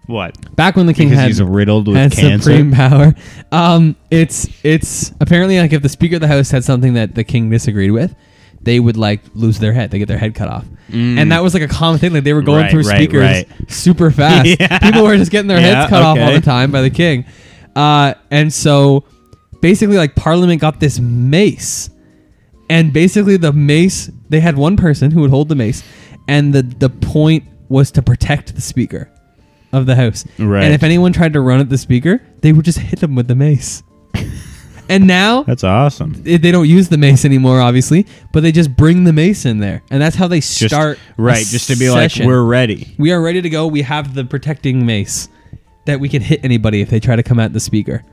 [SPEAKER 3] What?
[SPEAKER 2] back when the King
[SPEAKER 3] Because
[SPEAKER 2] had
[SPEAKER 3] he's riddled with
[SPEAKER 2] had
[SPEAKER 3] cancer?
[SPEAKER 2] supreme power. Um, it's it's apparently like if the Speaker of the House had something that the King disagreed with. They would like lose their head. They get their head cut off, and that was like a common thing. Like they were going
[SPEAKER 3] Mm. Right,
[SPEAKER 2] through
[SPEAKER 3] right,
[SPEAKER 2] speakers
[SPEAKER 3] right.
[SPEAKER 2] super fast.
[SPEAKER 3] Yeah.
[SPEAKER 2] People were just getting their
[SPEAKER 3] Yeah,
[SPEAKER 2] heads cut off all
[SPEAKER 3] okay.
[SPEAKER 2] the time by the king, uh, and so basically, like Parliament got this mace, and basically the mace they had one person who would hold the mace, and the the point was to protect the speaker of the house.
[SPEAKER 3] Right.
[SPEAKER 2] And if anyone tried to run at the speaker, they would just hit them with the mace. and now
[SPEAKER 3] That's awesome.
[SPEAKER 2] it- they don't use the mace anymore, obviously, but they just bring the mace in there, and that's how they
[SPEAKER 3] Just,
[SPEAKER 2] start. a
[SPEAKER 3] right, just to be
[SPEAKER 2] session.
[SPEAKER 3] like we're ready.
[SPEAKER 2] we are ready to go. We have the protecting mace that we can hit anybody if they try to come at the speaker.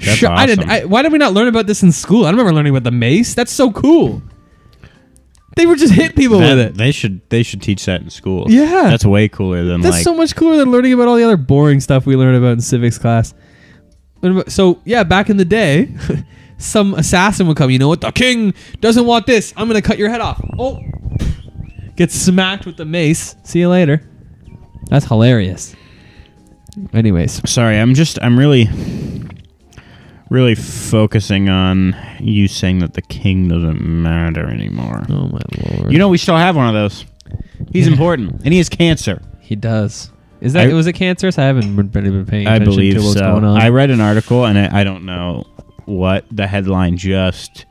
[SPEAKER 3] That's
[SPEAKER 2] Sure, I didn't.
[SPEAKER 3] awesome.
[SPEAKER 2] I, why did we not learn about this in school? I don't remember learning about the mace. That's so cool. They would just hit people
[SPEAKER 3] That-
[SPEAKER 2] with it.
[SPEAKER 3] They should they should teach that in school.
[SPEAKER 2] Yeah.
[SPEAKER 3] That's way cooler than
[SPEAKER 2] That's
[SPEAKER 3] like
[SPEAKER 2] so much cooler than learning about all the other boring stuff we learned about in civics class. What about- So yeah, back in the day, some assassin would come. You know what? The king doesn't want this. I'm gonna cut your head off. Oh, get smacked with the mace. See you later. That's hilarious. Anyways,
[SPEAKER 3] Sorry, I'm just I'm really really focusing on you saying that the king doesn't matter anymore.
[SPEAKER 2] oh my lord,
[SPEAKER 3] You know we still have one of those. He's important and he has cancer.
[SPEAKER 2] he does. Is that
[SPEAKER 3] I-
[SPEAKER 2] was it cancerous? I haven't been- really been paying
[SPEAKER 3] I
[SPEAKER 2] attention
[SPEAKER 3] believe
[SPEAKER 2] to what's
[SPEAKER 3] so.
[SPEAKER 2] going on.
[SPEAKER 3] I read an article and I, I don't know what the headline just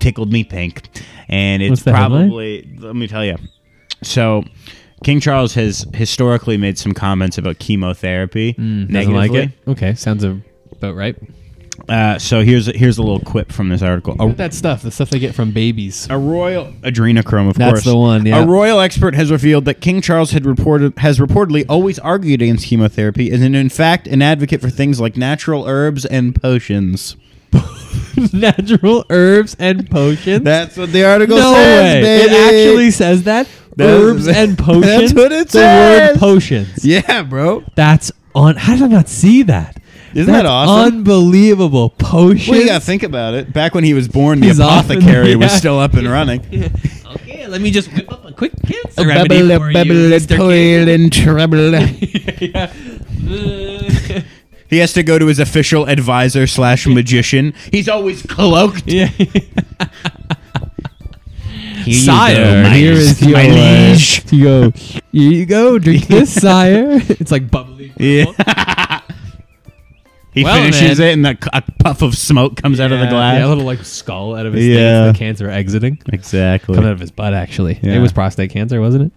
[SPEAKER 3] tickled me pink, and it's
[SPEAKER 2] What's the headline?
[SPEAKER 3] probably let me tell you. So, King Charles has historically made some comments about chemotherapy
[SPEAKER 2] Mm, Doesn't like
[SPEAKER 3] negatively.
[SPEAKER 2] it. Okay, sounds about right.
[SPEAKER 3] Uh, so here's here's a little quip from this article. A-
[SPEAKER 2] That stuff, the stuff they get from babies.
[SPEAKER 3] A royal adrenochrome, of
[SPEAKER 2] That's
[SPEAKER 3] course.
[SPEAKER 2] the one, yeah.
[SPEAKER 3] A royal expert has revealed that King Charles had reported has reportedly always argued against chemotherapy, and in fact an advocate for things like natural herbs and potions.
[SPEAKER 2] natural herbs and potions.
[SPEAKER 3] That's what the article
[SPEAKER 2] no
[SPEAKER 3] says,
[SPEAKER 2] way.
[SPEAKER 3] baby.
[SPEAKER 2] It actually says that.
[SPEAKER 3] That's-
[SPEAKER 2] herbs and potions.
[SPEAKER 3] that's what it
[SPEAKER 2] the
[SPEAKER 3] says.
[SPEAKER 2] word potions.
[SPEAKER 3] yeah, bro.
[SPEAKER 2] That's on. How did I not see that?
[SPEAKER 3] Isn't that
[SPEAKER 2] That's
[SPEAKER 3] awesome?
[SPEAKER 2] Unbelievable potions.
[SPEAKER 3] Well, you gotta think about it. Back when he was born, the
[SPEAKER 2] He's off in the-
[SPEAKER 3] apothecary was
[SPEAKER 2] yeah.
[SPEAKER 3] still up and running.
[SPEAKER 2] okay, let me just whip up a quick cancer
[SPEAKER 3] and trouble. He has to go to his official advisor slash magician. He's always cloaked.
[SPEAKER 2] yeah.
[SPEAKER 3] Here you
[SPEAKER 2] Sire,
[SPEAKER 3] go, my-
[SPEAKER 2] here is your
[SPEAKER 3] my liege.
[SPEAKER 2] You go, here you go. Drink this, sire. It's like bubbly.
[SPEAKER 3] Yeah. he
[SPEAKER 2] Well,
[SPEAKER 3] finishes
[SPEAKER 2] then.
[SPEAKER 3] it, and a, c- a puff of smoke comes out of the
[SPEAKER 2] Yeah,
[SPEAKER 3] glass.
[SPEAKER 2] Yeah, a little like skull out of his
[SPEAKER 3] Yeah.
[SPEAKER 2] yeah. the cancer exiting.
[SPEAKER 3] exactly.
[SPEAKER 2] Coming out of his butt, actually.
[SPEAKER 3] Yeah.
[SPEAKER 2] It was prostate cancer, wasn't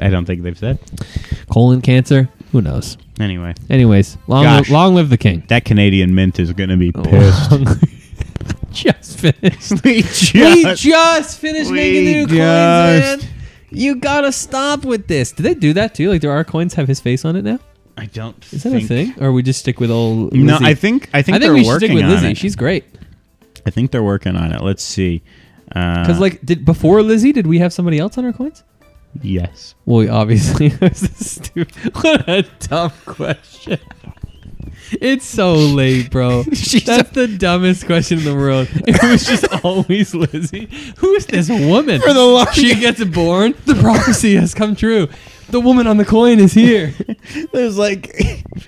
[SPEAKER 3] I don't think they've said.
[SPEAKER 2] it? Colon cancer? Who knows?
[SPEAKER 3] Anyway,
[SPEAKER 2] Anyways, long
[SPEAKER 3] Gosh.
[SPEAKER 2] live, long live the king.
[SPEAKER 3] that Canadian mint is going to
[SPEAKER 2] Oh.
[SPEAKER 3] be pissed.
[SPEAKER 2] just finished.
[SPEAKER 3] we
[SPEAKER 2] we
[SPEAKER 3] just-
[SPEAKER 2] just finished
[SPEAKER 3] We
[SPEAKER 2] making the new coins, man.
[SPEAKER 3] just-
[SPEAKER 2] You gotta stop with this. Did they do that too? Like, do our coins have his face on it now?
[SPEAKER 3] I don't.
[SPEAKER 2] Is that a thing? Or we just stick with old? Lizzie?
[SPEAKER 3] No, I think I think
[SPEAKER 2] I think
[SPEAKER 3] they're
[SPEAKER 2] we should
[SPEAKER 3] working
[SPEAKER 2] stick with
[SPEAKER 3] on
[SPEAKER 2] Lizzie.
[SPEAKER 3] it.
[SPEAKER 2] She's great.
[SPEAKER 3] I think they're working on it. Let's see. Uh,
[SPEAKER 2] Because
[SPEAKER 3] Because
[SPEAKER 2] like, did before Lizzie, did we have somebody else on our coins?
[SPEAKER 3] yes,
[SPEAKER 2] Well, we obviously, this is stupid. What a dumb question. It's so late, bro. That's the dumbest question in the world. It was just always Lizzie. Who is this woman?
[SPEAKER 3] For the longest-
[SPEAKER 2] she gets born. The prophecy has come true. The woman on the coin is here.
[SPEAKER 3] there's like,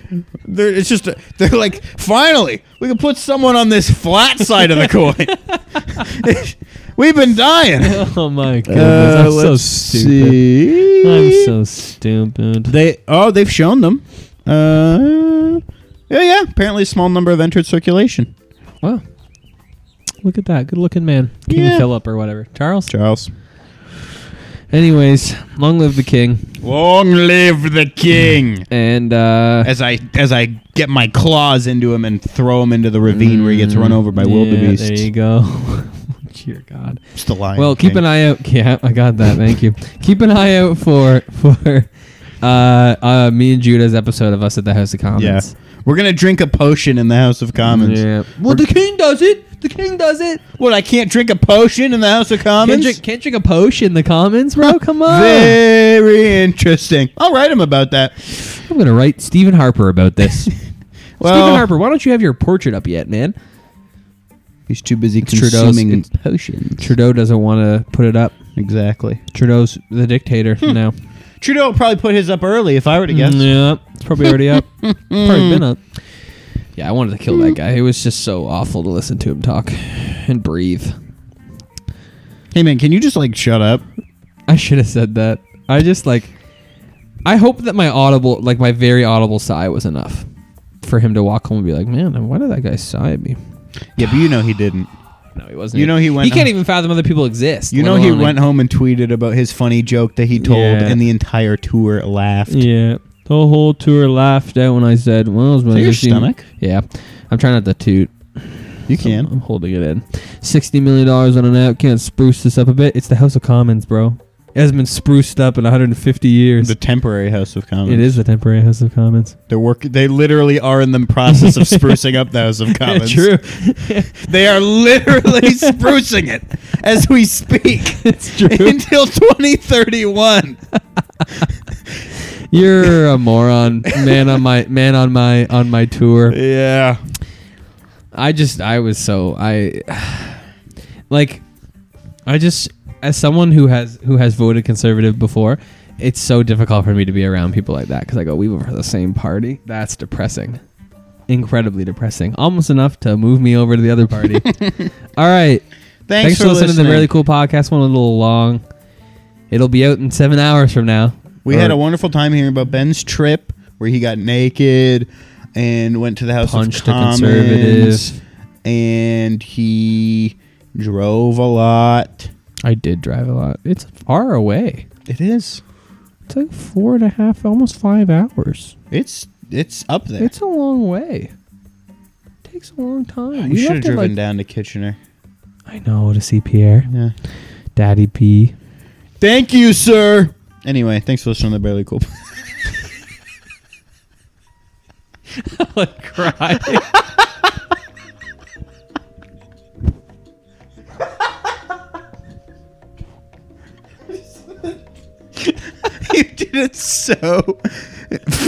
[SPEAKER 3] there. It's just they're like, finally, we can put someone on this flat side of the coin. We've been dying.
[SPEAKER 2] Oh my god,
[SPEAKER 3] Uh,
[SPEAKER 2] I'm so
[SPEAKER 3] let's
[SPEAKER 2] stupid.
[SPEAKER 3] see.
[SPEAKER 2] I'm so stupid.
[SPEAKER 3] They oh they've shown them. Uh, yeah yeah. Apparently, a small number have entered circulation.
[SPEAKER 2] Wow. Look at that. Good looking man. King
[SPEAKER 3] Yeah.
[SPEAKER 2] Philip or whatever. Charles?
[SPEAKER 3] Charles.
[SPEAKER 2] Anyways, long live the king.
[SPEAKER 3] Long live the king.
[SPEAKER 2] And uh
[SPEAKER 3] As I as I get my claws into him and throw him into the ravine where he gets run over by
[SPEAKER 2] Mm, yeah,
[SPEAKER 3] wildebeest.
[SPEAKER 2] There you go. Dear God.
[SPEAKER 3] It's the lion.
[SPEAKER 2] Well, keep
[SPEAKER 3] king.
[SPEAKER 2] an eye out. Yeah, I got that. Thank you. keep an eye out for for uh, uh, me and Judah's episode of us at the House of
[SPEAKER 3] Yeah,
[SPEAKER 2] Commons.
[SPEAKER 3] we're gonna drink a potion in the House of Commons.
[SPEAKER 2] Well, the king does it. The king does it.
[SPEAKER 3] What? I can't drink a potion in the House of
[SPEAKER 2] Can't
[SPEAKER 3] Commons.
[SPEAKER 2] drink, can't drink a potion in the Commons, bro. Come on.
[SPEAKER 3] Very interesting. I'll write him about that.
[SPEAKER 2] I'm gonna write Stephen Harper about this. Stephen
[SPEAKER 3] Well,
[SPEAKER 2] Harper, why don't you have your portrait up yet, man?
[SPEAKER 3] he's too busy
[SPEAKER 2] Trudeau's-
[SPEAKER 3] consuming
[SPEAKER 2] it's-
[SPEAKER 3] potions.
[SPEAKER 2] Trudeau doesn't want to put it up.
[SPEAKER 3] exactly.
[SPEAKER 2] Trudeau's the dictator now.
[SPEAKER 3] Trudeau will probably put his up early if I were to guess.
[SPEAKER 2] Mm, Yeah, it's probably already up. probably been up. Yeah, I wanted to kill that guy. It was just so awful to listen to him talk and breathe.
[SPEAKER 3] Hey man, can you just like shut up?
[SPEAKER 2] I should have said that. I just like. I hope that my audible, like my very audible sigh, was enough for him to walk home and be like, "Man, why did that guy sigh at me?"
[SPEAKER 3] Yeah, but you know he didn't.
[SPEAKER 2] No, he wasn't.
[SPEAKER 3] You know he went
[SPEAKER 2] He can't
[SPEAKER 3] home-
[SPEAKER 2] even fathom other people exist.
[SPEAKER 3] You
[SPEAKER 2] let
[SPEAKER 3] know he
[SPEAKER 2] alone, like-
[SPEAKER 3] went home and tweeted about his funny joke that he told,
[SPEAKER 2] Yeah.
[SPEAKER 3] and the entire tour laughed.
[SPEAKER 2] Yeah. The whole tour laughed out when I said, well, it's my
[SPEAKER 3] that your
[SPEAKER 2] 16
[SPEAKER 3] stomach?
[SPEAKER 2] Yeah. I'm trying not to toot.
[SPEAKER 3] You
[SPEAKER 2] so
[SPEAKER 3] can.
[SPEAKER 2] I'm holding it in. $60 million on an app. Can't spruce this up a bit. It's the House of Commons, bro. It hasn't been spruced up in 150 years.
[SPEAKER 3] The temporary House of Commons.
[SPEAKER 2] it is the temporary House of Commons.
[SPEAKER 3] They're work. They literally are in the process of sprucing up the House of Commons.
[SPEAKER 2] True.
[SPEAKER 3] They are literally sprucing it as we speak
[SPEAKER 2] it's true.
[SPEAKER 3] until 2031.
[SPEAKER 2] You're a moron, man on my man on my on my tour.
[SPEAKER 3] Yeah.
[SPEAKER 2] I just I was so I like I just as someone who has who has voted conservative before, it's so difficult for me to be around people like that cuz I go we were for the same party. That's depressing. Incredibly depressing. Almost enough to move me over to the other party. All right.
[SPEAKER 3] Thanks,
[SPEAKER 2] for, listening, to the really cool podcast. One a little long. It'll be out in 7 hours from now.
[SPEAKER 3] we
[SPEAKER 2] Or
[SPEAKER 3] had a wonderful time hearing about Ben's trip where he got naked and went to the House
[SPEAKER 2] Punched
[SPEAKER 3] of
[SPEAKER 2] a
[SPEAKER 3] Commons
[SPEAKER 2] conservative.
[SPEAKER 3] and he drove a lot.
[SPEAKER 2] I did drive a lot. It's far away.
[SPEAKER 3] It is.
[SPEAKER 2] It's like four and a half, almost five hours.
[SPEAKER 3] It's it's up there.
[SPEAKER 2] It's a long way. takes a long time.
[SPEAKER 3] we should have
[SPEAKER 2] left at,
[SPEAKER 3] driven
[SPEAKER 2] like-
[SPEAKER 3] down to Kitchener.
[SPEAKER 2] I know to see Pierre,
[SPEAKER 3] Yeah.
[SPEAKER 2] Daddy P.
[SPEAKER 3] Thank you, sir. Anyway, thanks for listening to the Barely Cool.
[SPEAKER 2] like cry.
[SPEAKER 3] you did it so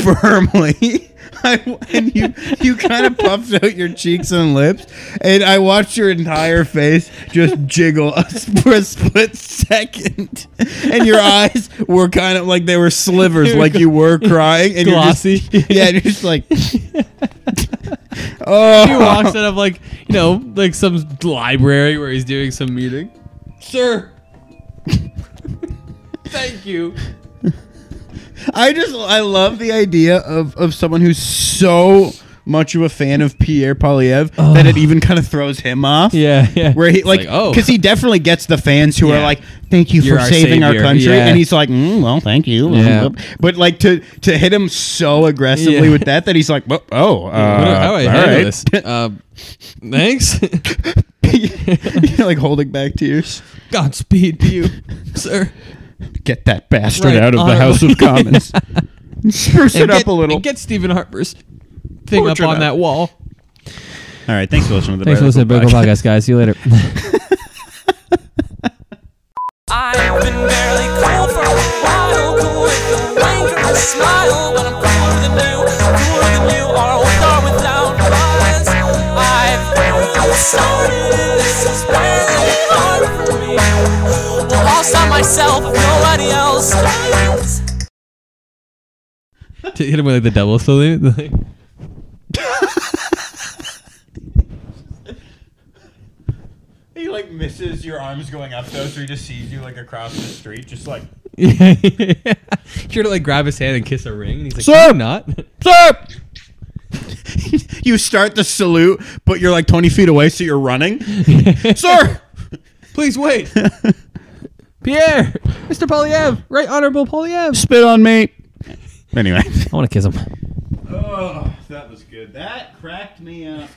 [SPEAKER 3] firmly. I, and you you kind of puffed out your cheeks and lips, and I watched your entire face just jiggle us for a split second. And your eyes were kind of like they were slivers, like you were crying. And
[SPEAKER 2] Glossy.
[SPEAKER 3] You're just, yeah, and you're just like, oh.
[SPEAKER 2] he walks out of like you know like some library where he's doing some meeting. Sir, thank you.
[SPEAKER 3] I just I love the idea of of someone who's so much of a fan of Pierre Polyev that it even kind of throws him off.
[SPEAKER 2] Yeah, yeah.
[SPEAKER 3] Where he like,
[SPEAKER 2] like, oh.
[SPEAKER 3] because he definitely gets the fans who are
[SPEAKER 2] Yeah.
[SPEAKER 3] like, "Thank you
[SPEAKER 2] You're
[SPEAKER 3] for
[SPEAKER 2] our
[SPEAKER 3] saving our
[SPEAKER 2] savior."
[SPEAKER 3] country,"
[SPEAKER 2] Yeah.
[SPEAKER 3] and he's like, mm, "Well, thank you."
[SPEAKER 2] Yeah.
[SPEAKER 3] But like to to hit him so aggressively
[SPEAKER 2] Yeah.
[SPEAKER 3] with that that he's like, "Well, "Oh, uh,
[SPEAKER 2] How do I
[SPEAKER 3] all
[SPEAKER 2] handle
[SPEAKER 3] right."
[SPEAKER 2] this? Uh, thanks.
[SPEAKER 3] You're like holding back tears.
[SPEAKER 2] Godspeed to you, sir.
[SPEAKER 3] Get that bastard
[SPEAKER 2] Right,
[SPEAKER 3] out of the House
[SPEAKER 2] honorably.
[SPEAKER 3] of Commons. Spruce it
[SPEAKER 2] And
[SPEAKER 3] up
[SPEAKER 2] get-
[SPEAKER 3] a little.
[SPEAKER 2] And get Stephen Harper's thing
[SPEAKER 3] Portrait
[SPEAKER 2] up on
[SPEAKER 3] up.
[SPEAKER 2] that wall.
[SPEAKER 3] All right, thanks for listening to the
[SPEAKER 2] Thanks for listening to Bickle
[SPEAKER 3] Barely Cool Podcast.
[SPEAKER 2] Podcast, guys. See you later.
[SPEAKER 6] I've been barely cool for a while, cool with the wink and the smile, but I'm cooler than you, cooler than you are with or without violence. I've barely started, this is barely hard for me. Lost on myself, nobody else does.
[SPEAKER 2] To hit him with like the double salute. Like,
[SPEAKER 3] He like misses your arms going up though, so he just sees you like across the street, just like
[SPEAKER 2] Sure to like grab his hand and kiss a ring. And he's like,
[SPEAKER 3] Sir!
[SPEAKER 2] "No, not.
[SPEAKER 3] Sir. you start the salute, but you're like 20 feet away, so you're running. Sir.
[SPEAKER 2] Please wait. Pierre, Mr. Polyev, Right Honorable Polyev.
[SPEAKER 3] Spit on me. Anyway.
[SPEAKER 2] I want to kiss him.
[SPEAKER 3] Oh, that was good. That cracked me up.